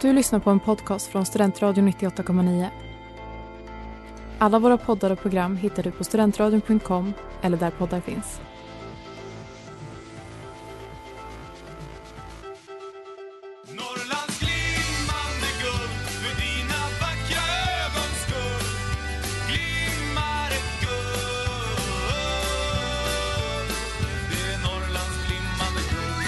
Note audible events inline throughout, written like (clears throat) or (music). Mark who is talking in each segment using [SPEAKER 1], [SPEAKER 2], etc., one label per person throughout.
[SPEAKER 1] Du lyssnar på en podcast från Studentradion 98,9. Alla våra poddar och program hittar du på studentradion.com eller där poddar finns.
[SPEAKER 2] Norrlands glimmande guld för dina vackra ögons skull glimmar ett guld Det är Norrlands glimmande guld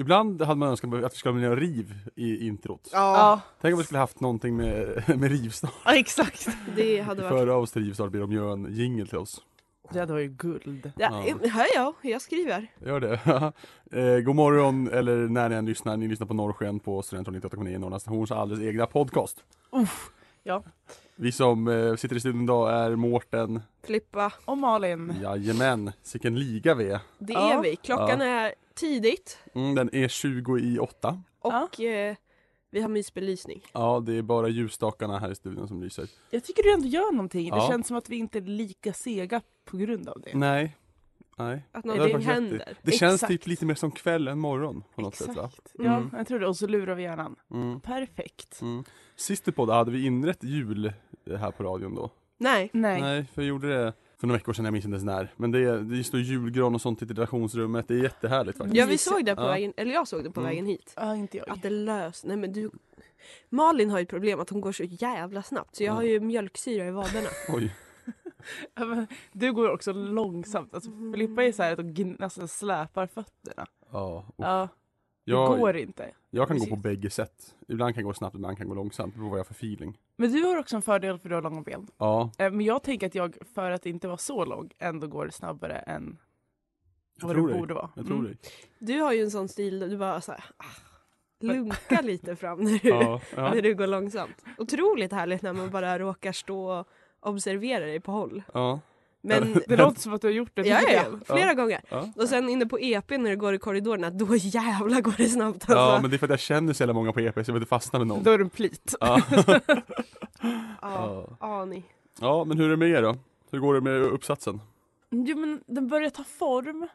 [SPEAKER 3] Ibland hade man önskat att vi skulle ha med riv i introt.
[SPEAKER 4] Ja,
[SPEAKER 3] Tänk om vi skulle haft någonting med, (laughs) med rivstart.
[SPEAKER 4] ja exakt.
[SPEAKER 5] Det hade varit...
[SPEAKER 3] Förra avsnittet rivstart ber om gör en jingle till oss.
[SPEAKER 4] Det var ju guld.
[SPEAKER 5] Ja,
[SPEAKER 3] Ja.
[SPEAKER 5] eh, Här är jag, jag skriver.
[SPEAKER 3] Gör det. (laughs) eh, god morgon, eller när ni än lyssnar, ni lyssnar på Norrsken på Studentradion 98,9 Norrlands Stations alldeles egna podcast.
[SPEAKER 4] Uff, ja.
[SPEAKER 3] Vi som eh, sitter i studion idag är Mårten,
[SPEAKER 5] Filippa,
[SPEAKER 4] Och Malin.
[SPEAKER 3] jajamän, sicken liga vi är.
[SPEAKER 5] det
[SPEAKER 4] Ja.
[SPEAKER 5] är vi. Klockan är tidigt
[SPEAKER 3] Mm, den är 20 i 8.
[SPEAKER 5] och eh, vi har mysbelysning.
[SPEAKER 3] Ja, det är bara ljusstakarna här i studion som lyser.
[SPEAKER 4] Jag tycker du ändå gör någonting.
[SPEAKER 3] Ja.
[SPEAKER 4] Det känns som att vi inte är lika sega på grund av det.
[SPEAKER 3] Nej. Nej.
[SPEAKER 5] Att
[SPEAKER 3] Det har du
[SPEAKER 5] någonting
[SPEAKER 3] faktiskt rätt i.
[SPEAKER 5] händer.
[SPEAKER 3] Det känns
[SPEAKER 4] Exakt.
[SPEAKER 3] typ lite mer som kväll än morgon på något sätt va?
[SPEAKER 4] Exakt. Ja,
[SPEAKER 3] Mm.
[SPEAKER 4] jag tror det. Och så lurar vi hjärnan.
[SPEAKER 3] Mm.
[SPEAKER 4] Perfekt.
[SPEAKER 3] Mm. Sist i podden hade vi inrett jul eh, här på radion då.
[SPEAKER 5] Nej,
[SPEAKER 4] Nej.
[SPEAKER 3] för jag gjorde det för några veckor sedan, jag minns inte ens när. Men det, det står julgran och sånt i relationsrummet, det är jättehärligt faktiskt.
[SPEAKER 5] ja, vi såg det på
[SPEAKER 3] Ja.
[SPEAKER 5] vägen, eller jag såg det på
[SPEAKER 3] Mm.
[SPEAKER 5] vägen hit.
[SPEAKER 4] Ja, inte jag.
[SPEAKER 5] Att det lös. Nej men du. Malin har ju ett problem att hon går så jävla snabbt så jag
[SPEAKER 3] Mm.
[SPEAKER 5] har ju mjölksyra i vaderna.
[SPEAKER 4] Mm.
[SPEAKER 3] Oj,
[SPEAKER 4] Ja, men Du går också långsamt. Alltså, Filippa är så här att hon gn- alltså, släpar fötterna.
[SPEAKER 3] ja. Och
[SPEAKER 4] Ja, det
[SPEAKER 3] Jag,
[SPEAKER 4] går inte.
[SPEAKER 3] jag kan gå på bägge sätt. Ibland kan jag gå snabbt, ibland kan jag gå långsamt. Det beror på vad jag har för feeling.
[SPEAKER 4] Men du har också en fördel för du har långa ben.
[SPEAKER 3] Ja,
[SPEAKER 4] Eh, Men jag tänker att jag, för att inte vara så lång, ändå går snabbare än
[SPEAKER 3] jag
[SPEAKER 4] vad
[SPEAKER 3] tror
[SPEAKER 4] det
[SPEAKER 3] dig.
[SPEAKER 4] borde vara.
[SPEAKER 3] Jag tror
[SPEAKER 4] Mm.
[SPEAKER 3] dig.
[SPEAKER 5] Du har ju en sån stil där du bara så här, ah, lunkar lite fram när du,
[SPEAKER 3] Ja,
[SPEAKER 4] (laughs)
[SPEAKER 3] ja,
[SPEAKER 5] (laughs) när du går långsamt. Otroligt härligt när man bara råkar stå och observera dig på håll.
[SPEAKER 3] ja.
[SPEAKER 5] Men
[SPEAKER 4] Det låter som att du har gjort det
[SPEAKER 5] Ja, ja,
[SPEAKER 4] fel.
[SPEAKER 5] ja. flera gånger.
[SPEAKER 3] ja.
[SPEAKER 5] Och sen inne på EP när du går i korridorerna, då jävla går det snabbt alltså.
[SPEAKER 3] Ja, men det är för att jag känner så jävla många på EP så jag vill inte fastna med
[SPEAKER 4] (laughs)
[SPEAKER 3] någon.
[SPEAKER 4] Då är du en plit.
[SPEAKER 3] Ja.
[SPEAKER 5] ja. Ani.
[SPEAKER 3] ja, men hur är det med er då? Hur går det med uppsatsen?
[SPEAKER 4] Jo men den börjar ta form.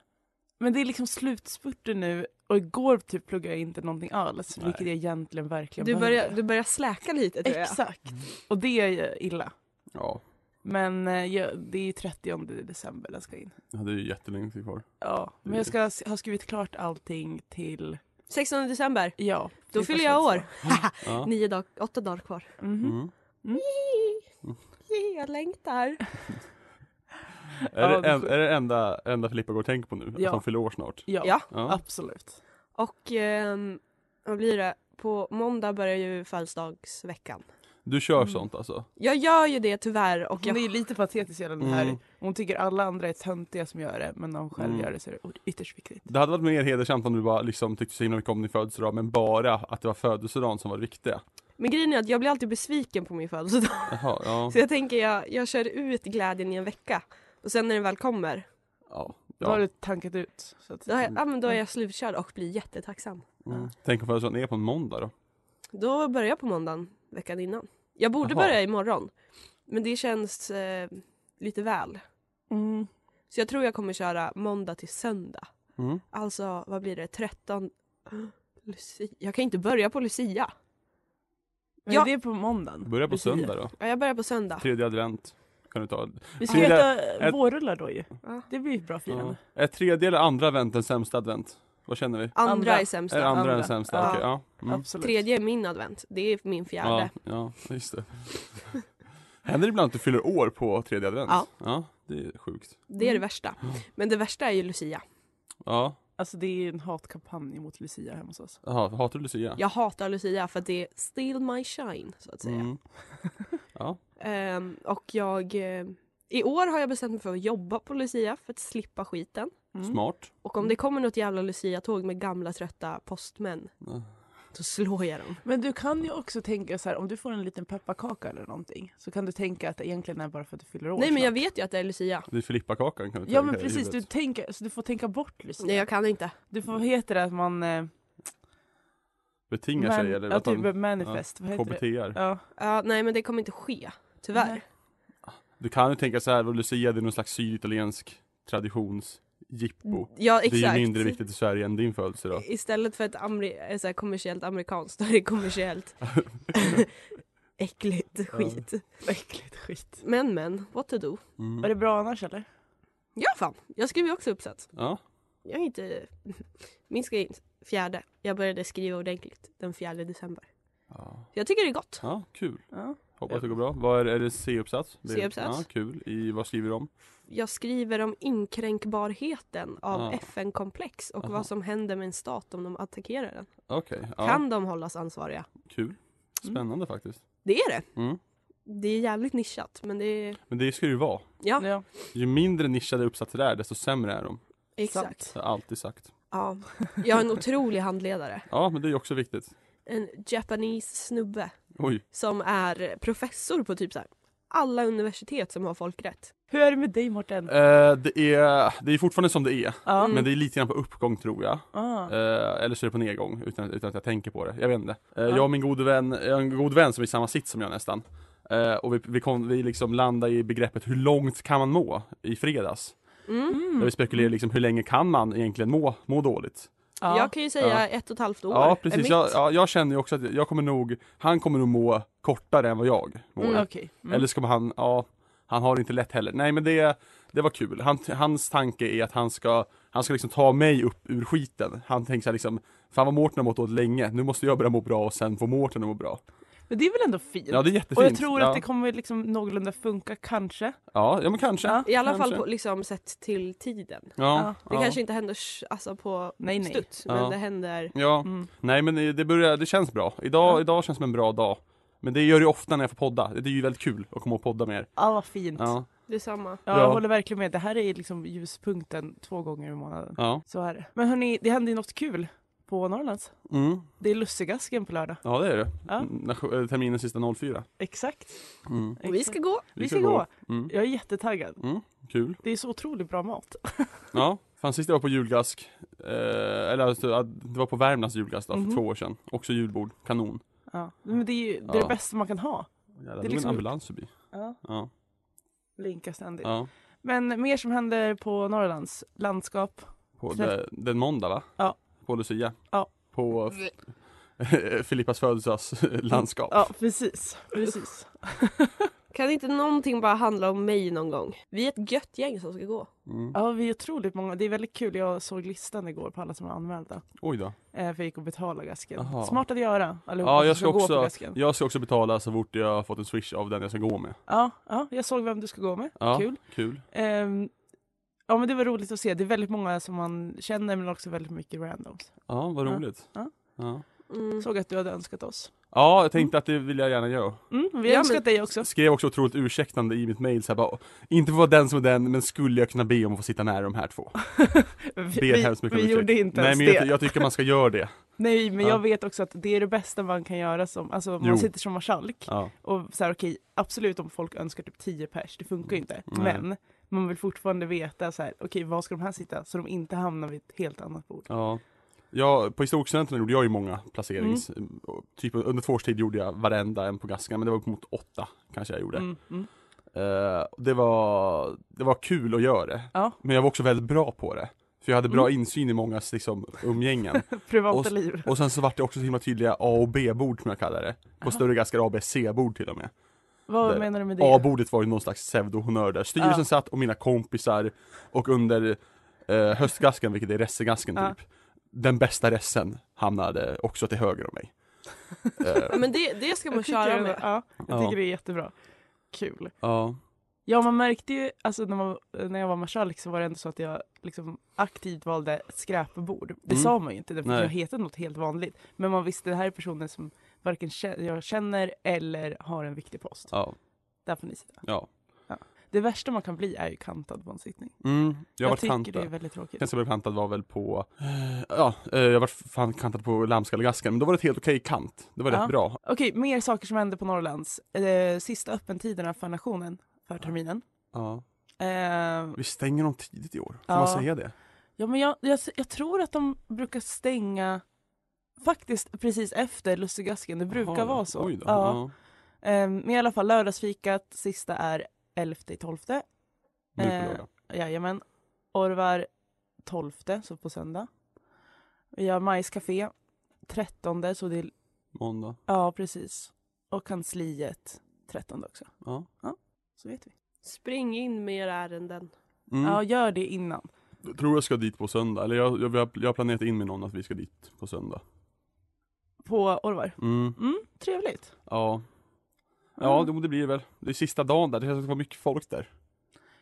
[SPEAKER 4] Men det är liksom slutspurten nu och igår typ pluggade jag inte någonting alls
[SPEAKER 3] Nej.
[SPEAKER 4] vilket jag egentligen verkligen
[SPEAKER 5] Du börjar,
[SPEAKER 4] behövde.
[SPEAKER 5] du börjar släka lite tror jag.
[SPEAKER 4] Exakt.
[SPEAKER 3] Mm.
[SPEAKER 4] Och det är ju illa.
[SPEAKER 3] Ja,
[SPEAKER 4] Men eh, jag, det är ju 30 december den ska in.
[SPEAKER 3] det är ju jättelänge till kvar.
[SPEAKER 4] Ja, men jag
[SPEAKER 3] Mm.
[SPEAKER 4] ska s- ha skrivit klart allting till,
[SPEAKER 5] 16 december,
[SPEAKER 4] ja.
[SPEAKER 5] då
[SPEAKER 4] till
[SPEAKER 5] fyller jag
[SPEAKER 4] första
[SPEAKER 5] år.
[SPEAKER 3] Ja.
[SPEAKER 5] Nio dag, åtta dagar kvar.
[SPEAKER 4] dag. Mhm. Mm.
[SPEAKER 3] Mm.
[SPEAKER 5] Yay, Jag längtar.
[SPEAKER 3] Är,
[SPEAKER 4] Ja,
[SPEAKER 3] det
[SPEAKER 4] det-
[SPEAKER 3] en, är det enda, enda Filippa går och tänker på nu?
[SPEAKER 4] Ja.
[SPEAKER 3] Att han fyller år snart?
[SPEAKER 4] Ja,
[SPEAKER 5] Ja.
[SPEAKER 3] Ja.
[SPEAKER 4] absolut.
[SPEAKER 5] Och ehm, vad blir det? På måndag börjar ju födelsedagsveckan.
[SPEAKER 3] Du kör
[SPEAKER 4] Mm.
[SPEAKER 3] sånt alltså?
[SPEAKER 5] Jag gör ju det tyvärr och
[SPEAKER 4] Hon är
[SPEAKER 5] jag,
[SPEAKER 4] ju lite patetisk i den här.
[SPEAKER 3] Mm.
[SPEAKER 4] Hon tycker alla andra är töntiga som gör det men när hon själv
[SPEAKER 3] Mm.
[SPEAKER 4] gör det så är det ytterst viktigt.
[SPEAKER 3] Det hade varit mer hedersamt om du bara liksom tyckte så himla mycket om din födelsedag men bara att det var födelsedagen som var det viktiga.
[SPEAKER 5] men grejen är att jag blir alltid besviken på min födelsedag.
[SPEAKER 3] Jaha, ja.
[SPEAKER 5] Så jag tänker jag, jag kör ut glädjen i en vecka. Och sen när den väl kommer,
[SPEAKER 3] ja.
[SPEAKER 4] Då har
[SPEAKER 3] ja.
[SPEAKER 4] du tankat ut. Så att,
[SPEAKER 5] Då, har jag, ja, men då är jag slutkörd och blir jättetacksam.
[SPEAKER 3] Mm. Tänk om födelsedagen är på en måndag då?
[SPEAKER 5] Då börjar jag på måndagen veckan innan. Jag borde
[SPEAKER 3] Jaha.
[SPEAKER 5] börja imorgon. Men det känns eh, lite väl.
[SPEAKER 4] Mm.
[SPEAKER 5] Så jag tror jag kommer köra måndag till söndag.
[SPEAKER 3] Mm.
[SPEAKER 5] Alltså vad blir det? 13... Lucia. Jag kan inte börja på Lucia.
[SPEAKER 4] Men
[SPEAKER 5] Ja.
[SPEAKER 4] det är på måndagen.
[SPEAKER 3] Börja på
[SPEAKER 4] Lucia.
[SPEAKER 3] söndag då?
[SPEAKER 5] Ja, jag börjar på söndag.
[SPEAKER 3] Tredje advent? Kan du ta?
[SPEAKER 4] Vi ska
[SPEAKER 3] Till-
[SPEAKER 4] äta
[SPEAKER 3] ett-
[SPEAKER 4] eh, vårrullar då ju.
[SPEAKER 5] Ja.
[SPEAKER 4] Det blir ju ett bra
[SPEAKER 3] Ja. mm,
[SPEAKER 4] firande.
[SPEAKER 3] Är tredje eller andra advent den sämsta advent? Vad känner vi?
[SPEAKER 5] Andra,
[SPEAKER 4] Andra.
[SPEAKER 5] är sämsta.
[SPEAKER 3] Är andra, den
[SPEAKER 4] andra.
[SPEAKER 3] sämsta?
[SPEAKER 4] Ja.
[SPEAKER 3] Okej, ja. Mm.
[SPEAKER 4] Absolut.
[SPEAKER 5] Tredje är min advent. Det är min
[SPEAKER 3] Ja,
[SPEAKER 5] fjärde.
[SPEAKER 3] ja, just det. (laughs) Händer det ibland att du fyller år på tredje advent?
[SPEAKER 5] Ja.
[SPEAKER 3] ja det är sjukt.
[SPEAKER 5] Det är det värsta. Men det värsta är ju Lucia.
[SPEAKER 3] Ja,
[SPEAKER 4] Alltså det är ju en hatkampanj mot Lucia hemma hos oss.
[SPEAKER 3] Jaha, hatar du Lucia?
[SPEAKER 5] Jag hatar Lucia för att det är still my shine så att säga.
[SPEAKER 4] (laughs)
[SPEAKER 3] Mm. Ja,
[SPEAKER 5] Ehm, och jag... eh, I år har jag bestämt mig för att jobba på Lucia för att slippa skiten.
[SPEAKER 4] Mm.
[SPEAKER 3] smart.
[SPEAKER 5] Och om det kommer något jävla Lucia-tåg med gamla trötta postmän,
[SPEAKER 3] Ja.
[SPEAKER 5] då slår jag dem.
[SPEAKER 4] Men du kan ju också tänka så här, om du får en liten pepparkaka eller någonting så kan du tänka att det egentligen är bara för att du fyller år.
[SPEAKER 5] Nej men jag
[SPEAKER 4] snart.
[SPEAKER 5] vet ju att det är Lucia.
[SPEAKER 3] Det är Filippa-kakan kan du tänka
[SPEAKER 4] Ja men
[SPEAKER 3] i
[SPEAKER 4] precis, du,
[SPEAKER 3] huvudet.
[SPEAKER 4] tänker, så du får tänka bort Lucia.
[SPEAKER 5] Nej jag kan inte.
[SPEAKER 4] Du får, vad heter det att man... eh,
[SPEAKER 3] Betingar
[SPEAKER 4] man-
[SPEAKER 3] sig eller
[SPEAKER 4] ja,
[SPEAKER 3] att
[SPEAKER 4] typ
[SPEAKER 3] man
[SPEAKER 4] manifest. Vad heter det?
[SPEAKER 3] KBTR.
[SPEAKER 4] Ja.
[SPEAKER 5] Ja, nej men det kommer inte ske. Tyvärr.
[SPEAKER 4] Nej.
[SPEAKER 3] Du kan ju tänka så här, vad Lucia det är någon slags syditaliensk traditionsgrej jippo.
[SPEAKER 5] Ja,
[SPEAKER 3] Oh. Det är
[SPEAKER 5] exakt.
[SPEAKER 3] ju mindre viktigt i Sverige än din
[SPEAKER 4] (laughs)
[SPEAKER 3] födelsedag.
[SPEAKER 5] Istället för ett ameri- eh, så här, kommersiellt amerikanskt, då är det kommersiellt äckligt skit.
[SPEAKER 4] Äckligt skit.
[SPEAKER 5] Men men, what to do.
[SPEAKER 4] Var
[SPEAKER 3] Mm.
[SPEAKER 4] det bra annars eller?
[SPEAKER 5] Ja fan, jag skriver ju också uppsats.
[SPEAKER 3] Ja.
[SPEAKER 5] Jag är inte... (laughs) Min ska in fjärde. Jag började skriva ordentligt den fjärde december.
[SPEAKER 3] ja.
[SPEAKER 5] Jag tycker det är gott.
[SPEAKER 3] Ja, kul.
[SPEAKER 4] Ja.
[SPEAKER 3] Hoppas det går bra. Vad är, är det C-uppsats? Det är-
[SPEAKER 5] C-uppsats.
[SPEAKER 3] Ja, kul. I, vad skriver du om?
[SPEAKER 5] Jag skriver om inkränkbarheten av
[SPEAKER 3] Ah.
[SPEAKER 5] FN-komplex och
[SPEAKER 3] Aha.
[SPEAKER 5] vad som händer med en stat om de attackerar den.
[SPEAKER 3] Okej. Ja,
[SPEAKER 5] Kan de hållas ansvariga?
[SPEAKER 3] Kul. Spännande faktiskt.
[SPEAKER 5] Det är det.
[SPEAKER 3] Mm.
[SPEAKER 5] Det är jävligt nischat men det är...
[SPEAKER 3] Men det ska det ju vara.
[SPEAKER 5] Ja,
[SPEAKER 4] Ja.
[SPEAKER 3] Ju mindre nischade uppsatser är, desto sämre är de.
[SPEAKER 5] exakt.
[SPEAKER 3] Det har jag alltid sagt.
[SPEAKER 5] Ja. Jag har en otrolig handledare.
[SPEAKER 3] Ja, men det är ju också viktigt.
[SPEAKER 5] En japanese snubbe
[SPEAKER 3] Oj.
[SPEAKER 5] som är professor på typ så här alla universitet som har folkrätt.
[SPEAKER 4] Hur är det med dig Mårten?
[SPEAKER 3] Eh, det, är, det är fortfarande som det är,
[SPEAKER 4] Ja.
[SPEAKER 3] men det är lite grann på uppgång tror jag.
[SPEAKER 4] Ah.
[SPEAKER 3] Eh, eller så är det på nedgång utan, utan att jag tänker på det. Jag vet inte. Eh, Jag och min gode vän, jag har en god vän som är i samma sitt som jag nästan. Eh, och vi, vi, kom, vi liksom landade i begreppet hur långt kan man må i fredags?
[SPEAKER 4] Mm.
[SPEAKER 3] Där vi spekulerade liksom hur länge kan man egentligen må, må dåligt?
[SPEAKER 4] Ja.
[SPEAKER 5] Jag kan ju säga
[SPEAKER 3] Ja.
[SPEAKER 5] ett och ett halvt år
[SPEAKER 3] Ja
[SPEAKER 5] är
[SPEAKER 3] precis,
[SPEAKER 5] mitt.
[SPEAKER 3] jag, ja, jag känner ju också att jag kommer nog, han kommer nog må kortare än vad jag mår.
[SPEAKER 5] Mm.
[SPEAKER 4] Okej. Mm.
[SPEAKER 3] Eller så kommer han, ja, han har det inte lätt heller. Nej men det, det var kul. Han, hans tanke är att han ska, han ska liksom ta mig upp ur skiten. Han tänker så här liksom, fan vad Mårten har mått dåligt länge, nu måste jag börja må bra och sen får Mårten att må bra.
[SPEAKER 4] Men det är väl ändå fint?
[SPEAKER 3] Ja det är jättefint.
[SPEAKER 4] och jag tror
[SPEAKER 3] ja.
[SPEAKER 4] att det kommer liksom någorlunda funka kanske.
[SPEAKER 3] Ja, ja men kanske.
[SPEAKER 4] Ja,
[SPEAKER 5] I alla
[SPEAKER 3] kanske.
[SPEAKER 5] fall på, liksom sett till tiden.
[SPEAKER 3] Ja,
[SPEAKER 4] Ja,
[SPEAKER 3] ja.
[SPEAKER 5] Det kanske inte händer sh- alltså, på
[SPEAKER 4] Nej nej.
[SPEAKER 5] studs
[SPEAKER 3] Ja.
[SPEAKER 5] men det händer
[SPEAKER 3] Ja,
[SPEAKER 4] Mm.
[SPEAKER 3] nej men det- det börjar, det känns bra. Idag,
[SPEAKER 4] Ja.
[SPEAKER 3] idag känns som en bra dag. Men det gör det ju ofta när jag får podda. Det är ju väldigt kul att komma och podda med er.
[SPEAKER 4] Ja vad fint. Ja.
[SPEAKER 3] Ja,
[SPEAKER 5] detsamma.
[SPEAKER 4] jag
[SPEAKER 3] Ja.
[SPEAKER 4] håller verkligen med. Det här är liksom ljuspunkten två gånger i månaden.
[SPEAKER 3] ja.
[SPEAKER 4] Så är det. Men hörni, det hände ju något kul på Norrlands.
[SPEAKER 3] Mm.
[SPEAKER 4] Det är Lussegasken på lördag.
[SPEAKER 3] Ja det är det.
[SPEAKER 4] Ja.
[SPEAKER 3] Mm, när- eh, Terminen sista 04.
[SPEAKER 4] Exakt.
[SPEAKER 3] Mm.
[SPEAKER 5] Och vi ska gå.
[SPEAKER 4] Vi ska gå.
[SPEAKER 3] Mm.
[SPEAKER 4] Jag är jättetaggad.
[SPEAKER 3] Kul.
[SPEAKER 4] Det är så otroligt bra mat.
[SPEAKER 3] Ja, fan sist jag var på julgask eh, Eller alltså, att det var på Värmlands julgask då, för
[SPEAKER 4] Mhm.
[SPEAKER 3] två år sedan Också julbord, kanon
[SPEAKER 4] Ja. Men det är ju det, är
[SPEAKER 3] Ja.
[SPEAKER 4] det bästa man kan ha.
[SPEAKER 3] Jävlar, det är
[SPEAKER 4] liksom-
[SPEAKER 3] en ambulans förbi
[SPEAKER 4] Ja.
[SPEAKER 3] Ja,
[SPEAKER 4] Linka ständigt.
[SPEAKER 3] ja
[SPEAKER 4] Men mer som händer på Norrlands landskap.
[SPEAKER 3] På
[SPEAKER 4] Träff-
[SPEAKER 3] de, den måndag va?
[SPEAKER 4] Ja.
[SPEAKER 3] På Lucia
[SPEAKER 4] Ja.
[SPEAKER 3] På (laughs) Filippas födelsedagslandskap
[SPEAKER 4] Ja, precis. precis.
[SPEAKER 5] Kan inte någonting bara handla om mig någon gång? Vi är ett gött gäng som ska gå.
[SPEAKER 3] mm.
[SPEAKER 4] Ja, vi är otroligt många. Det är väldigt kul. Jag såg listan igår på alla som är anmälda.
[SPEAKER 3] Oj då
[SPEAKER 4] Eh, för jag gick och betalade gasken.
[SPEAKER 3] Aha.
[SPEAKER 4] Smart att göra. Allihopa
[SPEAKER 3] Ja
[SPEAKER 4] som
[SPEAKER 3] jag ska
[SPEAKER 4] gå på
[SPEAKER 3] också,
[SPEAKER 4] gasken.
[SPEAKER 3] jag ska också betala så fort jag har fått en swish av den jag ska gå med
[SPEAKER 4] Ja, ja, jag såg vem du ska gå med.
[SPEAKER 3] Ja,
[SPEAKER 4] Kul.
[SPEAKER 3] kul
[SPEAKER 4] Ehm, ja, men det var roligt att se. Det är väldigt många som man känner men också väldigt mycket randoms.
[SPEAKER 3] Ja, vad
[SPEAKER 4] Ja.
[SPEAKER 3] roligt
[SPEAKER 4] Ja.
[SPEAKER 3] Ja,
[SPEAKER 5] Mm.
[SPEAKER 4] Såg att du hade önskat oss.
[SPEAKER 3] ja jag tänkte att det vill jag gärna göra
[SPEAKER 4] Mm, vi har
[SPEAKER 5] Ja,
[SPEAKER 4] önskat
[SPEAKER 5] men-
[SPEAKER 3] (laughs)
[SPEAKER 4] dig också.
[SPEAKER 3] Skrev också otroligt ursäktande i mitt mail så här, bara, inte för att vara den som är den, men skulle jag kunna be om att få sitta nära de här två?
[SPEAKER 4] Vi,
[SPEAKER 3] Ber
[SPEAKER 4] vi,
[SPEAKER 3] hemskt mycket om
[SPEAKER 4] vi
[SPEAKER 3] ursäkt.
[SPEAKER 4] gjorde inte
[SPEAKER 3] Nej
[SPEAKER 4] ens
[SPEAKER 3] men
[SPEAKER 4] det.
[SPEAKER 3] jag, jag tycker man ska göra
[SPEAKER 4] (laughs)
[SPEAKER 3] det.
[SPEAKER 4] Nej, men
[SPEAKER 3] Ja.
[SPEAKER 4] jag vet också att det är det bästa man kan göra. Som, alltså, man
[SPEAKER 3] Jo.
[SPEAKER 4] sitter som marskalk
[SPEAKER 3] Ja.
[SPEAKER 4] och så här, okej, absolut om folk önskar typ 10 pers, det funkar ju inte.
[SPEAKER 3] Nej.
[SPEAKER 4] Men man vill fortfarande veta så här, okej, var ska de här sitta? Så de inte hamnar vid ett helt annat bord.
[SPEAKER 3] ja. Ja, på historikcentrum gjorde jag ju många placerings,
[SPEAKER 4] Mm.
[SPEAKER 3] typ under två års tid gjorde jag varenda en på Gaskan men det var upp mot åtta kanske jag gjorde.
[SPEAKER 4] Mm, mm. (laughs)
[SPEAKER 3] Eh, det, var, det var kul att göra det,
[SPEAKER 4] Ja, Mm.
[SPEAKER 3] men jag var också väldigt bra på det. För jag hade bra insyn i mångas liksom, umgängen.
[SPEAKER 4] privata
[SPEAKER 3] Och s-
[SPEAKER 4] liv.
[SPEAKER 3] Och sen så vart det också så himla tydliga A och B-bord som jag kallar det. På större gaskar A, B, C-bord till och med.
[SPEAKER 4] Vad
[SPEAKER 3] det-
[SPEAKER 4] menar du med det?
[SPEAKER 3] A-bordet var ju någon slags pseudohonnör där styrelsen
[SPEAKER 4] Ja.
[SPEAKER 3] satt och mina kompisar och under eh, höstgasken, vilket är ressegasken
[SPEAKER 4] Ja.
[SPEAKER 3] typ, den bästa ressen hamnade också till höger om
[SPEAKER 4] (laughs)
[SPEAKER 3] mig. Eh,
[SPEAKER 5] Men det, det ska man
[SPEAKER 4] Jag tycker
[SPEAKER 5] köra
[SPEAKER 4] det-
[SPEAKER 5] med.
[SPEAKER 4] Ja, jag
[SPEAKER 3] Ja.
[SPEAKER 4] tycker det är jättebra. Kul.
[SPEAKER 3] ja,
[SPEAKER 4] Ja, man märkte ju, alltså när, man, när jag var marskalk så var det ändå så att jag liksom aktivt valde skräpbord. Det
[SPEAKER 3] Mm.
[SPEAKER 4] sa man ju inte, därför att
[SPEAKER 3] Nej.
[SPEAKER 4] jag heter något helt vanligt. Men man visste, det här är personer som varken kä- jag känner eller har en viktig post.
[SPEAKER 3] ja,
[SPEAKER 4] Där får ni sitta.
[SPEAKER 3] ja.
[SPEAKER 4] Det värsta man kan bli är ju kantad på en sittning.
[SPEAKER 3] Mm, jag har varit
[SPEAKER 4] tycker det är
[SPEAKER 3] kantad.
[SPEAKER 4] väldigt tråkigt.
[SPEAKER 3] Kanske jag blev kantad var väl på, eh, ja, eh, jag var fan kantad på lammskallegasken, men då var det ett helt okej kant. Det var
[SPEAKER 4] Ja.
[SPEAKER 3] rätt bra.
[SPEAKER 4] Okej, mer saker som hände på Norrlands. Eh, sista öppentiderna för nationen för terminen.
[SPEAKER 3] Ja.
[SPEAKER 4] Eh,
[SPEAKER 3] Vi stänger dem tidigt i år, får
[SPEAKER 4] Ja.
[SPEAKER 3] man säga det?
[SPEAKER 4] Ja, men jag, jag, jag tror att de brukar stänga faktiskt precis efter lustigasken. Det brukar
[SPEAKER 3] Jaha,
[SPEAKER 4] vara så.
[SPEAKER 3] Oj då.
[SPEAKER 4] Ja.
[SPEAKER 3] Ja.
[SPEAKER 4] Ehm, men i alla fall lördagsfikat, sista är 11 i 12.
[SPEAKER 3] Nu på
[SPEAKER 4] Eh,
[SPEAKER 3] lördag.
[SPEAKER 4] Jajamän. Orvar 12, så på söndag. Vi har Majscafé 13, så det är,
[SPEAKER 3] Måndag.
[SPEAKER 4] ja precis. Och kansliet 13 också,
[SPEAKER 3] Ja.
[SPEAKER 4] så vet vi.
[SPEAKER 5] Spring in med era ärenden.
[SPEAKER 3] Mm.
[SPEAKER 4] Ja, gör det innan.
[SPEAKER 3] Jag tror jag ska dit på söndag, eller jag, jag, jag, har planerat in med någon att vi ska dit på söndag.
[SPEAKER 4] På Orvar.
[SPEAKER 3] Mm.
[SPEAKER 4] Mm, trevligt.
[SPEAKER 3] Ja. Ja, det, det blir det väl. Det är sista dagen där, det känns som att det var mycket folk där.
[SPEAKER 4] Mm.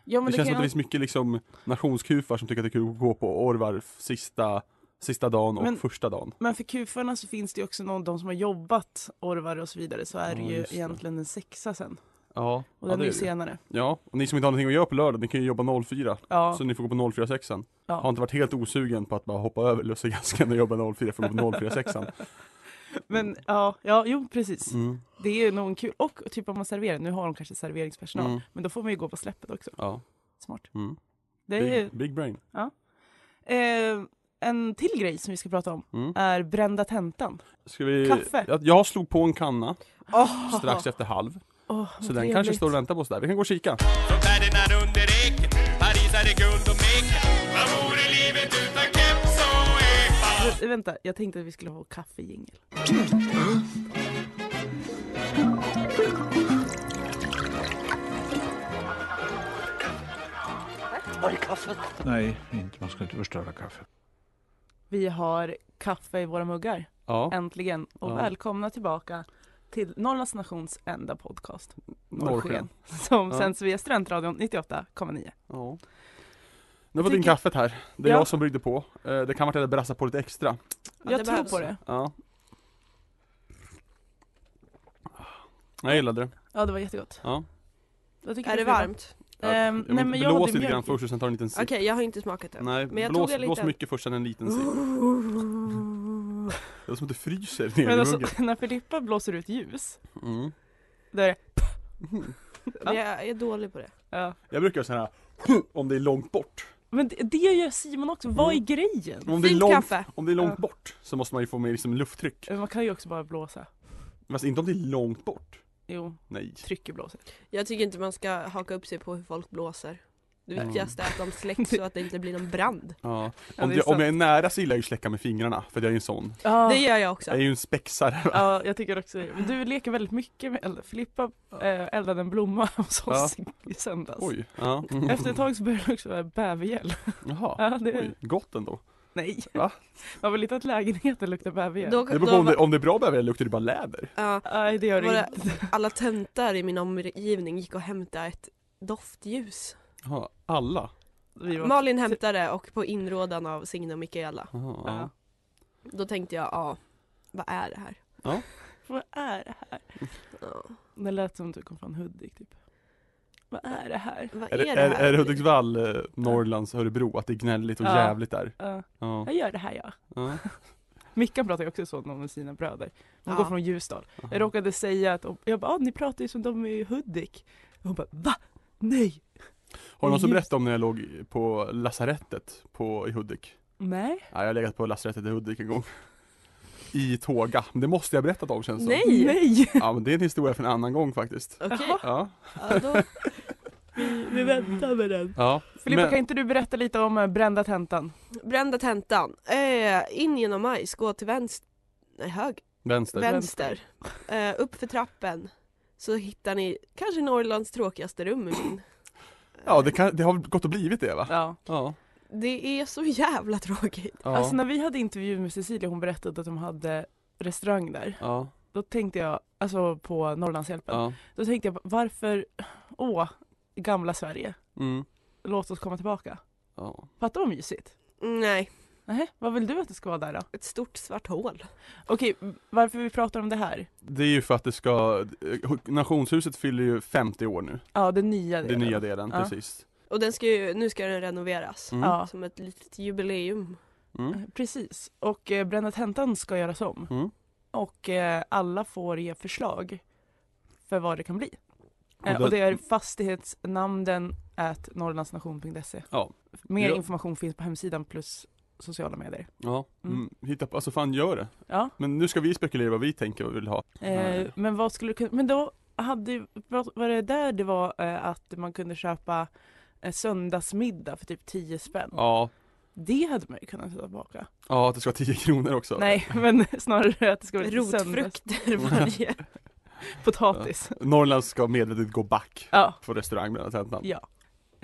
[SPEAKER 4] Ja,
[SPEAKER 3] Det,
[SPEAKER 4] men det,
[SPEAKER 3] känns som att
[SPEAKER 4] kan
[SPEAKER 3] det
[SPEAKER 4] jag...
[SPEAKER 3] finns mycket liksom nationskufar som tycker att det är kul att gå på Orvar f- sista, sista dagen och
[SPEAKER 4] Men-
[SPEAKER 3] första dagen.
[SPEAKER 4] Men för kufarna så finns det ju också någon, de som har jobbat Orvar och så vidare, så är
[SPEAKER 3] Ja,
[SPEAKER 4] det ju
[SPEAKER 3] just det.
[SPEAKER 4] egentligen en sexa sen.
[SPEAKER 3] Ja,
[SPEAKER 4] Och
[SPEAKER 3] ja
[SPEAKER 4] den
[SPEAKER 3] det
[SPEAKER 4] är
[SPEAKER 3] är
[SPEAKER 4] ju
[SPEAKER 3] det.
[SPEAKER 4] senare.
[SPEAKER 3] Ja, och ni som inte har någonting att göra på lördag, ni kan ju jobba 04.
[SPEAKER 4] Ja,
[SPEAKER 3] Så ni får gå på 04-sexan.
[SPEAKER 4] Ja.
[SPEAKER 3] Har inte varit helt osugen på att bara hoppa över Lussegaskan och jobba 04 för att gå på 04-sexan.
[SPEAKER 4] men ja, ja, jo (laughs) precis.
[SPEAKER 3] Mm.
[SPEAKER 4] Det är nog en kul, och typ om man serverar, nu har de kanske serveringspersonal,
[SPEAKER 3] Mm.
[SPEAKER 4] men då får man ju gå på släppet också.
[SPEAKER 3] Ja.
[SPEAKER 4] Smart.
[SPEAKER 3] Mm.
[SPEAKER 4] Det är ju,
[SPEAKER 3] Big, big brain.
[SPEAKER 4] eh, en till grej som vi ska prata om
[SPEAKER 3] Mm.
[SPEAKER 4] är brända tentan.
[SPEAKER 3] Ska vi...
[SPEAKER 4] Kaffe.
[SPEAKER 3] Jag, jag slog på en kanna
[SPEAKER 5] Oh,
[SPEAKER 3] strax efter halv.
[SPEAKER 4] Åh,
[SPEAKER 3] Så den kanske står och väntar på oss där. Vi kan gå och kika.
[SPEAKER 2] Från Ferdinand under eken Paris hade guld och meken Vad vore livet utan keps och epa?
[SPEAKER 4] Vä- Vänta, jag tänkte att vi skulle ha kaffejingel.
[SPEAKER 6] Nej, inte. man ska inte förstöra kaffet.
[SPEAKER 4] Vi har kaffe i våra muggar,
[SPEAKER 3] Ja.
[SPEAKER 4] äntligen. Och
[SPEAKER 3] Ja.
[SPEAKER 4] välkomna tillbaka till Norrlands nations enda podcast,
[SPEAKER 3] Norrsken.
[SPEAKER 4] Som
[SPEAKER 3] Ja.
[SPEAKER 4] sänds via Studentradion 98,9.
[SPEAKER 3] Ja. Nu var
[SPEAKER 4] Tycker-
[SPEAKER 3] din kaffet här. Det är
[SPEAKER 4] Ja.
[SPEAKER 3] jag som bryggde på. Eh, Det kan vara att jag brassar på lite extra.
[SPEAKER 5] Ja,
[SPEAKER 4] jag
[SPEAKER 5] det
[SPEAKER 4] tror
[SPEAKER 5] behövs.
[SPEAKER 4] på det.
[SPEAKER 3] Ja. Ah. Jag gillade det.
[SPEAKER 4] Ja, det var jättegott.
[SPEAKER 3] Ja.
[SPEAKER 4] Vad tycker
[SPEAKER 5] är
[SPEAKER 4] du,
[SPEAKER 5] det
[SPEAKER 4] Frida?
[SPEAKER 5] varmt?
[SPEAKER 4] Ehm,
[SPEAKER 3] jag
[SPEAKER 4] nej,
[SPEAKER 3] men
[SPEAKER 4] men jag
[SPEAKER 3] blås
[SPEAKER 4] hade
[SPEAKER 3] lite
[SPEAKER 4] mjölk
[SPEAKER 3] grann
[SPEAKER 4] i.
[SPEAKER 3] först och sen tar en liten
[SPEAKER 5] Okej,
[SPEAKER 3] sipp.
[SPEAKER 5] jag har inte
[SPEAKER 3] (laughs)
[SPEAKER 5] smakat det.
[SPEAKER 3] Nej,
[SPEAKER 5] men jag
[SPEAKER 3] blås,
[SPEAKER 5] tog en
[SPEAKER 3] blås
[SPEAKER 5] liten.
[SPEAKER 3] mycket först sen en liten sipp.
[SPEAKER 4] Mm.
[SPEAKER 3] Det är som att det fryser ner i
[SPEAKER 4] Men
[SPEAKER 3] muggen.
[SPEAKER 4] alltså, (laughs) när Filippa blåser ut ljus,
[SPEAKER 3] Mm.
[SPEAKER 4] då är det,
[SPEAKER 5] Men jag är dålig på det.
[SPEAKER 4] ja.
[SPEAKER 3] Jag brukar göra så här om det är långt bort.
[SPEAKER 4] Men det, det gör Simon också, vad är
[SPEAKER 3] Mm.
[SPEAKER 4] grejen?
[SPEAKER 3] Om det är
[SPEAKER 5] Fint
[SPEAKER 3] långt,
[SPEAKER 5] kaffe.
[SPEAKER 3] om det är långt
[SPEAKER 4] Ja.
[SPEAKER 3] bort så måste man ju få mer liksom lufttryck.
[SPEAKER 4] Men Eh, Man kan ju också bara blåsa.
[SPEAKER 3] Fast inte om det är långt bort.
[SPEAKER 4] Jo,
[SPEAKER 3] Nej.
[SPEAKER 4] tryck och blåser.
[SPEAKER 5] Jag tycker inte man ska haka upp sig på hur folk blåser. Det
[SPEAKER 3] Mm.
[SPEAKER 5] viktigaste är att de släcks så att det inte blir någon brand.
[SPEAKER 3] Ja.
[SPEAKER 4] Ja,
[SPEAKER 3] Om,
[SPEAKER 4] det är
[SPEAKER 3] jag, om
[SPEAKER 4] sant.
[SPEAKER 3] jag är nära så gillar jag ju släcka med fingrarna, för jag är ju en sån.
[SPEAKER 4] Ja,
[SPEAKER 5] Det gör jag
[SPEAKER 3] Jag
[SPEAKER 5] också.
[SPEAKER 3] är ju en spexare. va?
[SPEAKER 4] ja, jag tycker också det. Men Du leker väldigt mycket med eld. Filippa eh, eldade en blomma (laughs) hos oss i söndags.
[SPEAKER 3] Oj. Ja. Mm.
[SPEAKER 4] Efter ett tag så började det också vara bävergäll.
[SPEAKER 3] Jaha.
[SPEAKER 4] Ja, det,
[SPEAKER 3] Oj, gott ändå.
[SPEAKER 4] nej.
[SPEAKER 3] Va?
[SPEAKER 4] Man vill inte att lägenheten luktar bävergäll.
[SPEAKER 5] Då,
[SPEAKER 3] Det
[SPEAKER 5] då,
[SPEAKER 3] beror på om det,
[SPEAKER 5] var,
[SPEAKER 3] om det är bra bäver eller luktar det bara läder.
[SPEAKER 5] ja,
[SPEAKER 4] Nej, det gör det
[SPEAKER 5] Våra-
[SPEAKER 4] inte.
[SPEAKER 5] alla töntar i min omgivning gick och hämtade ett doftljus.
[SPEAKER 3] Jaha. Alla.
[SPEAKER 4] Vi var,
[SPEAKER 5] Malin hämtade och på inrådan av Signe och Mikaela.
[SPEAKER 3] Jaha,
[SPEAKER 4] ja.
[SPEAKER 3] ja.
[SPEAKER 5] Då tänkte jag, ja, vad är det här?
[SPEAKER 4] Vad är det här?
[SPEAKER 5] Ja,
[SPEAKER 4] Det lät som att du kom från Hudik typ. Vad är det här?
[SPEAKER 5] vad
[SPEAKER 3] Är,
[SPEAKER 5] är,
[SPEAKER 3] det, är,
[SPEAKER 5] det
[SPEAKER 3] är,
[SPEAKER 5] här?
[SPEAKER 3] det Hudiksvall, eh, Norrlands, Örebro, att det är gnälligt och
[SPEAKER 4] Ja.
[SPEAKER 3] jävligt där?
[SPEAKER 4] Ja,
[SPEAKER 3] Ja.
[SPEAKER 4] jag gör det här ja.
[SPEAKER 3] Ja.
[SPEAKER 4] Mickan pratar ju också så om sina bröder. De
[SPEAKER 5] Ja.
[SPEAKER 4] går från Ljusdal. Jag råkade säga att, jag bara, ah, ni pratar ju som de i Hudik. Och hon bara, va? Nej!
[SPEAKER 3] Har du någon som
[SPEAKER 4] Just-
[SPEAKER 3] berättade om när jag låg på lasarettet på, i Hudik?
[SPEAKER 4] Nej.
[SPEAKER 3] Ja, jag har legat på lasarettet i Hudik en gång. I tåga. Men Det måste jag ha berättat om känns det som.
[SPEAKER 5] Nej!
[SPEAKER 4] Nej!
[SPEAKER 3] Ja men det är en historia för en annan gång faktiskt.
[SPEAKER 5] Okej,
[SPEAKER 3] Ja.
[SPEAKER 5] ja, då,
[SPEAKER 4] Vi väntar med den.
[SPEAKER 3] ja.
[SPEAKER 4] Filippa,
[SPEAKER 3] Men-
[SPEAKER 4] kan inte du berätta lite om eh, brända tentan?
[SPEAKER 5] brända tentan. Eh, in genom majs, gå till vänster, nej höger.
[SPEAKER 3] Vänster.
[SPEAKER 5] vänster. Eh, upp för trappen så hittar ni kanske Norrlands tråkigaste rum i min.
[SPEAKER 3] (clears throat) Ja det, kan, det har väl gått och blivit det va?
[SPEAKER 4] Ja.
[SPEAKER 3] Ja.
[SPEAKER 5] Eh, Det är så jävla tråkigt.
[SPEAKER 3] Ja.
[SPEAKER 4] Alltså när vi hade intervju med Cecilia, hon berättade att de hade restaurang där.
[SPEAKER 3] ja.
[SPEAKER 4] Då tänkte jag, alltså på Norrlandshjälpen.
[SPEAKER 3] ja.
[SPEAKER 4] Då tänkte jag, varför, åh, gamla Sverige,
[SPEAKER 3] Mm.
[SPEAKER 4] låt oss komma tillbaka.
[SPEAKER 3] Ja.
[SPEAKER 4] Fattar vad mysigt.
[SPEAKER 5] Mm, Nej,
[SPEAKER 4] Nej, vad vill du att det ska vara där då?
[SPEAKER 5] ett stort svart hål.
[SPEAKER 4] Okej, varför vi pratar om det här?
[SPEAKER 3] Det är ju för att det ska, eh, Nationshuset fyller ju 50 år nu,
[SPEAKER 4] Ja, den nya
[SPEAKER 3] den
[SPEAKER 4] delen.
[SPEAKER 3] nya delen
[SPEAKER 4] Ja.
[SPEAKER 3] precis.
[SPEAKER 5] Och den ska ju, nu ska den renoveras.
[SPEAKER 3] Mm.
[SPEAKER 4] Ja,
[SPEAKER 5] Som ett litet jubileum.
[SPEAKER 3] Mm.
[SPEAKER 4] precis. Och eh, Brända tentan ska göras om.
[SPEAKER 3] Mm.
[SPEAKER 4] Och eh, alla får ge förslag för vad det kan bli.
[SPEAKER 3] Och
[SPEAKER 4] Eh,
[SPEAKER 3] då-
[SPEAKER 4] och det är fastighetsnamnden at norrlandsnation.se.
[SPEAKER 3] Ja.
[SPEAKER 4] Mer
[SPEAKER 3] Ja.
[SPEAKER 4] information finns på hemsidan plus sociala medier.
[SPEAKER 3] Ja.
[SPEAKER 4] Mm.
[SPEAKER 3] Mm. Hitta på, alltså fan gör det.
[SPEAKER 4] Ja,
[SPEAKER 3] Men nu ska vi spekulera vad vi tänker och vill ha.
[SPEAKER 4] eh,
[SPEAKER 3] Nej.
[SPEAKER 4] men vad skulle du kunna, men då hade, ju- var var det där det var eh, att man kunde köpa eh, söndagsmiddag för typ 10 spänn?
[SPEAKER 3] Ja.
[SPEAKER 4] Det hade man ju kunnat ta tillbaka.
[SPEAKER 3] Ja, att det ska vara 10 kronor också.
[SPEAKER 4] Nej, (laughs) men snarare att det ska vara lite söndags-
[SPEAKER 5] Rotfrukter (laughs) varje.
[SPEAKER 4] potatis.
[SPEAKER 3] Norrland ska medvetet gå back
[SPEAKER 4] Ja.
[SPEAKER 3] på restaurang med den här tentan.
[SPEAKER 4] ja.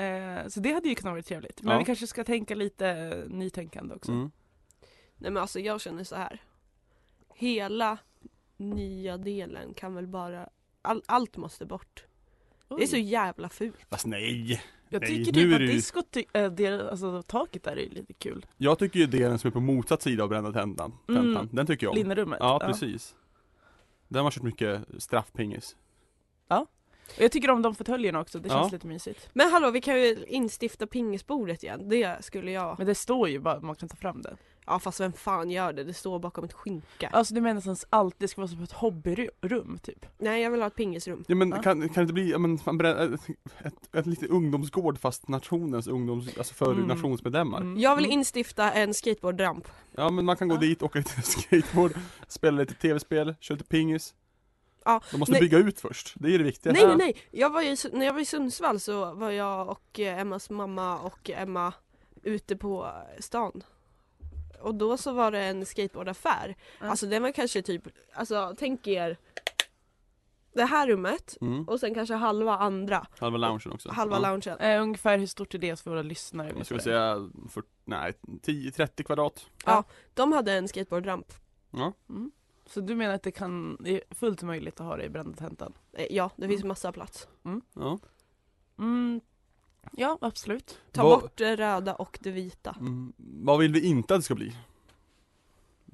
[SPEAKER 4] Eh, så det hade ju kunnat vara trevligt. Men
[SPEAKER 3] Ja.
[SPEAKER 4] vi kanske ska tänka lite nytänkande också.
[SPEAKER 3] Mm.
[SPEAKER 5] Nej men alltså jag känner så här. Hela nya delen kan väl bara, all, allt måste bort. Det är så jävla fult.
[SPEAKER 3] Fast nej!
[SPEAKER 4] Jag
[SPEAKER 3] Nej,
[SPEAKER 4] tycker
[SPEAKER 3] nu
[SPEAKER 4] typ
[SPEAKER 3] är
[SPEAKER 4] att
[SPEAKER 3] det ju-
[SPEAKER 4] diskot, ty- eh, det, alltså taket där är ju lite kul.
[SPEAKER 3] Jag tycker ju delen som är på motsatt sida av brända tentan, tentan
[SPEAKER 4] Mm.
[SPEAKER 3] den tycker jag om.
[SPEAKER 4] Linnerummet.
[SPEAKER 3] Ja, precis. Den har man kört mycket straffpingis.
[SPEAKER 4] Och jag tycker om de fåtöljerna också, det
[SPEAKER 3] Ja.
[SPEAKER 4] känns lite mysigt.
[SPEAKER 5] Men hallå vi kan ju instifta pingisbordet igen. Det skulle jag.
[SPEAKER 4] Men det står ju bara att man kan ta fram den.
[SPEAKER 5] Ja fast vem fan gör det? Det står bakom ett skynke.
[SPEAKER 4] Alltså du menar som allt, det ska vara som ett hobbyrum typ?
[SPEAKER 5] Nej jag vill ha ett pingisrum.
[SPEAKER 3] Ja men
[SPEAKER 4] Ja.
[SPEAKER 3] kan, kan det inte bli, ja, men fan, brä- ett, ett, ett litet ungdomsgård fast nationens ungdoms, alltså för
[SPEAKER 4] Mm.
[SPEAKER 3] nationsmedlemmar.
[SPEAKER 5] Jag vill instifta en skateboardramp.
[SPEAKER 3] Ja men man kan gå
[SPEAKER 4] Ja.
[SPEAKER 3] dit, åka lite (laughs) skateboard, spela lite tv-spel, köra lite pingis.
[SPEAKER 5] Ja,
[SPEAKER 3] De måste
[SPEAKER 5] nej.
[SPEAKER 3] bygga ut först, det är det viktiga.
[SPEAKER 5] Nej nej nej! Jag var ju, i Su- när jag var i Sundsvall så var jag och eh, Emmas mamma och Emma ute på eh, stan. Och då så var det en skateboardaffär.
[SPEAKER 4] Mm.
[SPEAKER 5] Alltså den var kanske typ, alltså tänk er det här rummet
[SPEAKER 3] Mm.
[SPEAKER 5] och sen kanske halva andra,
[SPEAKER 3] Halva loungen också.
[SPEAKER 5] halva
[SPEAKER 3] ja.
[SPEAKER 5] loungen.
[SPEAKER 4] Eh, ungefär hur stort är det för våra lyssnare?
[SPEAKER 3] Jag skulle säga, för, nej, 10-30 kvadrat.
[SPEAKER 5] De hade en skateboardramp.
[SPEAKER 4] Mm. Så du menar att det kan, det är fullt möjligt att ha det i brända tentan?
[SPEAKER 5] Eh, Ja, det
[SPEAKER 3] Mm.
[SPEAKER 5] finns massa plats.
[SPEAKER 3] Ja.
[SPEAKER 4] Mm. Ja, absolut.
[SPEAKER 5] Ta
[SPEAKER 3] Vad-
[SPEAKER 5] bort det röda och det vita.
[SPEAKER 3] Mm, vad vill vi inte att det ska bli?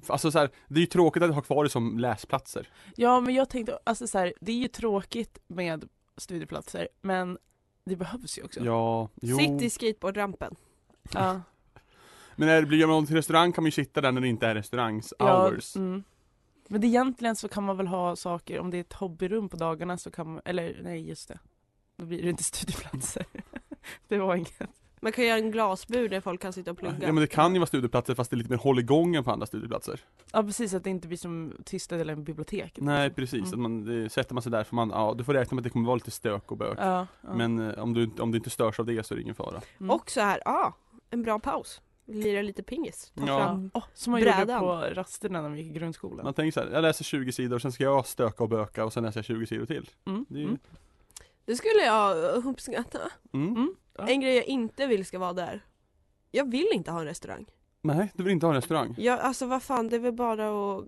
[SPEAKER 3] Alltså så här, det är ju tråkigt att ha kvar det som läsplatser.
[SPEAKER 4] Ja, men jag tänkte, alltså så här, det är ju tråkigt med studieplatser, men det behövs ju också.
[SPEAKER 3] Ja, jo.
[SPEAKER 5] Sitt i skateboardrampen.
[SPEAKER 4] ja.
[SPEAKER 3] Men när det blir, gör man något till restaurang kan man ju sitta där när det inte är restaurangs hours.
[SPEAKER 4] Ja, mm. Men det egentligen så kan man väl ha saker, om det är ett hobbyrum på dagarna så kan man, eller nej just det, då blir det inte (laughs) studieplatser. det var inget.
[SPEAKER 5] Man kan göra en glasbur där folk kan sitta och plugga.
[SPEAKER 3] Ja men det kan ju vara studieplatser fast det är lite mer hålligång än på andra studieplatser.
[SPEAKER 4] Ja precis, att det inte blir som tysta eller en bibliotek.
[SPEAKER 3] Nej precis,
[SPEAKER 4] Mm.
[SPEAKER 3] att man, det, sätter man sig där får man, ja du får räkna med att det kommer vara lite stök och bök.
[SPEAKER 4] Ja, ja.
[SPEAKER 3] Men eh, om du, inte- om du inte störs av det så är det ingen fara.
[SPEAKER 4] Mm.
[SPEAKER 5] Och så här, ja, ah, en bra paus. Lira lite pingis. Ta
[SPEAKER 3] Ja.
[SPEAKER 5] fram.
[SPEAKER 4] Åh, som man gjorde
[SPEAKER 5] Brädan.
[SPEAKER 4] på rasterna när vi gick i grundskolan.
[SPEAKER 3] Man tänker så här, jag läser 20 sidor, sen ska jag stöka och böka och sen läser jag 20 sidor till.
[SPEAKER 4] Mm.
[SPEAKER 3] Det är ju,
[SPEAKER 4] Mm.
[SPEAKER 5] Det skulle jag eh, uppskatta.
[SPEAKER 3] mm.
[SPEAKER 4] Mm. Ja.
[SPEAKER 5] En grej jag inte vill ska vara där. Jag vill inte ha en restaurang.
[SPEAKER 3] Nej, du vill inte ha en restaurang?
[SPEAKER 5] Jag, alltså vad fan, det är väl bara att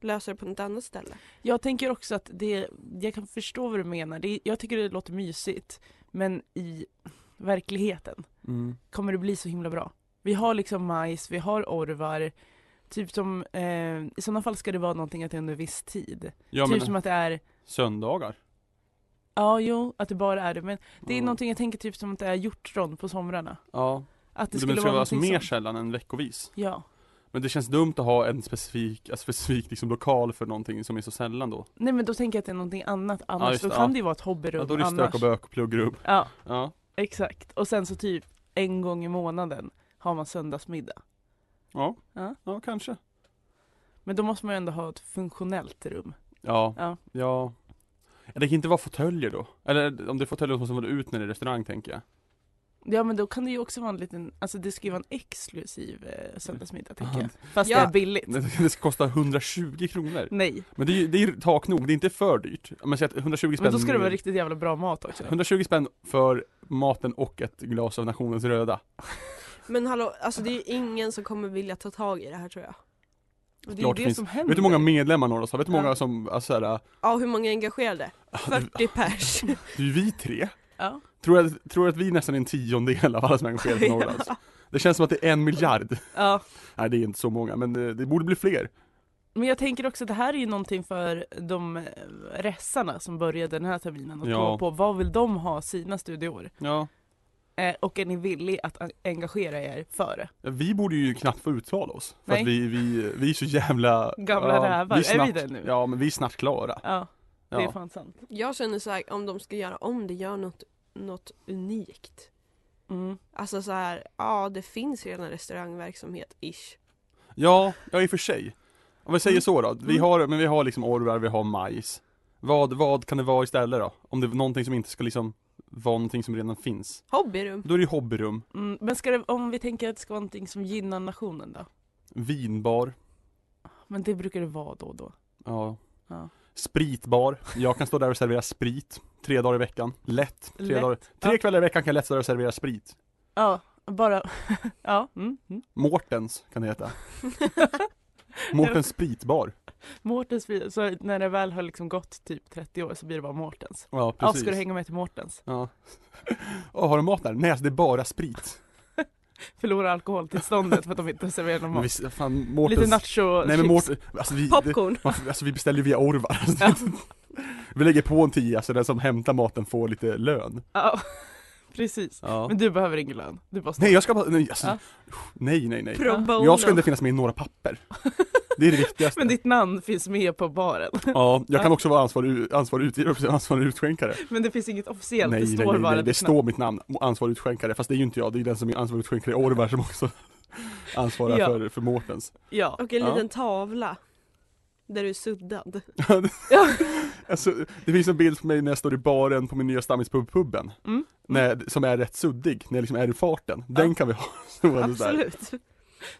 [SPEAKER 5] lösa det på något annat ställe.
[SPEAKER 4] Jag tänker också att det, jag kan förstå vad du menar, det, jag tycker det låter mysigt, men i verkligheten
[SPEAKER 3] Mm.
[SPEAKER 4] kommer det bli så himla bra. Vi har liksom majs, vi har orvar, typ som, eh, i sådana fall ska det vara någonting att det är under viss tid.
[SPEAKER 3] Ja
[SPEAKER 4] typ
[SPEAKER 3] men
[SPEAKER 4] som att det är,
[SPEAKER 3] söndagar?
[SPEAKER 4] ja jo, att det bara är det, men det är
[SPEAKER 3] Mm.
[SPEAKER 4] någonting jag tänker typ som att det är hjortron på somrarna.
[SPEAKER 3] Ja,
[SPEAKER 4] Att det
[SPEAKER 3] det
[SPEAKER 4] skulle
[SPEAKER 3] skulle
[SPEAKER 4] vara
[SPEAKER 3] behövas alltså
[SPEAKER 4] någonting
[SPEAKER 3] mer
[SPEAKER 4] sånt.
[SPEAKER 3] sällan än veckovis.
[SPEAKER 4] Ja.
[SPEAKER 3] Men det känns dumt att ha en specifik, alltså specifik liksom lokal för någonting som är så sällan då.
[SPEAKER 4] Nej men då tänker jag att det är någonting annat annars,
[SPEAKER 3] just
[SPEAKER 4] då
[SPEAKER 3] det,
[SPEAKER 4] kan
[SPEAKER 3] ja.
[SPEAKER 4] det ju vara ett hobbyrum
[SPEAKER 3] Ja, då är det
[SPEAKER 4] annars.
[SPEAKER 3] stök och bök och pluggrum.
[SPEAKER 4] Ja,
[SPEAKER 3] Ja.
[SPEAKER 4] exakt. Och sen så typ en gång i månaden har man söndagsmiddag.
[SPEAKER 3] Ja.
[SPEAKER 4] Ja.
[SPEAKER 3] ja, kanske.
[SPEAKER 4] Men då måste man ju ändå ha ett funktionellt rum.
[SPEAKER 3] Ja,
[SPEAKER 4] Ja.
[SPEAKER 3] ja. Det kan inte vara fåtöljer då. Eller om det är fåtöljer så måste man vara ut när det är restaurang tänker jag.
[SPEAKER 4] Ja men då kan det ju också vara en liten, alltså det ska ju vara en exklusiv eh, söndagsmiddag tänker
[SPEAKER 3] Ja.
[SPEAKER 4] jag. Fast
[SPEAKER 5] Ja.
[SPEAKER 4] det är billigt.
[SPEAKER 3] Det ska kosta 120 kronor.
[SPEAKER 4] Nej,
[SPEAKER 3] Men det är ju det är ju tak nog, det är inte för dyrt. Men säg att 120 spänn.
[SPEAKER 4] men då ska det vara riktigt jävla bra mat också.
[SPEAKER 3] 120 spänn för maten och ett glas av nationens röda.
[SPEAKER 4] Mm.
[SPEAKER 5] Men hallå, alltså det är ju ingen som kommer vilja ta tag i det här tror jag.
[SPEAKER 4] Och det är ju
[SPEAKER 3] klart
[SPEAKER 4] det
[SPEAKER 3] finns.
[SPEAKER 4] som händer.
[SPEAKER 3] Vet du hur många medlemmar Norros har? Vet du hur
[SPEAKER 4] Ja.
[SPEAKER 3] många som, alltså såhär,
[SPEAKER 5] Ja, hur många är engagerade? 40 pers. (laughs)
[SPEAKER 3] det är ju vi tre.
[SPEAKER 4] Ja.
[SPEAKER 3] Tror jag, tror jag att vi nästan är en tiondel av alla som är engagerade i
[SPEAKER 4] (laughs)
[SPEAKER 3] Norrlands? Det känns som att det är en miljard.
[SPEAKER 4] ja.
[SPEAKER 3] Nej det är inte så många, men det, det borde bli fler.
[SPEAKER 4] Men jag tänker också att det här är ju någonting för de eh, ressarna som började den här terminen och
[SPEAKER 3] Ja.
[SPEAKER 4] ja. på vad vill de ha sina studieår?
[SPEAKER 3] Ja.
[SPEAKER 4] Eh, och är ni villig att en- engagera er för det?
[SPEAKER 3] Vi borde ju knappt få uttala oss. För
[SPEAKER 4] Nej.
[SPEAKER 3] att vi, vi, vi är så jävla...
[SPEAKER 4] Gamla rävar. Är vi det nu?
[SPEAKER 3] Ja men vi är snart klara.
[SPEAKER 4] Ja, det är
[SPEAKER 3] Ja.
[SPEAKER 4] fan sant.
[SPEAKER 5] Jag känner så här, om de ska göra om det, gör något, något unikt.
[SPEAKER 4] Mm.
[SPEAKER 5] Alltså så här, ja det finns redan restaurangverksamhet, ish.
[SPEAKER 3] ja, ja i och för sig. Om vi säger
[SPEAKER 4] Mm.
[SPEAKER 3] så då. Vi
[SPEAKER 4] Mm.
[SPEAKER 3] har, men vi har liksom orvar, vi har majs. Vad, vad kan det vara istället då? Om det är någonting som inte ska liksom vara någonting som redan finns.
[SPEAKER 5] Hobbyrum.
[SPEAKER 3] Då är det ju hobbyrum,
[SPEAKER 4] Mm, men ska det, om vi tänker att det ska vara någonting som gynnar nationen då?
[SPEAKER 3] vinbar,
[SPEAKER 4] Men det brukar det vara då och då.
[SPEAKER 3] ja.
[SPEAKER 4] Ja.
[SPEAKER 3] spritbar. Jag kan stå där och servera sprit tre dagar i veckan. Lätt. Tre,
[SPEAKER 4] Lätt.
[SPEAKER 3] Dagar. tre
[SPEAKER 4] Ja.
[SPEAKER 3] kvällar i veckan kan jag lätt stå där och servera sprit.
[SPEAKER 4] Ja, bara... (laughs) ja. Mm, mm.
[SPEAKER 3] Mårtens kan det heta. (laughs) Mårtens spritbar.
[SPEAKER 4] (laughs) Mårtens blir, så när det väl har liksom gått typ 30 år så blir det bara Mårtens.
[SPEAKER 3] Ja,
[SPEAKER 4] Ja,
[SPEAKER 3] precis.
[SPEAKER 4] ska du hänga med till Mårtens?
[SPEAKER 3] Ja. Åh, har du mat där? Nej, alltså det är bara sprit.
[SPEAKER 4] Förlorar alkoholtillståndet för att de inte serverar någon
[SPEAKER 3] Men
[SPEAKER 4] mat.
[SPEAKER 3] vi, fan, Mårtens...
[SPEAKER 4] Lite nacho
[SPEAKER 3] Nej men
[SPEAKER 4] chips.
[SPEAKER 3] Mårten, alltså vi, det,
[SPEAKER 5] Popcorn.
[SPEAKER 3] varför- alltså vi beställer ju via Orvar. Alltså,
[SPEAKER 4] Ja.
[SPEAKER 3] (laughs) Vi lägger på en tia så den som hämtar maten får lite lön.
[SPEAKER 4] (laughs) Ja, precis. Men du behöver ingen lön. Du bara står.
[SPEAKER 3] Nej jag ska bara, nej alltså,
[SPEAKER 4] Ja.
[SPEAKER 3] nej nej nej.
[SPEAKER 5] Pro bono.
[SPEAKER 3] Jag ska inte finnas med i några papper. Det är det viktigaste.
[SPEAKER 4] (laughs) Men ditt namn finns med på baren. (laughs)
[SPEAKER 3] Ja, jag kan också vara ansvarig, ansvarig utgivare precis, ansvarig utskänkare.
[SPEAKER 4] Men det finns inget officiellt.
[SPEAKER 3] nej,
[SPEAKER 4] det
[SPEAKER 3] nej,
[SPEAKER 4] står
[SPEAKER 3] nej,
[SPEAKER 4] bara
[SPEAKER 3] nej, det
[SPEAKER 4] ditt namn.
[SPEAKER 3] står mitt namn, ansvarig utskänkare. Fast det är ju inte jag, det är den som är ansvarig utskänkare i Orvar som också ansvarar
[SPEAKER 4] Ja.
[SPEAKER 3] för, för Mårtens.
[SPEAKER 4] Ja.
[SPEAKER 5] Och en
[SPEAKER 3] Ja.
[SPEAKER 5] liten tavla. Där du är suddad.
[SPEAKER 3] (laughs) Alltså, det finns en bild på mig när jag står i baren på min nya stammispub, puben.
[SPEAKER 4] Mm.
[SPEAKER 3] När, som är rätt suddig, när jag liksom är i farten. Den kan vi ha. (laughs) Så var det där.
[SPEAKER 5] Absolut.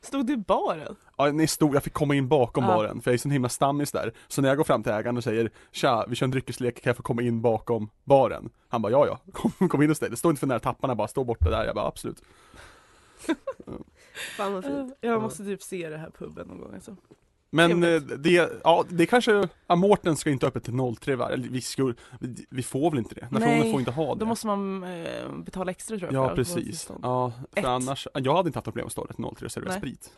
[SPEAKER 4] Stod du i baren?
[SPEAKER 3] Ja, nej, stod, jag fick komma in bakom
[SPEAKER 4] Ja.
[SPEAKER 3] baren, för jag är sån himla stammis där. Så när jag går fram till ägaren och säger Tja, vi kör en dryckeslek, kan jag få komma in bakom baren? Han bara, ja ja, (laughs) kom, kom in hos dig. Det står inte för nära tapparna bara, stå borta där. Jag bara, absolut.
[SPEAKER 5] Fan vad fint.
[SPEAKER 4] Jag måste typ se det här puben någon gång alltså.
[SPEAKER 3] Men eh, det, ja, det kanske, ja, Mårten ska inte öppet till 03 va? Eller vi skulle, vi, vi får väl inte det? Nationen
[SPEAKER 4] Nej,
[SPEAKER 3] får inte ha det.
[SPEAKER 4] Då måste man eh, betala extra tror jag.
[SPEAKER 3] Ja
[SPEAKER 4] för
[SPEAKER 3] precis,
[SPEAKER 4] alkoholtillstånd.
[SPEAKER 3] ja, för
[SPEAKER 4] Ett.
[SPEAKER 3] annars, jag hade inte haft något problem att stå där till 03 och servera
[SPEAKER 4] Nej.
[SPEAKER 3] sprit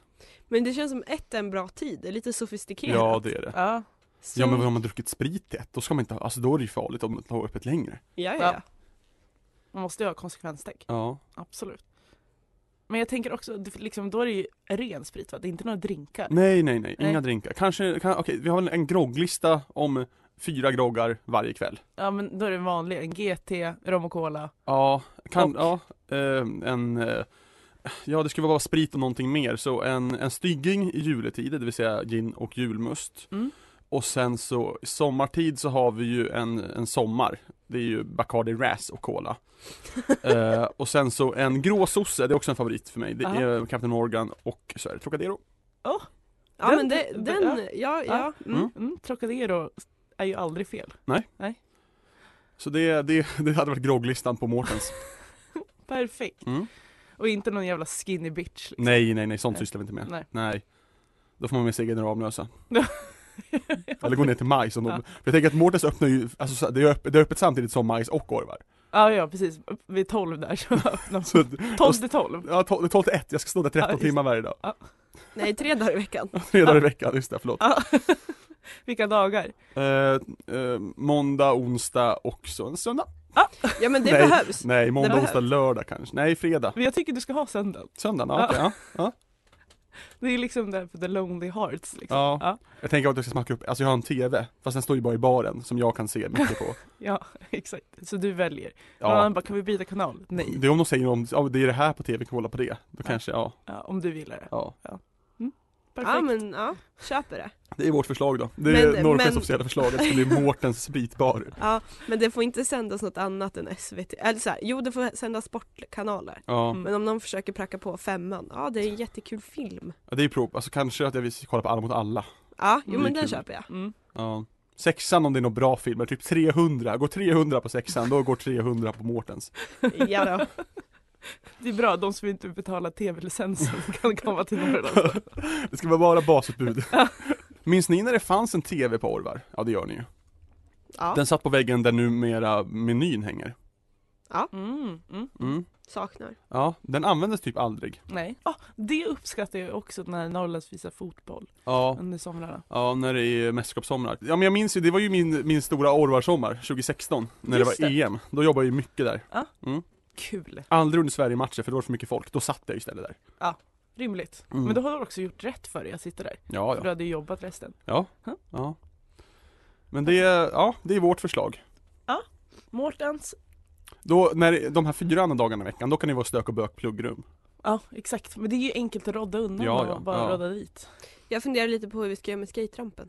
[SPEAKER 5] Men det känns som ett är en bra tid. Det är lite sofistikerat.
[SPEAKER 3] Ja det är det
[SPEAKER 4] Ja.
[SPEAKER 5] Så-
[SPEAKER 3] Ja men om man druckit sprit till ett, då ska man inte ha, alltså då är det ju farligt om man inte har öppet längre
[SPEAKER 5] ja, ja. ja.
[SPEAKER 4] Man måste ju ha konsekvenstänk.
[SPEAKER 3] Ja
[SPEAKER 4] Absolut. Men jag tänker också, det- liksom, då är det ju ren sprit va? Det är inte några drinkar.
[SPEAKER 3] Nej nej nej, inga
[SPEAKER 4] Nej.
[SPEAKER 3] drinkar. Kanske, kan, okej vi har en- en grogglista om fyra groggar varje kväll
[SPEAKER 4] Ja men då är det en vanlig, en GT, rom och cola.
[SPEAKER 3] Ja, kan,
[SPEAKER 4] Och?
[SPEAKER 3] ja, ehm, en eh, Ja det skulle vara sprit och någonting mer, så en, en stygging i juletid, det vill säga gin och julmust
[SPEAKER 4] Mm.
[SPEAKER 3] Och sen så i sommartid så har vi ju en, en sommar Det är ju Bacardi Ras och
[SPEAKER 4] (laughs)
[SPEAKER 3] Cola (laughs) eh, Och sen så en gråsosse, det är också en favorit för mig Det
[SPEAKER 4] Aha.
[SPEAKER 3] är Captain Morgan och så är det Trocadero
[SPEAKER 5] Ja
[SPEAKER 4] Den-
[SPEAKER 5] men det,
[SPEAKER 4] den-
[SPEAKER 5] den, ja, ja. Mm.
[SPEAKER 3] Mm.
[SPEAKER 4] Mm, Trocadero är ju aldrig fel.
[SPEAKER 3] Så det, det, det hade varit grogglistan på Mårtens
[SPEAKER 4] Perfekt.
[SPEAKER 3] mm.
[SPEAKER 4] Och inte någon jävla skinny bitch. Liksom. (laughs)
[SPEAKER 3] Nej nej nej, sånt
[SPEAKER 4] Nej.
[SPEAKER 3] sysslar vi inte med
[SPEAKER 4] Nej.
[SPEAKER 3] Nej Då får man med sig egna Ramlösa Eller gå ner till majs om de, för jag tänker att Mårtens öppnar ju, alltså så- det är, öppet, det är öppet samtidigt som majs och Orvar (laughs)
[SPEAKER 4] ja, ja precis. Vid 12 där så öppnar
[SPEAKER 3] Så att,
[SPEAKER 4] 12 till 12.
[SPEAKER 3] ja, 12 12 till 1, jag ska stå där 13
[SPEAKER 4] Ja, just-
[SPEAKER 3] timmar varje
[SPEAKER 4] (laughs)
[SPEAKER 3] dag
[SPEAKER 5] Nej, tre dagar
[SPEAKER 3] (laughs)
[SPEAKER 5] i veckan.
[SPEAKER 3] Tre dagar i veckan, just det, förlåt
[SPEAKER 4] Ja. (laughs) Vilka dagar?
[SPEAKER 3] eh, eh, Måndag, onsdag och så en söndag
[SPEAKER 5] Ja men det
[SPEAKER 3] Nej.
[SPEAKER 5] behövs.
[SPEAKER 3] Nej, måndag,
[SPEAKER 5] behövs.
[SPEAKER 3] onsdag, lördag kanske, nej fredag
[SPEAKER 4] Men jag tycker du ska ha söndagen.
[SPEAKER 3] Söndagen, ja,
[SPEAKER 4] Ja.
[SPEAKER 3] okej, ja. ja.
[SPEAKER 4] Det är liksom där för the lonely hearts liksom.
[SPEAKER 3] Ja.
[SPEAKER 4] ja.
[SPEAKER 3] Jag tänker att jag ska smacka upp, alltså jag har en TV, fast den står ju bara i baren som jag kan se mycket
[SPEAKER 4] (laughs)
[SPEAKER 3] på
[SPEAKER 4] Ja, exakt. Så du väljer. Någon
[SPEAKER 3] Ja,
[SPEAKER 4] annan bara, kan vi byta kanal? Nej.
[SPEAKER 3] det är om de säger om, ja, det är det här på TV, kolla på det Då kanske, ja,
[SPEAKER 4] Ja, om du vill det.
[SPEAKER 3] ja
[SPEAKER 4] Perfekt.
[SPEAKER 5] Ja men ja, köper det.
[SPEAKER 3] Det är vårt förslag då, det är
[SPEAKER 5] Men-
[SPEAKER 3] Norrskens
[SPEAKER 5] men- officiella
[SPEAKER 3] officiella förslag, det ska bli Mårtens spritbar
[SPEAKER 5] Ja, men det får inte sändas något annat än SVT. Eller så här, jo det får sändas sportkanaler.
[SPEAKER 3] (laughs) Ja,
[SPEAKER 4] Mm.
[SPEAKER 5] Men om någon försöker pracka på femman, ja det är en jättekul film.
[SPEAKER 3] Ja, det är prov, alltså kanske att jag vill kolla på Alla mot alla
[SPEAKER 5] Ja, jo
[SPEAKER 3] Mm,
[SPEAKER 5] men
[SPEAKER 3] det är
[SPEAKER 5] den
[SPEAKER 3] kul.
[SPEAKER 5] köper jag.
[SPEAKER 4] Mm.
[SPEAKER 3] Ja Sexan om det är några bra filmer, typ 300, går 300 på sexan, då går 300 på Mårtens (laughs)
[SPEAKER 5] Ja då.
[SPEAKER 4] (laughs) Det är bra, de som inte betalar tv-licensen (laughs) kan komma till Norrland.
[SPEAKER 3] Det ska vara bara basutbud
[SPEAKER 5] (laughs)
[SPEAKER 3] Minns ni när det fanns en TV på Orvar? Ja det gör ni ju
[SPEAKER 5] Ja,
[SPEAKER 3] Den satt på väggen där numera menyn hänger
[SPEAKER 4] Mm, mm.
[SPEAKER 3] mm.
[SPEAKER 5] saknar.
[SPEAKER 3] Ja, den användes typ aldrig
[SPEAKER 4] Nej. Ah, det uppskattar jag också när Norrlands visar fotboll
[SPEAKER 3] Ja
[SPEAKER 4] under somrarna.
[SPEAKER 3] Ja, när det är mästerskapssommar. Ja men jag minns ju, det var ju min, min stora Orvar-sommar 2016 När
[SPEAKER 4] Just
[SPEAKER 3] det var
[SPEAKER 4] det.
[SPEAKER 3] EM, då jobbade jag ju mycket där
[SPEAKER 4] Kul.
[SPEAKER 3] Aldrig under Sverige-matcher för då var det för mycket folk, då satt jag istället där
[SPEAKER 4] Rimligt.
[SPEAKER 3] Mm.
[SPEAKER 4] Men då har du också gjort rätt för dig att sitta där.
[SPEAKER 3] Ja
[SPEAKER 4] För du hade ju jobbat resten.
[SPEAKER 3] Ja,
[SPEAKER 4] Ja.
[SPEAKER 3] ja. Men det, ja, det är vårt förslag.
[SPEAKER 4] Mårtens.
[SPEAKER 3] Då, när de här fyra andra dagarna i veckan, då kan det vara stök och bök pluggrum.
[SPEAKER 4] Ja, exakt. Men det är ju enkelt att rodda undan
[SPEAKER 3] Ja,
[SPEAKER 4] och
[SPEAKER 3] ja,
[SPEAKER 4] bara
[SPEAKER 3] ja.
[SPEAKER 4] rodda dit.
[SPEAKER 5] Jag funderar lite på hur vi ska göra med skaterampen.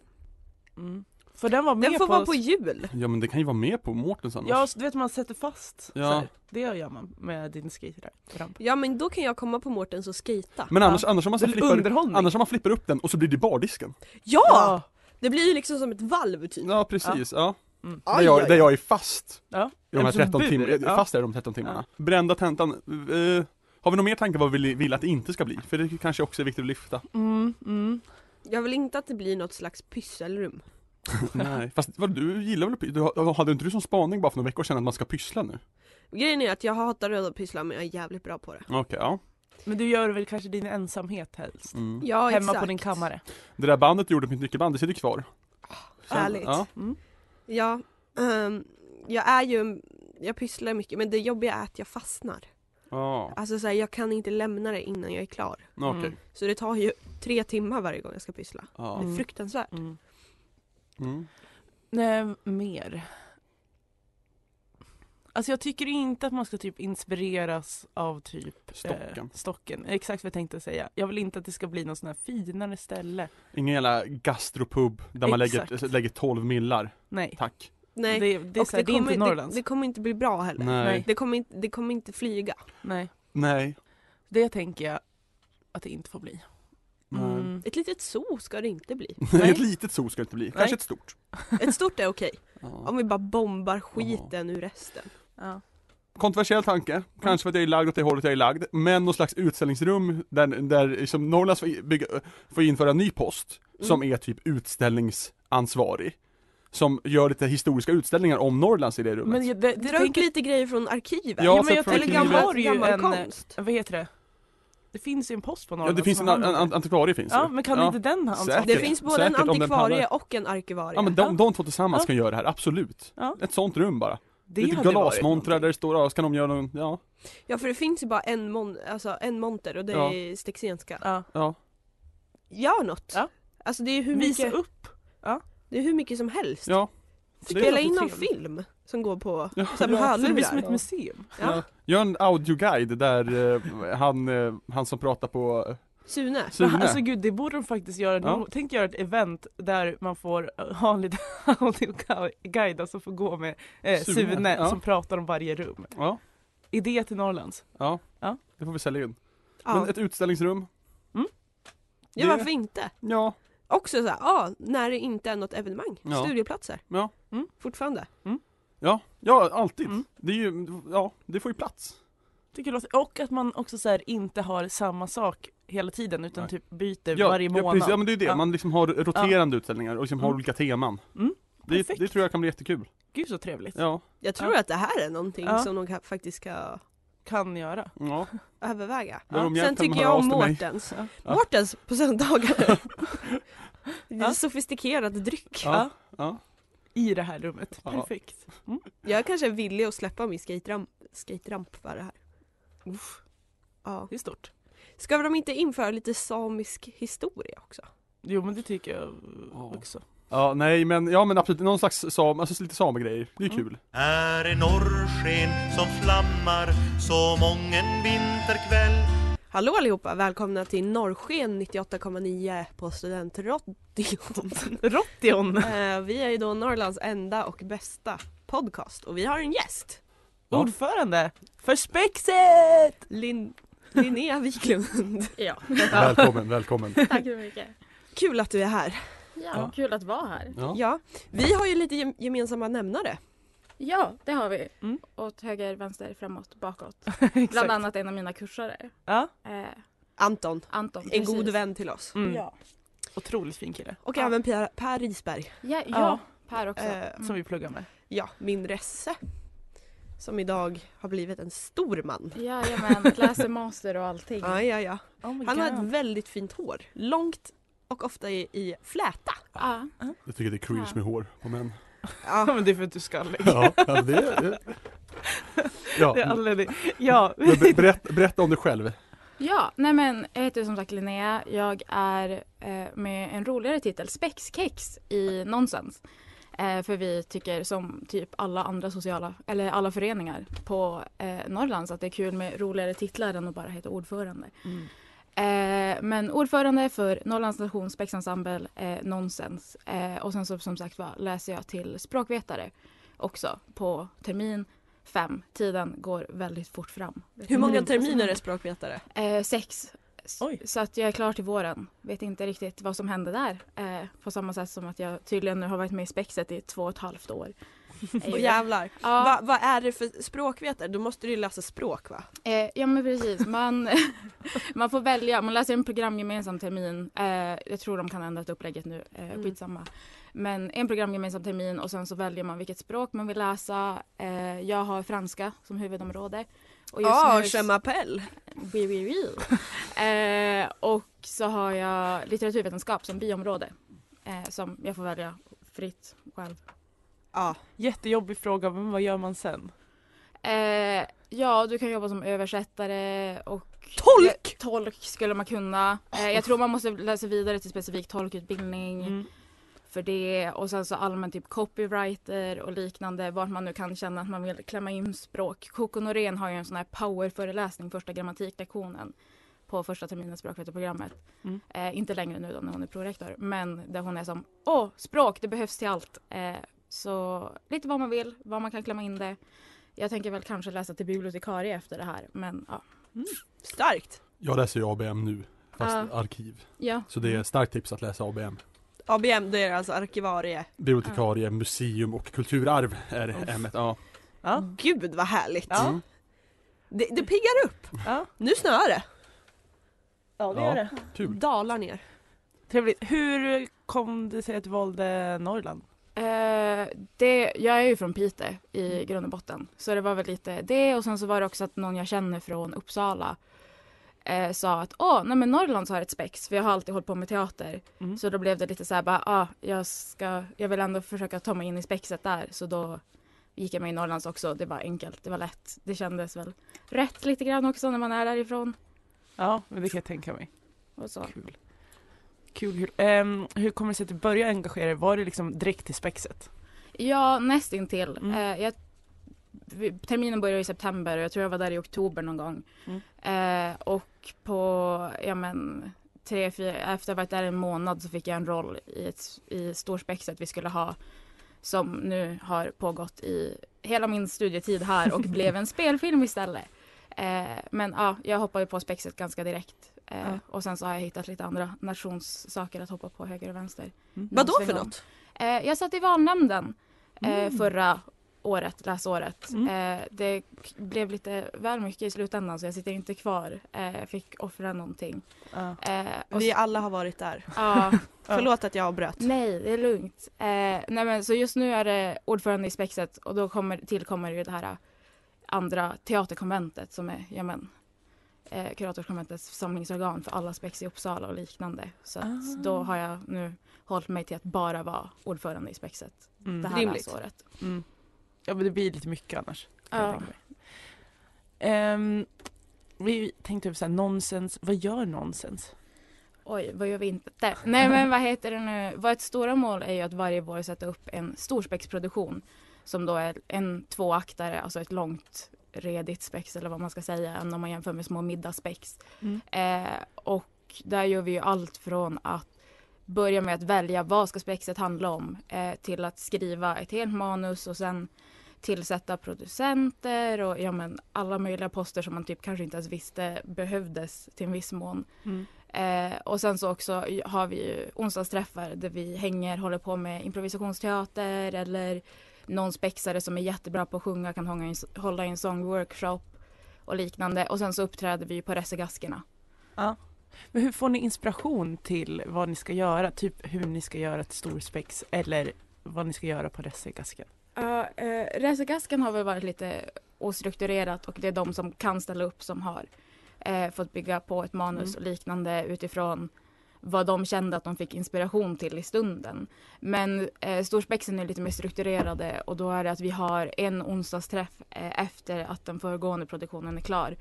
[SPEAKER 4] Mm. För den var med
[SPEAKER 5] Den får
[SPEAKER 4] på,
[SPEAKER 5] vara på jul.
[SPEAKER 3] Ja men det kan ju vara med på Mårtens annars.
[SPEAKER 4] Ja, så du vet man sätter fast
[SPEAKER 3] Ja.
[SPEAKER 4] så här. Det gör man med din skateramp.
[SPEAKER 5] Ja men då kan jag komma på Mårtens och skita.
[SPEAKER 3] Men annars, annars om man så
[SPEAKER 4] Det är
[SPEAKER 3] flippar,
[SPEAKER 4] underhållning.
[SPEAKER 3] annars om man flippar upp den och så blir det bardisken.
[SPEAKER 5] Ja! Det blir ju liksom som ett valv typ.
[SPEAKER 3] Ja precis, ja.
[SPEAKER 4] Mm.
[SPEAKER 3] Där,
[SPEAKER 5] Aj,
[SPEAKER 3] jag,
[SPEAKER 5] aj,
[SPEAKER 3] där
[SPEAKER 5] aj.
[SPEAKER 3] jag är fast
[SPEAKER 4] Ja.
[SPEAKER 3] i de här
[SPEAKER 4] Eller som
[SPEAKER 3] 13
[SPEAKER 4] bur.
[SPEAKER 3] timmarna.
[SPEAKER 4] Ja.
[SPEAKER 3] Fast är de 13 timmarna. Brända tentan, eh, har vi några mer tankar vad vi vill att det inte ska bli? För det kanske också är viktigt att lyfta.
[SPEAKER 4] Mm, mm.
[SPEAKER 5] Jag vill inte att det blir något slags pysselrum.
[SPEAKER 3] Nej, (laughs) fast vad, du gillar väl att py- du, har- Hade inte du som spaning bara för några veckor sedan att man ska pyssla nu?
[SPEAKER 5] Grejen är att jag hatar att pyssla men jag är jävligt bra på det.
[SPEAKER 3] Okej, ja.
[SPEAKER 4] Men du gör väl kanske din ensamhet helst?
[SPEAKER 3] Mm.
[SPEAKER 5] Ja
[SPEAKER 4] Hemma
[SPEAKER 5] exakt.
[SPEAKER 4] på din kammare.
[SPEAKER 3] Det där bandet du gjorde på mitt nyckelband, det sitter kvar.
[SPEAKER 4] Ah,
[SPEAKER 3] Så-
[SPEAKER 5] Härligt.
[SPEAKER 3] Ja.
[SPEAKER 5] Mm. Ja, ehm, jag är ju, jag pysslar mycket men det jobbiga är att jag fastnar.
[SPEAKER 3] ja.
[SPEAKER 5] Alltså så här, jag kan inte lämna det innan jag är klar.
[SPEAKER 3] Okej.
[SPEAKER 4] Mm.
[SPEAKER 5] Så det tar ju tre timmar varje gång jag ska pyssla.
[SPEAKER 3] Ja.
[SPEAKER 5] Det är
[SPEAKER 4] Mm.
[SPEAKER 5] fruktansvärt.
[SPEAKER 4] Mm.
[SPEAKER 3] Mm.
[SPEAKER 4] Nej, mer. Alltså jag tycker inte att man ska typ inspireras av typ eh,
[SPEAKER 3] Stocken.
[SPEAKER 4] stocken. Exakt vad jag tänkte säga. Jag vill inte att det ska bli något sån här finare ställe.
[SPEAKER 3] Ingen jävla gastropub där man lägger,
[SPEAKER 4] Exakt.
[SPEAKER 3] lägger 12 millar.
[SPEAKER 4] Nej.
[SPEAKER 3] Tack.
[SPEAKER 5] Nej.
[SPEAKER 4] Det, det, är
[SPEAKER 5] och
[SPEAKER 4] så här, det, är
[SPEAKER 5] kommer,
[SPEAKER 4] inte Norrlands.
[SPEAKER 5] Det, det kommer inte bli bra heller.
[SPEAKER 3] Nej.
[SPEAKER 4] Nej.
[SPEAKER 3] Nej.
[SPEAKER 5] Det, kommer inte, det kommer inte flyga.
[SPEAKER 4] Nej,
[SPEAKER 3] Nej.
[SPEAKER 4] det tänker jag att det inte får bli. Mm.
[SPEAKER 5] Ett litet zoo ska det inte bli.
[SPEAKER 3] (laughs)
[SPEAKER 4] Nej.
[SPEAKER 3] Ett litet zoo ska det inte bli. Kanske
[SPEAKER 4] Nej.
[SPEAKER 3] ett stort.
[SPEAKER 5] Ett stort är okej.
[SPEAKER 3] Ja.
[SPEAKER 5] Om vi bara bombar skiten ur resten.
[SPEAKER 4] Ja.
[SPEAKER 3] Kontroversiell tanke. Kanske för att jag är lagd åt det hållet jag är lagd. Men någon slags utställningsrum där, där som Norrlands får, i- bygga, får införa en ny post.
[SPEAKER 4] Mm.
[SPEAKER 3] Som är typ utställningsansvarig. Som gör lite historiska utställningar om Norrlands i det rummet.
[SPEAKER 4] Men jag, det, det
[SPEAKER 5] Dra upp
[SPEAKER 4] tänker,
[SPEAKER 5] lite grejer från
[SPEAKER 3] Ja,
[SPEAKER 5] arkivet.
[SPEAKER 4] ja, men
[SPEAKER 3] så
[SPEAKER 4] jag
[SPEAKER 3] från
[SPEAKER 5] Eller
[SPEAKER 4] tänker
[SPEAKER 3] arkivet.
[SPEAKER 4] gammal, har
[SPEAKER 5] gammal,
[SPEAKER 4] ju
[SPEAKER 5] gammal
[SPEAKER 4] en,
[SPEAKER 5] konst.
[SPEAKER 4] eh, vad heter det? Det finns ju en post på
[SPEAKER 3] ja,
[SPEAKER 4] Norrlands.
[SPEAKER 3] det finns
[SPEAKER 4] som
[SPEAKER 3] en,
[SPEAKER 4] har
[SPEAKER 3] an-
[SPEAKER 4] hand om
[SPEAKER 3] an-
[SPEAKER 4] det.
[SPEAKER 3] antikvarie finns.
[SPEAKER 4] Ja, men kan
[SPEAKER 3] Ja.
[SPEAKER 4] inte den ha alltså, ansvar?
[SPEAKER 3] Säkert.
[SPEAKER 5] Det finns både en
[SPEAKER 3] Säkert om den
[SPEAKER 5] antikvarie
[SPEAKER 3] pallar.
[SPEAKER 5] och en arkivarie.
[SPEAKER 3] Ja men
[SPEAKER 4] Ja.
[SPEAKER 3] de, de två tillsammans
[SPEAKER 4] Ja.
[SPEAKER 3] kan göra det här, absolut.
[SPEAKER 4] Ja.
[SPEAKER 3] Ett sånt rum bara.
[SPEAKER 4] Det
[SPEAKER 3] Lite
[SPEAKER 4] hade varit
[SPEAKER 3] glasmontrar där
[SPEAKER 4] någonting.
[SPEAKER 3] det står, ja, så kan de göra någon, ja.
[SPEAKER 5] Ja för det finns ju bara en, mon alltså, en monter och det
[SPEAKER 3] Ja.
[SPEAKER 5] är Steksenska.
[SPEAKER 4] Ja.
[SPEAKER 3] ja.
[SPEAKER 5] Gör något!
[SPEAKER 4] Ja.
[SPEAKER 5] Alltså det är, hur
[SPEAKER 4] Visa
[SPEAKER 5] mycket,
[SPEAKER 4] upp.
[SPEAKER 5] det är hur mycket som helst.
[SPEAKER 3] Ja. Det-
[SPEAKER 5] Spela in någon
[SPEAKER 4] trevligt.
[SPEAKER 5] film som går på
[SPEAKER 3] Ja,
[SPEAKER 5] så här med
[SPEAKER 4] Så det blir
[SPEAKER 5] hörlurar.
[SPEAKER 4] som ett museum.
[SPEAKER 5] ja.
[SPEAKER 3] Ja. Gör en audioguide där eh, han, eh, han som pratar på eh,
[SPEAKER 5] Sune.
[SPEAKER 4] Men,
[SPEAKER 3] Sune.
[SPEAKER 4] alltså gud, det borde de faktiskt göra.
[SPEAKER 3] Ja.
[SPEAKER 4] Ja. Tänk göra ett event där man får eh, ha en (laughs) liten audioguide, alltså får gå med eh,
[SPEAKER 3] Sune,
[SPEAKER 4] Sune,
[SPEAKER 3] ja.
[SPEAKER 4] som pratar om varje rum.
[SPEAKER 3] ja,
[SPEAKER 4] Idé till Norrlands.
[SPEAKER 3] ja.
[SPEAKER 4] Ja. Mm.
[SPEAKER 3] Det får vi sälja in.
[SPEAKER 5] Ja.
[SPEAKER 3] Men ett utställningsrum.
[SPEAKER 5] ja varför inte?
[SPEAKER 3] Ja.
[SPEAKER 5] Också såhär, ja när det inte är något evenemang.
[SPEAKER 3] Ja.
[SPEAKER 5] Studieplatser.
[SPEAKER 3] Ja.
[SPEAKER 4] Mm.
[SPEAKER 5] Fortfarande.
[SPEAKER 3] Ja, ja alltid.
[SPEAKER 4] Mm.
[SPEAKER 3] Det är ju, ja, det får ju plats.
[SPEAKER 4] Tycker det låter- och att man också så här, inte har samma sak hela tiden utan
[SPEAKER 3] Nej.
[SPEAKER 4] typ byter
[SPEAKER 3] Ja,
[SPEAKER 4] varje
[SPEAKER 3] ja,
[SPEAKER 4] månad.
[SPEAKER 3] precis, ja men det är ju det,
[SPEAKER 4] Ja.
[SPEAKER 3] man liksom har roterande utställningar och liksom har
[SPEAKER 4] Mm.
[SPEAKER 3] olika teman.
[SPEAKER 4] Mm,
[SPEAKER 3] Det,
[SPEAKER 4] perfekt.
[SPEAKER 3] det tror jag kan bli jättekul.
[SPEAKER 4] Gud så trevligt.
[SPEAKER 3] Ja,
[SPEAKER 5] Jag tror
[SPEAKER 4] Ja.
[SPEAKER 5] att det här är någonting
[SPEAKER 4] Ja.
[SPEAKER 5] som de ka- faktiskt ska
[SPEAKER 4] Kan göra. (laughs)
[SPEAKER 3] ja.
[SPEAKER 5] överväga.
[SPEAKER 3] Ber om hjälp
[SPEAKER 5] Sen
[SPEAKER 3] kan man
[SPEAKER 5] tycker
[SPEAKER 3] höra
[SPEAKER 5] jag om
[SPEAKER 3] av sig till mig.
[SPEAKER 5] Mårtens.
[SPEAKER 4] Ja.
[SPEAKER 3] Ja.
[SPEAKER 5] Mårtens
[SPEAKER 3] (laughs)
[SPEAKER 5] på söndagar. Det är
[SPEAKER 4] Ja.
[SPEAKER 5] Sofistikerad dryck.
[SPEAKER 3] Ja.
[SPEAKER 4] I det här rummet.
[SPEAKER 3] Ja.
[SPEAKER 4] Perfekt. Mm.
[SPEAKER 5] Jag kanske är villig att släppa min skateramp, skateramp för det här.
[SPEAKER 4] Uff,
[SPEAKER 5] Ja.
[SPEAKER 4] det är stort.
[SPEAKER 5] Ska de inte införa lite samisk historia också?
[SPEAKER 4] Jo men det tycker jag
[SPEAKER 3] Ja.
[SPEAKER 4] också.
[SPEAKER 3] Ja, nej men, ja men absolut, någon slags sam, alltså lite samegrejer. Det är
[SPEAKER 4] Mm.
[SPEAKER 3] ju kul.
[SPEAKER 2] Här är norrsken som flammar så mången vinterkväll
[SPEAKER 5] Hallå allihopa, välkomna till Norrsken 98,9 på
[SPEAKER 3] (laughs)
[SPEAKER 5] Studentradion.
[SPEAKER 4] Ration!
[SPEAKER 5] Eh, vi är ju då Norrlands enda och bästa podcast och vi har en gäst!
[SPEAKER 3] Ja.
[SPEAKER 4] Ordförande för Spexet!
[SPEAKER 5] Lin- Linnea Wiklund.
[SPEAKER 7] Ja,
[SPEAKER 3] Välkommen, välkommen.
[SPEAKER 7] tack så mycket.
[SPEAKER 5] Kul att du är här!
[SPEAKER 7] Ja,
[SPEAKER 3] Ja.
[SPEAKER 7] kul att vara här.
[SPEAKER 3] Ja.
[SPEAKER 5] Ja, vi har ju lite gem- gemensamma nämnare.
[SPEAKER 7] Ja, det har vi.
[SPEAKER 4] Mm.
[SPEAKER 7] Åt höger, vänster, framåt, bakåt. Bland
[SPEAKER 4] (laughs) Exakt.
[SPEAKER 7] annat en av mina kursare,
[SPEAKER 4] Ja,
[SPEAKER 7] eh,
[SPEAKER 5] Anton,
[SPEAKER 7] Anton.
[SPEAKER 5] en
[SPEAKER 7] precis.
[SPEAKER 5] god vän till oss.
[SPEAKER 4] mm.
[SPEAKER 7] Ja.
[SPEAKER 4] Otroligt fin kille.
[SPEAKER 5] Och
[SPEAKER 7] Ja.
[SPEAKER 5] även Per, per Risberg.
[SPEAKER 7] Ja, ja,
[SPEAKER 4] Ja.
[SPEAKER 7] Per också.
[SPEAKER 5] Eh,
[SPEAKER 7] Mm.
[SPEAKER 4] Som vi pluggar med.
[SPEAKER 5] Ja, min resse. Som idag har blivit en stor man.
[SPEAKER 7] Jajamän, läser master och allting.
[SPEAKER 5] Ja, ja, ja.
[SPEAKER 4] (laughs) Oh my
[SPEAKER 5] Han har ett
[SPEAKER 4] God.
[SPEAKER 5] väldigt fint hår. Långt och ofta i, i fläta.
[SPEAKER 7] Ja.
[SPEAKER 3] Jag tycker det är cringe med hår på (laughs) män.
[SPEAKER 4] Ja, men det är för att du är skallig.
[SPEAKER 3] Ja, ja det
[SPEAKER 4] (laughs)
[SPEAKER 3] är...
[SPEAKER 4] Det är
[SPEAKER 3] Ja,
[SPEAKER 4] anledning. Ja,
[SPEAKER 3] men ber- berätta, berätta om dig själv.
[SPEAKER 7] ja, nej men jag heter som sagt Linnea. Jag är eh, med en roligare titel, Spexkex i Nonsens. Eh, för vi tycker som typ alla andra sociala, eller alla föreningar på eh, Norrlands att det är kul med roligare titlar än att bara heta ordförande.
[SPEAKER 4] Mm.
[SPEAKER 7] Eh, men ordförande för Norrlands nations spexensemble, eh, Nonsens. Eh, och sen så, som sagt var läser jag till språkvetare också på termin fem. Tiden går väldigt fort fram.
[SPEAKER 5] (laughs) Hur många terminer är språkvetare?
[SPEAKER 7] Eh, sex. S-
[SPEAKER 4] Oj.
[SPEAKER 7] Så att jag är klar till våren. Vet inte riktigt vad som hände där. Eh, på samma sätt som att jag tydligen nu har varit med i spexet i två och ett halvt år. Eh,
[SPEAKER 5] Åh jävlar.
[SPEAKER 7] Ja.
[SPEAKER 5] Va- Vad är det för språkvetare? Då måste du ju läsa språk va?
[SPEAKER 7] Eh, ja men precis, man, (laughs) man får välja. Man läser en programgemensam termin. Eh, jag tror de kan ändra ett upplägget nu, eh,
[SPEAKER 5] Mm.
[SPEAKER 7] skitsamma. Men en programgemensam termin och sen så väljer man vilket språk man vill läsa. Eh, jag har franska som huvudområde. Och
[SPEAKER 5] Ja,
[SPEAKER 7] nu-
[SPEAKER 5] je m'appelle.
[SPEAKER 7] Oui, oui, oui. Eh, och så har jag litteraturvetenskap som biområde. Eh, som jag får välja fritt själv.
[SPEAKER 5] Ja.
[SPEAKER 4] (laughs) Jättejobbig fråga, men vad gör man sen?
[SPEAKER 7] Eh, ja, du kan jobba som översättare och
[SPEAKER 5] Tolk!
[SPEAKER 7] tolk skulle man kunna. Eh, jag tror man måste läsa vidare till specifik tolkutbildning
[SPEAKER 4] Mm.
[SPEAKER 7] för det och sen så allmän typ copywriter och liknande vart man nu kan känna att man vill klämma in språk. Coco Norén har ju en sån här powerföreläsning första grammatiklektionen på första terminen språkvetarprogrammet.
[SPEAKER 4] Mm.
[SPEAKER 7] Eh, inte längre nu då när hon är prorektor men där hon är som åh språk det behövs till allt. Eh, så lite vad man vill, vad man kan klämma in det. Jag tänker väl kanske läsa till bibliotekarie efter det här men ja.
[SPEAKER 5] Starkt.
[SPEAKER 3] Jag läser ju ABM nu, fast
[SPEAKER 7] Ja.
[SPEAKER 3] arkiv.
[SPEAKER 7] ja.
[SPEAKER 3] Så
[SPEAKER 4] Mm.
[SPEAKER 3] det är ett starkt tips att läsa ABM.
[SPEAKER 5] ABM, det är alltså arkivarie.
[SPEAKER 3] Bibliotekarie, museum och kulturarv är ämnet. Ja.
[SPEAKER 4] Ja.
[SPEAKER 7] Mm.
[SPEAKER 5] Gud vad härligt.
[SPEAKER 4] Ja.
[SPEAKER 3] Mm.
[SPEAKER 5] Det, det piggar upp.
[SPEAKER 4] Ja.
[SPEAKER 5] Nu snöar det.
[SPEAKER 4] ja,
[SPEAKER 3] det gör det. Kul.
[SPEAKER 5] Dalar ner.
[SPEAKER 4] Trevligt. Hur kom det sig att du valde Norrland?
[SPEAKER 7] Eh, det, jag är ju från Piteå i grund och botten. Så det var väl lite det och sen så var det också att någon jag känner från Uppsala eh, sa att åh, nej men Norrland har ett spex för jag har alltid hållit på med teater.
[SPEAKER 4] Mm.
[SPEAKER 7] Så då blev det lite så här bara, ah, jag, ska, jag vill ändå försöka ta mig in i spexet där. Så då gick jag med i Norrlands också. Det var enkelt, det var lätt. Det kändes väl rätt lite grann också när man är därifrån.
[SPEAKER 4] Ja, men det kan jag tänka mig.
[SPEAKER 7] Och så.
[SPEAKER 4] Kul. Kul, kul. Ehm, hur kommer det sig att du började engagera dig? Var det liksom direkt till spexet?
[SPEAKER 7] Ja, nästintill.
[SPEAKER 4] Mm.
[SPEAKER 7] Eh, jag, vi- terminen börjar i september och jag tror jag var där i oktober någon gång.
[SPEAKER 4] Mm.
[SPEAKER 7] Eh, och på, ja men, tre, fyra, efter att ha varit där en månad så fick jag en roll i, ett, i storspexet vi skulle ha som nu har pågått i hela min studietid
[SPEAKER 4] (laughs)
[SPEAKER 7] här och blev en spelfilm istället. Eh, men ja, jag hoppade ju på spexet ganska direkt. Eh,
[SPEAKER 4] Ja.
[SPEAKER 7] Och sen så har jag hittat lite andra nationssaker att hoppa på höger och vänster.
[SPEAKER 4] Mm.
[SPEAKER 5] Vadå
[SPEAKER 7] Någon
[SPEAKER 5] för
[SPEAKER 7] sväng om.
[SPEAKER 5] något?
[SPEAKER 7] Eh, jag satt i valnämnden eh,
[SPEAKER 4] Mm.
[SPEAKER 7] förra året, läsåret. Eh, det k- blev lite väl mycket i slutändan så jag sitter inte kvar. Eh, jag fick offra någonting.
[SPEAKER 4] Ja.
[SPEAKER 7] Eh, och
[SPEAKER 5] Vi
[SPEAKER 7] s-
[SPEAKER 5] alla har varit där.
[SPEAKER 7] ja,
[SPEAKER 4] Ja.
[SPEAKER 5] Förlåt att jag avbröt.
[SPEAKER 7] nej, det är lugnt. Eh, nej, men, så just nu är det ordförande i spexet och då kommer, tillkommer ju det här eh, andra teaterkonventet som är ja, men, eh, kuratorskonventets samlingsorgan för alla spex i Uppsala och liknande. Så att
[SPEAKER 4] Ah.
[SPEAKER 7] då har jag nu hållit mig till att bara vara ordförande i spexet
[SPEAKER 4] Mm.
[SPEAKER 7] det här
[SPEAKER 5] Rimligt.
[SPEAKER 7] läsåret.
[SPEAKER 4] Mm. Ja, men det blir lite mycket annars. kan jag
[SPEAKER 7] Ja.
[SPEAKER 4] tänka mig. Ehm, vi tänkte typ såhär, nonsens, vad gör nonsens?
[SPEAKER 7] Oj, vad gör vi inte? Nej men vad heter det nu? Vårt stora mål är ju att varje vår sätta upp en storspexproduktion som då är en tvåaktare, alltså ett långt redigt spex eller vad man ska säga, än om man jämför med små middagsspex.
[SPEAKER 4] Mm.
[SPEAKER 7] Eh, och där gör vi ju allt från att börja med att välja vad ska spexet handla om eh, till att skriva ett helt manus och sen tillsätta producenter och ja, men alla möjliga poster som man typ kanske inte ens visste behövdes till en viss mån.
[SPEAKER 4] Mm.
[SPEAKER 7] Eh, och sen så också har vi ju onsdagsträffar där vi hänger, håller på med improvisationsteater eller någon spexare som är jättebra på att sjunga kan hånga in, hålla i en sångworkshop och liknande. Och sen så uppträder vi ju på Resegaskerna.
[SPEAKER 4] Men hur får ni inspiration till vad ni ska göra? Typ hur ni ska göra ett storspex eller vad ni ska göra på Ressegasken?
[SPEAKER 7] Ja, eh, Resegasken har väl varit lite ostrukturerat och det är de som kan ställa upp som har eh, fått bygga på ett manus
[SPEAKER 4] Mm.
[SPEAKER 7] och liknande utifrån vad de kände att de fick inspiration till i stunden. Men eh, storspexen är lite mer strukturerade och då är det att vi har en onsdagsträff eh, efter att den föregående produktionen är klar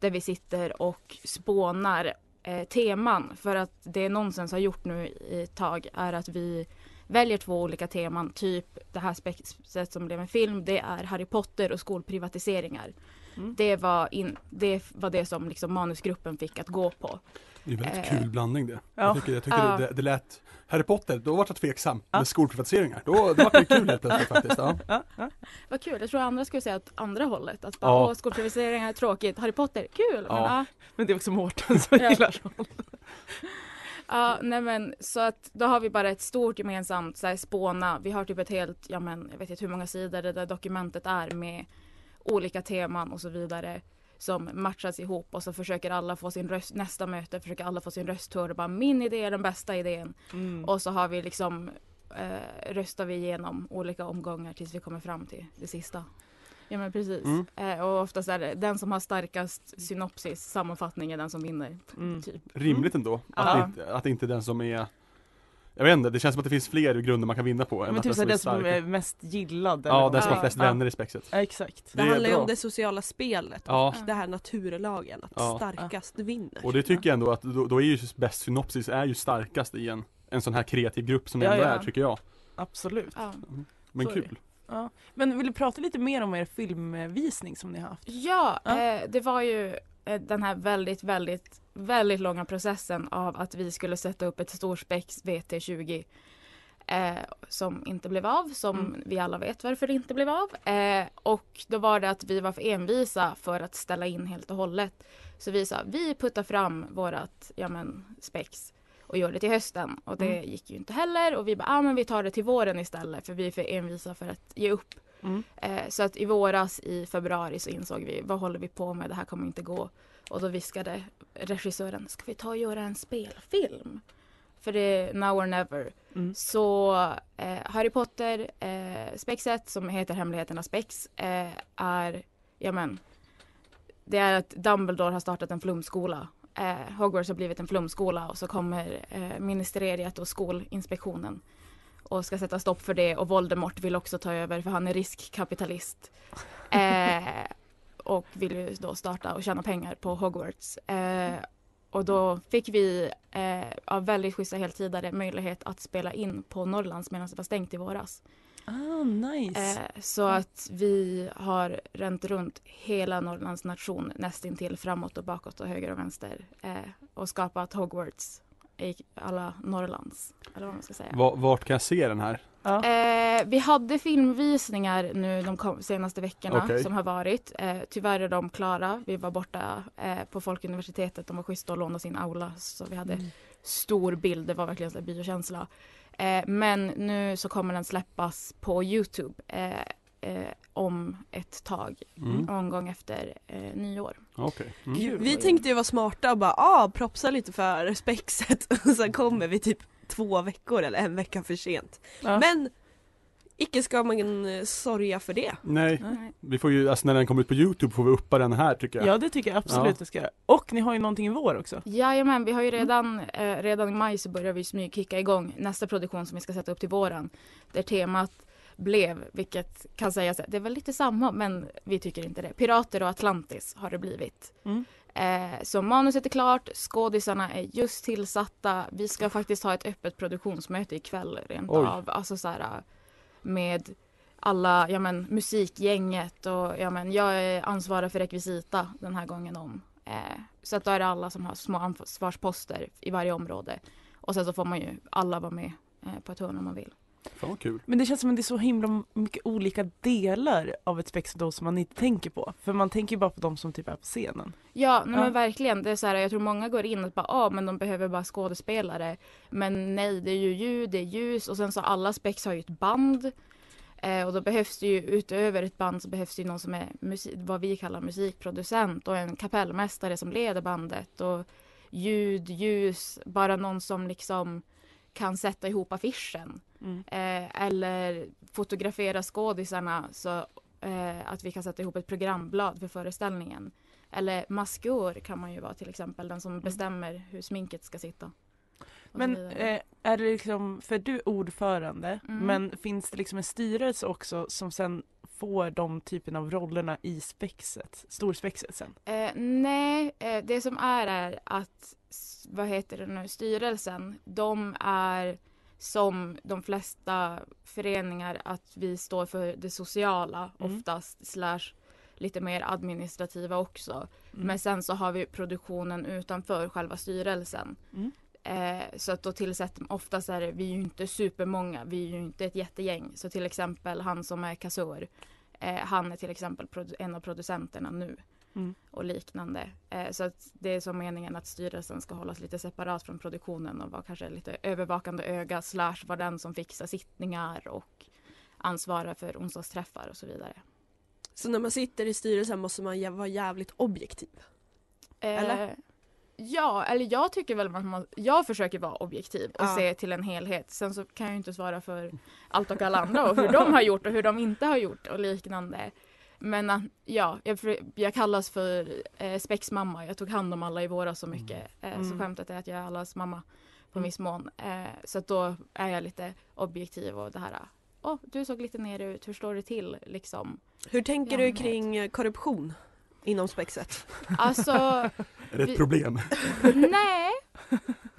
[SPEAKER 7] där vi sitter och spånar eh, teman för att det Nonsens har gjort nu i ett tag är att vi väljer två olika teman, typ det här spexet som blev en film, det är Harry Potter och skolprivatiseringar.
[SPEAKER 4] Mm.
[SPEAKER 7] Det, var in, det var det som liksom manusgruppen fick att gå på.
[SPEAKER 3] Det är en väldigt
[SPEAKER 7] Eh.
[SPEAKER 3] kul blandning det.
[SPEAKER 4] Ja.
[SPEAKER 3] Jag tycker, jag tycker
[SPEAKER 7] Ja.
[SPEAKER 3] det, det lät Harry Potter, då vart jag tveksam
[SPEAKER 4] Ja.
[SPEAKER 3] med skolprivatiseringar. Då, då vart det kul helt plötsligt faktiskt. Ja.
[SPEAKER 4] Ja, ja.
[SPEAKER 7] Vad kul, jag tror andra skulle säga att andra hållet. Att bara,
[SPEAKER 3] Ja.
[SPEAKER 7] åh skolprivatiseringar är tråkigt, Harry Potter, kul! Men,
[SPEAKER 3] Ja.
[SPEAKER 7] ah,
[SPEAKER 4] Men det är också Mårten som
[SPEAKER 7] Ja.
[SPEAKER 4] gillar honom.
[SPEAKER 7] Ja, nej men så att då har vi bara ett stort gemensamt så här, spåna. Vi har typ ett helt, ja men jag vet inte hur många sidor det där dokumentet är med olika teman och så vidare som matchas ihop och så försöker alla få sin röst, nästa möte försöker alla få sin röst hörd och bara min idé är den bästa idén.
[SPEAKER 4] Mm.
[SPEAKER 7] Och så har vi liksom eh, röstar vi igenom olika omgångar tills vi kommer fram till det sista. Ja men precis.
[SPEAKER 3] Mm.
[SPEAKER 7] Eh, och oftast är det den som har starkast synopsis, sammanfattning är den som vinner.
[SPEAKER 4] Mm.
[SPEAKER 7] Typ.
[SPEAKER 3] Rimligt ändå, att,
[SPEAKER 7] Ja.
[SPEAKER 3] det inte, att det inte är den som är Jag vet inte, det känns som att det finns fler grunder man kan vinna på än
[SPEAKER 4] Men
[SPEAKER 3] att
[SPEAKER 4] typ såhär, den som
[SPEAKER 3] stark.
[SPEAKER 4] är mest gillad. eller
[SPEAKER 3] Ja,
[SPEAKER 4] vad
[SPEAKER 3] den som har
[SPEAKER 4] man
[SPEAKER 7] Ja.
[SPEAKER 3] flest
[SPEAKER 4] säger.
[SPEAKER 3] vänner i spexet.
[SPEAKER 4] Ja, exakt.
[SPEAKER 5] Det,
[SPEAKER 3] Det är
[SPEAKER 5] handlar ju
[SPEAKER 3] bra.
[SPEAKER 5] om det sociala spelet
[SPEAKER 3] Ja.
[SPEAKER 5] och det här naturlagen, att
[SPEAKER 3] Ja.
[SPEAKER 5] starkast vinner.
[SPEAKER 3] Och det tycker jag ändå att då, då är ju bäst synopsis är ju starkast i en, en sån här kreativ grupp som det
[SPEAKER 4] Ja,
[SPEAKER 3] ändå
[SPEAKER 4] ja.
[SPEAKER 3] är tycker jag.
[SPEAKER 4] Absolut.
[SPEAKER 7] Ja.
[SPEAKER 3] Men
[SPEAKER 4] Så är det.
[SPEAKER 3] kul.
[SPEAKER 4] Men vill du prata lite mer om er filmvisning som ni har haft?
[SPEAKER 7] Ja,
[SPEAKER 4] Ja.
[SPEAKER 7] Eh, det var ju eh, den här väldigt, väldigt, väldigt långa processen av att vi skulle sätta upp ett storspex VT20 eh, som inte blev av, som
[SPEAKER 4] Mm.
[SPEAKER 7] vi alla vet varför det inte blev av. Eh, och då var det att vi var för envisa för att ställa in helt och hållet. Så vi sa, vi puttar fram vårat, ja men, spex och gör det till hösten. Och det
[SPEAKER 4] Mm.
[SPEAKER 7] gick ju inte heller och vi bara, ah, men vi tar det till våren istället för vi är för envisa för att ge upp.
[SPEAKER 4] Mm.
[SPEAKER 7] Eh, så att i våras i februari så insåg vi vad håller vi på med, det här kommer inte gå. Och då viskade regissören, ska vi ta och göra en spelfilm? För det är now or never.
[SPEAKER 4] Mm.
[SPEAKER 7] Så eh, Harry Potter, eh, spexet som heter Hemligheternas spex eh, är, ja men, det är att Dumbledore har startat en flumskola. Eh, Hogwarts har blivit en flumskola och så kommer eh, ministeriet och skolinspektionen och ska sätta stopp för det och Voldemort vill också ta över för han är riskkapitalist. Eh, och vill ju då starta och tjäna pengar på Hogwarts. Eh, och då fick vi eh, av väldigt schyssta heltidare möjlighet att spela in på Norrlands medan det var stängt i våras.
[SPEAKER 4] Ah, nice.
[SPEAKER 7] Eh, så
[SPEAKER 3] Mm.
[SPEAKER 7] att vi har ränt runt hela Norrlands nation nästintill framåt och bakåt och höger och vänster eh, och skapat Hogwarts i alla Norrlands, eller vad man ska säga.
[SPEAKER 3] Va- Vart kan jag se den här?
[SPEAKER 4] ja.
[SPEAKER 7] Eh, vi hade filmvisningar nu de kom- senaste veckorna
[SPEAKER 3] Okej.
[SPEAKER 7] som har varit. Eh, tyvärr är de klara. Vi var borta eh, på Folkuniversitetet. De var schyssta och lånade sin aula så vi
[SPEAKER 4] Mm.
[SPEAKER 7] hade stor bild. Det var verkligen så här biokänsla. Eh, men nu så kommer den släppas på Youtube eh, eh, om ett tag.
[SPEAKER 3] Mm.
[SPEAKER 7] Någon gång efter eh, nyår.
[SPEAKER 3] Okej. Mm.
[SPEAKER 4] Gud,
[SPEAKER 5] Vi
[SPEAKER 4] vad-
[SPEAKER 5] tänkte ju vara smarta och bara ah, propsa lite för spexet (laughs) och sen kommer vi typ två veckor eller en vecka för sent.
[SPEAKER 4] Ja.
[SPEAKER 5] Men icke ska man eh, sorga för det.
[SPEAKER 3] Nej,
[SPEAKER 7] Nej.
[SPEAKER 3] vi får ju, alltså när den kommer ut på Youtube får vi uppa den här tycker jag.
[SPEAKER 4] Ja det tycker jag absolut
[SPEAKER 3] Ja.
[SPEAKER 4] det ska Och ni har ju någonting i vår också.
[SPEAKER 7] Jajamän, vi har ju redan, eh, redan i maj så börjar vi smygkicka igång nästa produktion som vi ska sätta upp till våren. Där temat blev, vilket kan sägas, det är väl lite samma men vi tycker inte det. Pirater och Atlantis har det blivit.
[SPEAKER 4] Mm.
[SPEAKER 7] Eh, så manuset är klart, skådisarna är just tillsatta. Vi ska faktiskt ha ett öppet produktionsmöte ikväll rent
[SPEAKER 3] Oj.
[SPEAKER 7] av. Alltså så här eh, med alla, ja men musikgänget och ja men jag är ansvarig för rekvisita den här gången om. Eh, så att då är det alla som har små ansvarsposter i varje område. Och sen så får man ju alla vara med eh, på ett hörn om man vill.
[SPEAKER 3] Fan vad kul.
[SPEAKER 4] Men det känns som att det är så himla mycket olika delar av ett spex då som man inte tänker på. För man tänker ju bara på de som typ är på scenen.
[SPEAKER 7] Ja, nej,
[SPEAKER 4] Ja.
[SPEAKER 7] men verkligen. Det är så här, jag tror många går in och bara, ah, men de behöver bara skådespelare. Men nej, det är ju ljud, det är ljus och sen så alla spex har ju ett band. Eh, och då behövs det ju utöver ett band så behövs det ju någon som är musik, vad vi kallar musikproducent och en kapellmästare som leder bandet och ljud, ljus, bara någon som liksom kan sätta ihop affischen.
[SPEAKER 4] Mm.
[SPEAKER 7] Eh, eller fotografera skådisarna så eh, att vi kan sätta ihop ett programblad för föreställningen. Eller maskör kan man ju vara till exempel, den som bestämmer hur sminket ska sitta. Och så
[SPEAKER 4] Mm. Men
[SPEAKER 7] vidare.
[SPEAKER 4] eh, är det liksom, för du är ordförande,
[SPEAKER 7] Mm.
[SPEAKER 4] men finns det liksom en styrelse också som sen får de typen av rollerna i spexet, storspexet sen?
[SPEAKER 7] Eh, nej, eh, det som är är att, s- vad heter det nu, styrelsen, de är som de flesta föreningar att vi står för det sociala
[SPEAKER 4] Mm.
[SPEAKER 7] oftast, slash lite mer administrativa också.
[SPEAKER 4] Mm.
[SPEAKER 7] Men sen så har vi produktionen utanför själva styrelsen.
[SPEAKER 4] Mm.
[SPEAKER 7] Eh, så att då tillsätter oftast är det, vi är ju inte supermånga, vi är ju inte ett jättegäng. Så till exempel han som är kassör, eh, han är till exempel produ- en av producenterna nu.
[SPEAKER 4] Mm.
[SPEAKER 7] Och liknande. Eh, så att det är som meningen att styrelsen ska hållas lite separat från produktionen och vara kanske lite övervakande öga slash vara den som fixar sittningar och ansvarar för onsdagsträffar och så vidare.
[SPEAKER 5] Så när man sitter i styrelsen måste man jä- vara jävligt objektiv. Eller?
[SPEAKER 7] Eh, Ja, eller jag tycker väl att man, jag försöker vara objektiv och
[SPEAKER 5] Ja.
[SPEAKER 7] se till en helhet. Sen så kan jag ju inte svara för allt och alla andra och hur de har gjort och hur de inte har gjort och liknande. Men att- ja, jag, för- jag kallas för eh, spexmamma. Jag tog hand om alla i våras så mycket. Eh, Så
[SPEAKER 4] Mm.
[SPEAKER 7] skämtet är att jag är allas mamma på en
[SPEAKER 4] Mm.
[SPEAKER 7] viss mån. Eh, så att då är jag lite objektiv och det här. Åh, du såg lite nere ut. Hur står det till liksom?
[SPEAKER 5] Hur tänker
[SPEAKER 7] Ja,
[SPEAKER 5] du
[SPEAKER 7] men-
[SPEAKER 5] kring eh, korruption inom spexet?
[SPEAKER 7] Alltså
[SPEAKER 3] Är det ett
[SPEAKER 7] Vi-
[SPEAKER 3] problem?
[SPEAKER 7] Nej.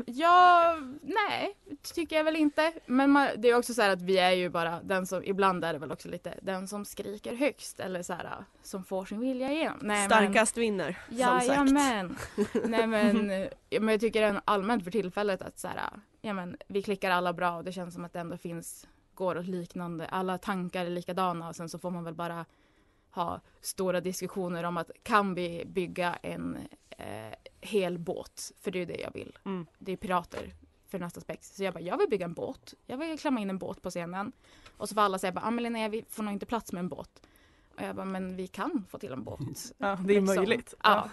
[SPEAKER 7] Jag, nej, tycker jag väl inte. Men man, det är också så här att vi är ju bara den som, ibland är det väl också lite den som skriker högst eller så här som får sin vilja igenom. Nej,
[SPEAKER 5] Starkast vinner,
[SPEAKER 7] men,
[SPEAKER 5] som sagt.
[SPEAKER 7] jajamän. Nej men, ja, men jag tycker ändå allmänt för tillfället att så här, ja men vi klickar alla bra och det känns som att det ändå finns, går åt liknande, alla tankar är likadana och sen så får man väl bara ha stora diskussioner om att kan vi bygga en eh, hel båt? För det är ju det jag vill.
[SPEAKER 4] Mm.
[SPEAKER 7] Det är pirater för nästa spex. Så jag bara, jag vill bygga en båt. Jag vill klämma in en båt på scenen. Och så får alla säga bara, ah, men Linnea vi får nog inte plats med en båt. Och jag bara, men vi kan få till en båt.
[SPEAKER 4] Ja, det är
[SPEAKER 7] Liksom.
[SPEAKER 4] möjligt.
[SPEAKER 7] Ja.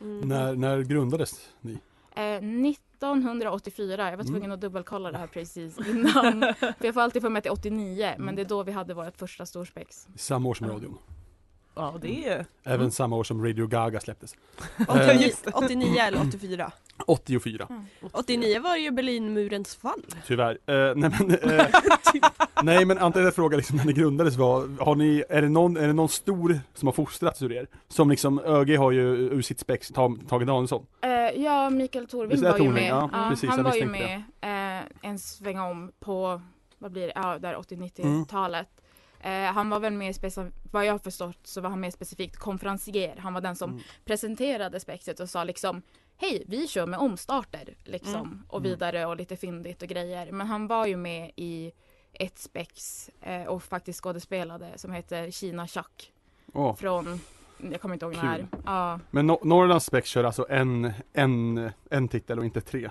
[SPEAKER 5] Mm.
[SPEAKER 3] När, när grundades ni?
[SPEAKER 7] Eh, 1984, jag
[SPEAKER 3] Mm.
[SPEAKER 7] var tvungen att dubbelkolla det här
[SPEAKER 3] (laughs)
[SPEAKER 7] precis innan. för jag får alltid för mig att det är 89,
[SPEAKER 3] Mm.
[SPEAKER 7] men det är då vi hade vårt första storspex.
[SPEAKER 3] Samma år som
[SPEAKER 4] Ja. Mm.
[SPEAKER 3] radion.
[SPEAKER 4] Ja, det är...
[SPEAKER 3] Även samma år som Radio Gaga släpptes.
[SPEAKER 5] Åttio-
[SPEAKER 3] Eh,
[SPEAKER 4] just det.
[SPEAKER 5] 89 eller 84?
[SPEAKER 3] 84.
[SPEAKER 5] 89 var ju Berlinmurens fall.
[SPEAKER 3] Tyvärr. Eh, nej
[SPEAKER 4] (laughs)
[SPEAKER 3] men, eh, nej men antagligen fråga liksom när ni grundades var, har ni, är det någon, är det någon stor som har fostrats ur er? Som liksom, ÖG har ju ur sitt spex ta- Tage Danielsson.
[SPEAKER 7] Eh, ja, Mikael Torving
[SPEAKER 3] Visst är
[SPEAKER 7] var ju
[SPEAKER 3] Torving,
[SPEAKER 7] med.
[SPEAKER 3] ja, precis,
[SPEAKER 7] han
[SPEAKER 3] jag
[SPEAKER 7] var ju med
[SPEAKER 3] misstänkte
[SPEAKER 7] eh, en svänga om på, vad blir det, ja,
[SPEAKER 3] Mm.
[SPEAKER 7] där 80-90-talet. Eh, han var väl med, speci- vad jag har förstått så var han mer specifikt konferencier. Han var den som
[SPEAKER 3] Mm.
[SPEAKER 7] presenterade spexet och sa liksom Hej, vi kör med omstarter liksom och
[SPEAKER 3] Mm.
[SPEAKER 7] vidare och lite fyndigt och grejer. Men han var ju med i ett spex eh, och faktiskt skådespelade som heter Kina Chuck
[SPEAKER 3] Åh.
[SPEAKER 7] från, jag kommer inte ihåg när.
[SPEAKER 3] Kul.
[SPEAKER 7] Ja.
[SPEAKER 3] Men no- Norrlands spex kör alltså en, en, en titel och inte tre.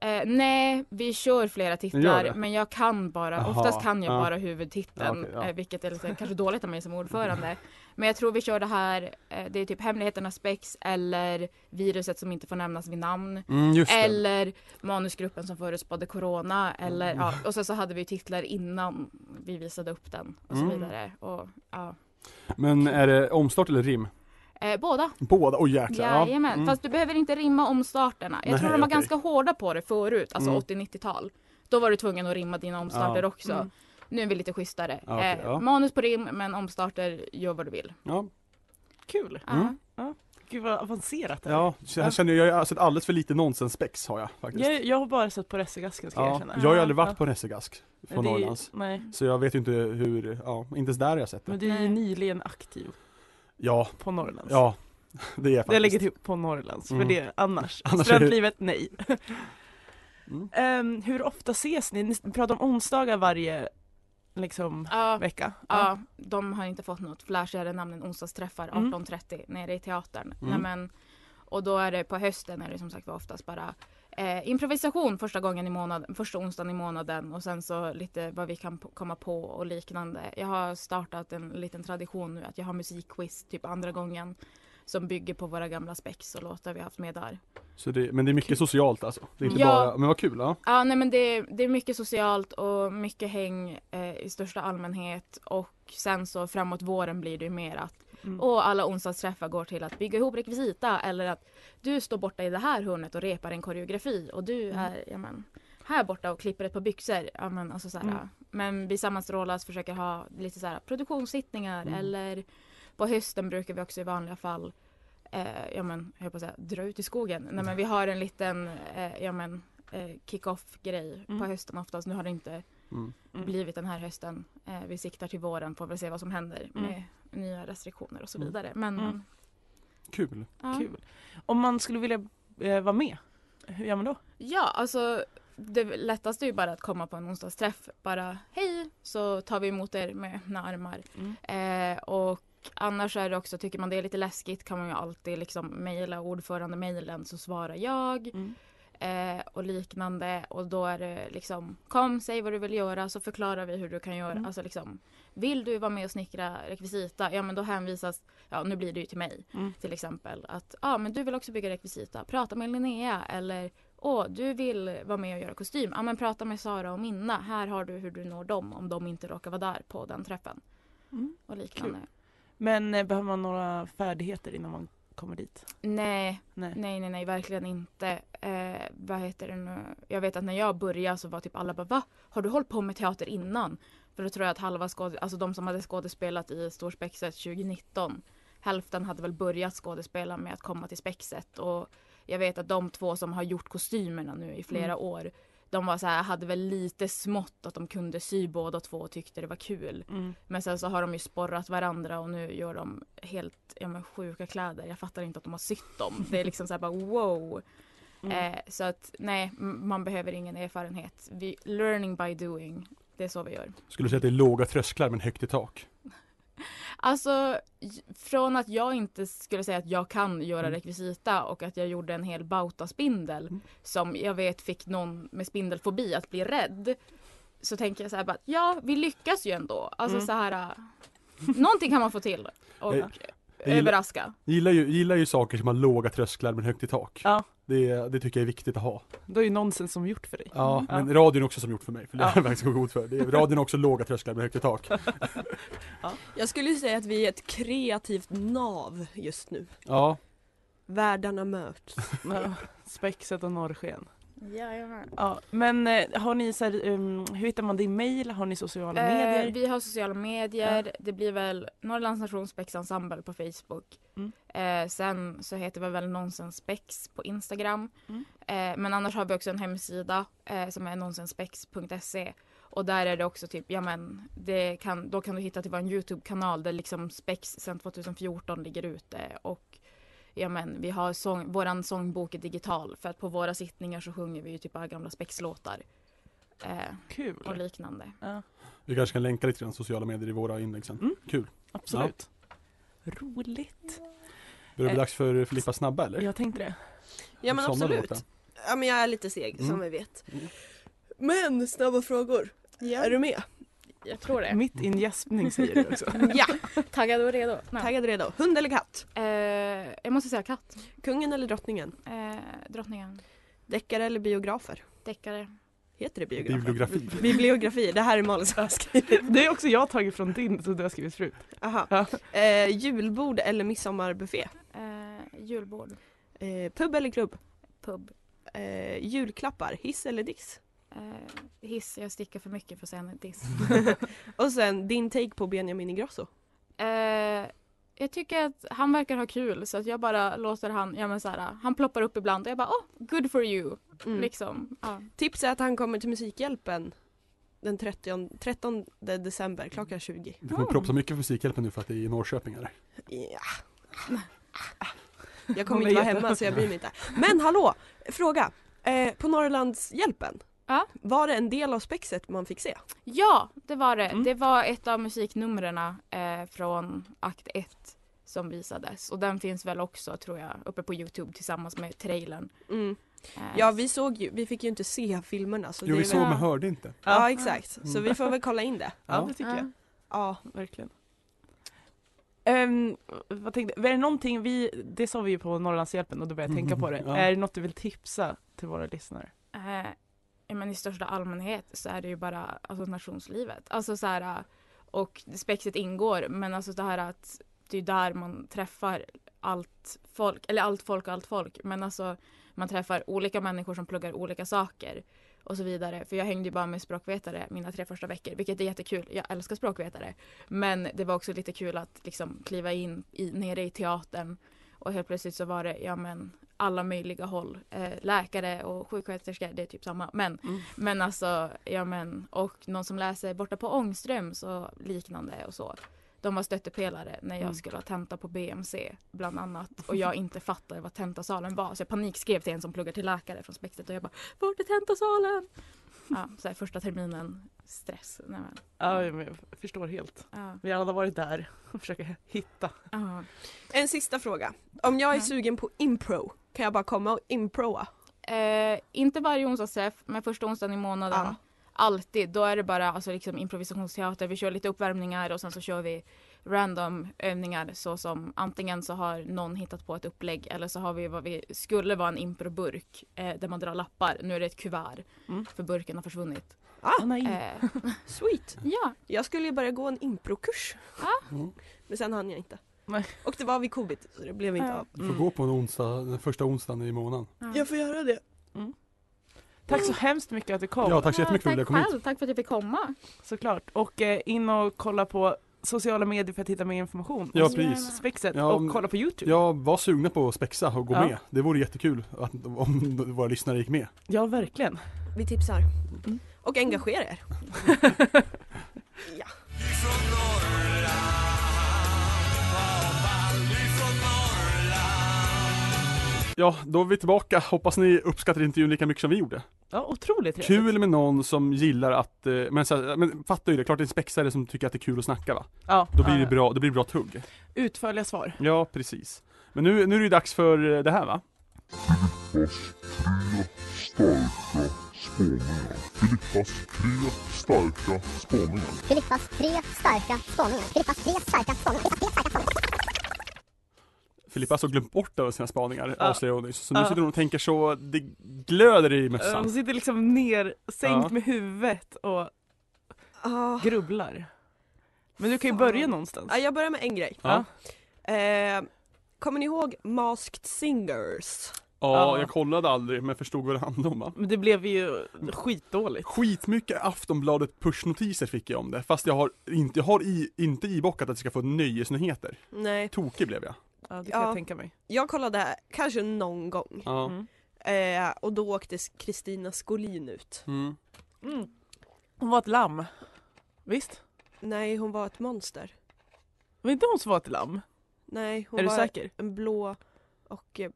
[SPEAKER 7] Eh, nej, vi kör flera
[SPEAKER 3] Gör
[SPEAKER 7] titlar
[SPEAKER 3] det?
[SPEAKER 7] men jag kan bara,
[SPEAKER 3] Jaha,
[SPEAKER 7] oftast kan jag
[SPEAKER 3] ja.
[SPEAKER 7] bara huvudtiteln
[SPEAKER 3] Ja, okej, ja.
[SPEAKER 7] eh, vilket är lite kanske dåligt av mig
[SPEAKER 3] (laughs)
[SPEAKER 7] som ordförande. Men jag tror vi kör det här, eh, det är typ Hemligheternas spex eller Viruset som inte får nämnas vid namn.
[SPEAKER 3] Mm, just det. Mm.
[SPEAKER 7] Eller manusgruppen som förutspådde corona eller ja, och sen så hade vi titlar innan vi visade upp den och så
[SPEAKER 3] Mm.
[SPEAKER 7] vidare. Och, ja.
[SPEAKER 3] Men är det omstart eller rim?
[SPEAKER 7] eh, båda,
[SPEAKER 3] Båda, åh jäklar. ja.
[SPEAKER 7] jajamän.
[SPEAKER 3] Mm.
[SPEAKER 7] Fast du behöver inte rimma omstarterna. Jag
[SPEAKER 3] Nej,
[SPEAKER 7] tror de var
[SPEAKER 3] okej.
[SPEAKER 7] ganska hårda på det förut, alltså
[SPEAKER 3] Mm.
[SPEAKER 7] 80-90-tal. Då var du tvungen att rimma dina omstarter
[SPEAKER 3] Ja.
[SPEAKER 7] också.
[SPEAKER 4] Mm.
[SPEAKER 7] Nu är vi lite schysstare.
[SPEAKER 3] Ja, okej,
[SPEAKER 7] eh,
[SPEAKER 3] ja.
[SPEAKER 7] Manus på rim men omstarter, gör vad du vill.
[SPEAKER 3] Ja,
[SPEAKER 4] Kul!
[SPEAKER 7] Ja.
[SPEAKER 3] Mm.
[SPEAKER 4] Gud vad avancerat det är.
[SPEAKER 3] ja. Så Jag känner, jag har sett alldeles för lite nonsensspex har jag faktiskt.
[SPEAKER 4] Jag, jag har bara sett på Ressegasken ska jag
[SPEAKER 3] ja.
[SPEAKER 4] erkänna.
[SPEAKER 3] Jag har ju aldrig
[SPEAKER 4] Ja.
[SPEAKER 3] varit på Ressegask från
[SPEAKER 4] Det är-
[SPEAKER 3] Norrlands.
[SPEAKER 4] Nej,
[SPEAKER 3] Så jag vet ju inte hur, ja, inte ens där har jag sett
[SPEAKER 4] men
[SPEAKER 3] det.
[SPEAKER 4] du är ju
[SPEAKER 7] Nej.
[SPEAKER 4] nyligen aktiv
[SPEAKER 3] Ja,
[SPEAKER 4] på Norrlands.
[SPEAKER 3] ja. (laughs) Det är jag faktiskt.
[SPEAKER 4] Jag lägger till på Norrlands,
[SPEAKER 3] Mm.
[SPEAKER 4] för det annars.
[SPEAKER 3] (laughs) Annars är det-
[SPEAKER 4] Studentlivet, nej.
[SPEAKER 3] Mm.
[SPEAKER 4] Ehm, hur ofta ses ni? Ni pratar om onsdagar varje liksom,
[SPEAKER 7] Ja,
[SPEAKER 4] vecka.
[SPEAKER 7] ja, de har inte fått något flashigare namn än onsdagsträffar
[SPEAKER 4] Mm.
[SPEAKER 7] 18.30 nere i teatern.
[SPEAKER 3] Mm.
[SPEAKER 7] Nej, men, och då är det på hösten är det som sagt var oftast bara eh, improvisation första gången i månaden, första onsdagen i månaden och sen så lite vad vi kan p- komma på och liknande. Jag har startat en liten tradition nu att jag har musikquiz typ andra gången som bygger på våra gamla spex och låtar vi haft med där.
[SPEAKER 3] Så det, men det är mycket socialt alltså? Det är inte
[SPEAKER 7] Ja.
[SPEAKER 3] bara, men vad kul, ja.
[SPEAKER 7] Ja, nej men det, det är mycket socialt och mycket häng eh, i största allmänhet och sen så framåt våren blir det ju mer att
[SPEAKER 4] Mm.
[SPEAKER 7] och alla onsdagsträffar går till att bygga ihop rekvisita eller att du står borta i det här hörnet och repar en koreografi och du
[SPEAKER 4] Mm.
[SPEAKER 7] är ja, men, här borta och klipper ett par byxor. Ja, men, alltså, så här,
[SPEAKER 4] Mm.
[SPEAKER 7] men vi sammanstrålas försöker ha lite så här, produktionssittningar
[SPEAKER 3] Mm.
[SPEAKER 7] eller på hösten brukar vi också i vanliga fall eh, ja, men, jag höll på att säga, dra ut i skogen. Nej, men vi har en liten eh, ja, men, eh, kick-off grej på
[SPEAKER 4] Mm.
[SPEAKER 7] hösten oftast. Nu har det inte
[SPEAKER 3] Mm.
[SPEAKER 4] Mm.
[SPEAKER 7] blivit den här hösten. Eh, vi siktar till våren, får väl se vad som händer
[SPEAKER 4] Mm.
[SPEAKER 7] med nya restriktioner och så
[SPEAKER 3] Mm.
[SPEAKER 7] vidare. Men
[SPEAKER 4] Mm.
[SPEAKER 3] Kul.
[SPEAKER 7] ja.
[SPEAKER 4] Kul. Om man skulle vilja eh, vara med, hur gör man då?
[SPEAKER 7] Ja, alltså det lättaste är ju bara att komma på en onsdagsträff. Bara hej, så tar vi emot er med öppna armar.
[SPEAKER 4] Mm.
[SPEAKER 7] Eh, och annars är det också, tycker man det är lite läskigt kan man ju alltid liksom mejla ordförandemejlen så svarar jag
[SPEAKER 4] Mm.
[SPEAKER 7] eh, och liknande. Och då är det liksom kom, säg vad du vill göra så förklarar vi hur du kan göra.
[SPEAKER 4] Mm.
[SPEAKER 7] Alltså liksom, vill du vara med och snickra rekvisita? Ja men då hänvisas, ja nu blir det ju till mig
[SPEAKER 4] Mm.
[SPEAKER 7] till exempel. Att ja men du vill också bygga rekvisita, prata med Linnea eller Åh, du vill vara med och göra kostym? Ja men prata med Sara och Minna. Här har du hur du når dem om de inte råkar vara där på den träffen.
[SPEAKER 4] Mm.
[SPEAKER 7] Och liknande.
[SPEAKER 4] Men eh, behöver man några färdigheter innan man kommer dit?
[SPEAKER 7] Nej,
[SPEAKER 4] Nej.
[SPEAKER 7] nej, nej, nej, verkligen inte. Eh, vad heter det nu? Jag vet att när jag började så var typ alla bara va? Har du hållit på med teater innan? För då tror jag att halva skådespelare, alltså de som hade skådespelat i Storspexet 2019, hälften hade väl börjat skådespela med att komma till spexet och jag vet att de två som har gjort kostymerna nu i flera år, de var så här, hade väl lite smått att de kunde sy båda två och tyckte det var kul.
[SPEAKER 4] Mm.
[SPEAKER 7] Men sen så har de ju sporrat varandra och nu gör de helt ja, men sjuka kläder. Jag fattar inte att de har sytt dem. Det är liksom så här bara wow.
[SPEAKER 4] Mm.
[SPEAKER 7] Eh, så att nej, m- man behöver ingen erfarenhet. Vi, learning by doing. Det är så vi gör.
[SPEAKER 3] Skulle säga att det är låga trösklar men högt i tak.
[SPEAKER 7] Alltså j- från att jag inte skulle säga att jag kan göra
[SPEAKER 3] Mm.
[SPEAKER 7] rekvisita och att jag gjorde en hel bautaspindel
[SPEAKER 3] Mm.
[SPEAKER 7] som jag vet fick någon med spindelfobi att bli rädd. Så tänker jag så här bara, ja vi lyckas ju ändå. Alltså
[SPEAKER 4] Mm.
[SPEAKER 7] så här, äh, någonting kan man få till.
[SPEAKER 3] (laughs)
[SPEAKER 7] Och
[SPEAKER 3] Jag- jag gillar-
[SPEAKER 7] överraska.
[SPEAKER 3] Gillar ju, gillar ju saker som har låga trösklar men högt i tak.
[SPEAKER 4] Ja.
[SPEAKER 3] Det, det tycker jag är viktigt att ha.
[SPEAKER 4] Då är ju nonsens som gjort för dig.
[SPEAKER 3] Ja,
[SPEAKER 4] Ja.
[SPEAKER 3] men radion är också som gjort för mig, för det har
[SPEAKER 4] Ja.
[SPEAKER 3] jag faktiskt gått god för. Det är, radion är också låga trösklar men högt i tak.
[SPEAKER 5] Jag skulle ju säga att vi är ett kreativt nav just nu.
[SPEAKER 3] Ja,
[SPEAKER 5] Världarna möts.
[SPEAKER 4] Ja, Spexet och norrsken.
[SPEAKER 7] Jajamän.
[SPEAKER 4] Ja, men eh, har ni så här, um, hur hittar man din mail? Har ni sociala
[SPEAKER 7] Eh,
[SPEAKER 4] medier?
[SPEAKER 7] vi har sociala medier. Det blir väl Norrlands Nation Spex Ensemble på Facebook.
[SPEAKER 4] Mm.
[SPEAKER 7] Eh, sen så heter vi väl Nonsens Spex på Instagram.
[SPEAKER 4] Mm.
[SPEAKER 7] Eh, men annars har vi också en hemsida eh, som är nonsenspex.se. Och där är det också typ, ja men, det kan, då kan du hitta till vår Youtube-kanal där liksom Spex sedan 2014 ligger ute. Och ja men, vi har sång, våran sångbok är digital för att på våra sittningar så sjunger vi ju typ bara gamla Spex-låtar. Eh, och
[SPEAKER 4] Kul,
[SPEAKER 7] liknande.
[SPEAKER 3] vi kanske kan länka lite grann sociala medier i våra inlägg sen.
[SPEAKER 4] Mm.
[SPEAKER 3] Kul.
[SPEAKER 4] absolut. Roligt.
[SPEAKER 3] Börjar det
[SPEAKER 4] Eh.
[SPEAKER 3] bli dags för Filippa Snabba eller?
[SPEAKER 4] Jag tänkte det.
[SPEAKER 5] Ja
[SPEAKER 3] Du
[SPEAKER 5] men
[SPEAKER 3] somnade
[SPEAKER 5] absolut.
[SPEAKER 3] borta.
[SPEAKER 5] Ja men jag är lite seg som
[SPEAKER 3] Mm.
[SPEAKER 5] vi vet.
[SPEAKER 3] Mm.
[SPEAKER 5] Men snabba frågor. Är du med?
[SPEAKER 7] Jag tror det.
[SPEAKER 4] Mitt i en gäspning säger du också.
[SPEAKER 5] Ja,
[SPEAKER 7] (laughs) Taggad och redo? Nej.
[SPEAKER 5] taggad och redo. Hund eller katt?
[SPEAKER 7] Eh, jag måste säga katt.
[SPEAKER 5] Kungen eller drottningen?
[SPEAKER 7] Eh, drottningen.
[SPEAKER 5] Deckare eller biografer?
[SPEAKER 7] Deckare.
[SPEAKER 5] Heter det biografer?
[SPEAKER 3] Bibliografi.
[SPEAKER 5] Bibliografi, det här är Malin som
[SPEAKER 3] (laughs)
[SPEAKER 5] har skrivit.
[SPEAKER 4] (laughs) Det är också jag tagit från din som du har skrivit förut.
[SPEAKER 5] Aha. Eh, julbord eller midsommarbuffé?
[SPEAKER 7] Eh, julbord.
[SPEAKER 5] Eh, pub eller klubb?
[SPEAKER 7] Pub.
[SPEAKER 5] Eh, julklappar, hiss eller diss? (laughs)
[SPEAKER 7] Eh, hiss. Jag stickar för mycket för att säga en diss.
[SPEAKER 5] Och sen din take på Benjamin Ingrosso.
[SPEAKER 7] Eh, jag tycker att han verkar ha kul så att jag bara låter han, ja men så här, han ploppar upp ibland och jag bara oh, good for you.
[SPEAKER 5] Mm.
[SPEAKER 7] Liksom. Ja.
[SPEAKER 5] Tips är att han kommer till Musikhjälpen den 30, 13 december klockan 20.
[SPEAKER 3] Du kommer propsa mycket för Musikhjälpen nu för att det är i Norrköping eller?
[SPEAKER 5] Ja. Jag kommer
[SPEAKER 4] Hon
[SPEAKER 5] inte
[SPEAKER 4] är
[SPEAKER 5] vara hemma så jag bryr mig inte. Men hallå! Fråga! Eh, på Norrlandshjälpen,
[SPEAKER 7] Ja.
[SPEAKER 5] var det en del av spexet man fick se?
[SPEAKER 7] Ja, det var det.
[SPEAKER 4] Mm.
[SPEAKER 7] Det var ett av musiknumren eh, från akt 1 som visades. Och den finns väl också tror jag uppe på Youtube tillsammans med trailern. Eh,
[SPEAKER 5] Mm. Ja vi såg ju, vi fick ju inte se filmerna så
[SPEAKER 3] Jo
[SPEAKER 5] det
[SPEAKER 3] vi
[SPEAKER 5] är
[SPEAKER 3] såg Mm.
[SPEAKER 5] väl...
[SPEAKER 3] men hörde inte.
[SPEAKER 5] Ja exakt, så vi får väl kolla in det.
[SPEAKER 4] Ja, det tycker
[SPEAKER 7] ja.
[SPEAKER 4] jag.
[SPEAKER 5] Ja.
[SPEAKER 4] Verkligen. Ehm, vad tänkte, är det någonting vi, det sa vi ju på Norrlandshjälpen och då började jag tänka på det.
[SPEAKER 3] Mm, Ja.
[SPEAKER 4] Är det något du vill tipsa till våra lyssnare?
[SPEAKER 7] Eh, ja, men I största allmänhet så är det ju bara alltså, nationslivet. Alltså så här, eh, och spexet ingår men alltså det här att det är där man träffar allt folk, eller allt folk och allt folk. Men alltså man träffar olika människor som pluggar olika saker och så vidare. För jag hängde ju bara med språkvetare mina tre första veckor vilket är jättekul. Jag älskar språkvetare. Men det var också lite kul att liksom kliva in i, nere i teatern och helt plötsligt så var det ja men alla möjliga håll. Eh, läkare och sjuksköterskor, det är typ samma. Men,
[SPEAKER 4] Mm.
[SPEAKER 7] men alltså, ja men och någon som läser borta på Ångströms och liknande och så. De var stöttepelare när jag
[SPEAKER 4] Mm.
[SPEAKER 7] skulle ha tenta på BMC bland annat och jag inte fattade vad tentasalen var så jag panikskrev till en som pluggar till läkare från Spexet och jag bara Vart är tentasalen? Ja, så här, första terminen, stress. Nej, men,
[SPEAKER 4] Ja, men jag förstår helt.
[SPEAKER 7] ja,
[SPEAKER 4] Vi alla har varit där och försöker hitta.
[SPEAKER 7] ja.
[SPEAKER 5] En sista fråga. Om jag är
[SPEAKER 7] Mm.
[SPEAKER 5] sugen på impro, kan jag bara komma och improa?
[SPEAKER 7] Eh, inte varje onsdagsträff, men första onsdagen i månaden.
[SPEAKER 5] Ja.
[SPEAKER 7] Alltid. Då är det bara alltså, liksom improvisationsteater. Vi kör lite uppvärmningar och sen så kör vi random övningar såsom antingen så har någon hittat på ett upplägg eller så har vi vad vi skulle vara en improburk eh, där man drar lappar. Nu är det ett kuvert
[SPEAKER 4] Mm.
[SPEAKER 7] för burken har försvunnit.
[SPEAKER 5] Ah,
[SPEAKER 4] nej.
[SPEAKER 7] Eh,
[SPEAKER 5] Sweet!
[SPEAKER 7] ja,
[SPEAKER 5] Jag skulle ju börja gå en improkurs.
[SPEAKER 7] Ja.
[SPEAKER 3] Mm.
[SPEAKER 5] Men sen hann jag inte.
[SPEAKER 4] Nej.
[SPEAKER 5] Och det var vid covid, så det blev inte
[SPEAKER 7] Ja.
[SPEAKER 5] av.
[SPEAKER 3] Du får gå på en onsdag, den första onsdagen i månaden.
[SPEAKER 7] Jag
[SPEAKER 5] får göra det.
[SPEAKER 4] Tack så hemskt mycket att du kom.
[SPEAKER 3] Ja, tack så jättemycket för att
[SPEAKER 7] tack
[SPEAKER 3] jag kom hit.
[SPEAKER 7] själv. Tack för att jag fick komma.
[SPEAKER 4] Såklart. Och eh, in och kolla på sociala medier för att hitta mer information.
[SPEAKER 3] Ja,
[SPEAKER 4] Alltså,
[SPEAKER 3] precis.
[SPEAKER 4] Spexet
[SPEAKER 3] Ja, om-
[SPEAKER 4] och kolla på Youtube.
[SPEAKER 3] Jag var sugna på att spexa och gå
[SPEAKER 4] Ja.
[SPEAKER 3] med. Det vore jättekul att, om våra lyssnare gick med.
[SPEAKER 4] Ja, verkligen.
[SPEAKER 5] Vi tipsar.
[SPEAKER 4] Mm.
[SPEAKER 5] Och engagera
[SPEAKER 4] (laughs)
[SPEAKER 5] er.
[SPEAKER 2] Ifrån Norrland, pappa, ifrån Norrland
[SPEAKER 3] Ja, då är vi tillbaka. Hoppas ni uppskattar intervjun lika mycket som vi gjorde.
[SPEAKER 4] Ja, otroligt trevligt.
[SPEAKER 3] Kul med någon som gillar att, eh, men, så här, men fattar ju det, klart det är en spexare som tycker att det är kul att snacka va?
[SPEAKER 4] Ja,
[SPEAKER 3] Då blir det
[SPEAKER 4] ja.
[SPEAKER 3] bra, det blir bra tugg.
[SPEAKER 4] Utförliga svar.
[SPEAKER 3] Ja, precis. Men nu, nu är det ju dags för eh, det här va?
[SPEAKER 8] Filippas tre starka spaningar. Filippas tre starka spaningar.
[SPEAKER 3] Filippa har alltså glömt bort av sina spaningar,
[SPEAKER 4] Ja.
[SPEAKER 3] avslöjade hon nyss. Så nu
[SPEAKER 4] Ja.
[SPEAKER 3] sitter hon och tänker så, det glöder i
[SPEAKER 4] Eh, Hon
[SPEAKER 3] mössan.
[SPEAKER 4] sitter liksom ner, sänkt
[SPEAKER 3] Ja.
[SPEAKER 4] med huvudet och
[SPEAKER 5] Ah.
[SPEAKER 4] grubblar. Men du kan ju
[SPEAKER 5] Fan.
[SPEAKER 4] börja någonstans.
[SPEAKER 5] Ja, jag börjar med en grej.
[SPEAKER 3] Ja.
[SPEAKER 5] Eh, kommer ni ihåg Masked Singers?
[SPEAKER 3] Ja,
[SPEAKER 4] Ja.
[SPEAKER 3] jag kollade aldrig men förstod vad det (laughs) handlade om va?
[SPEAKER 4] Men det blev ju skitdåligt.
[SPEAKER 3] Skitmycket Aftonbladet pushnotiser fick jag om det, fast jag har inte, jag har i, inte ibockat att jag ska få nöjesnyheter.
[SPEAKER 5] Nej.
[SPEAKER 3] Tokig blev jag.
[SPEAKER 4] Ja, det kan
[SPEAKER 5] Ja.
[SPEAKER 4] jag tänka mig.
[SPEAKER 5] Jag kollade kanske någon gång
[SPEAKER 3] Ja.
[SPEAKER 4] Mm.
[SPEAKER 5] eh, och då åkte Kristina Skolin ut.
[SPEAKER 3] Mm.
[SPEAKER 4] Mm. Hon var ett lamm. Visst?
[SPEAKER 5] Nej, hon var ett monster.
[SPEAKER 4] Var inte hon som var ett lamm?
[SPEAKER 5] Nej, hon
[SPEAKER 4] är du
[SPEAKER 5] var
[SPEAKER 4] säker?
[SPEAKER 5] en blå och eh,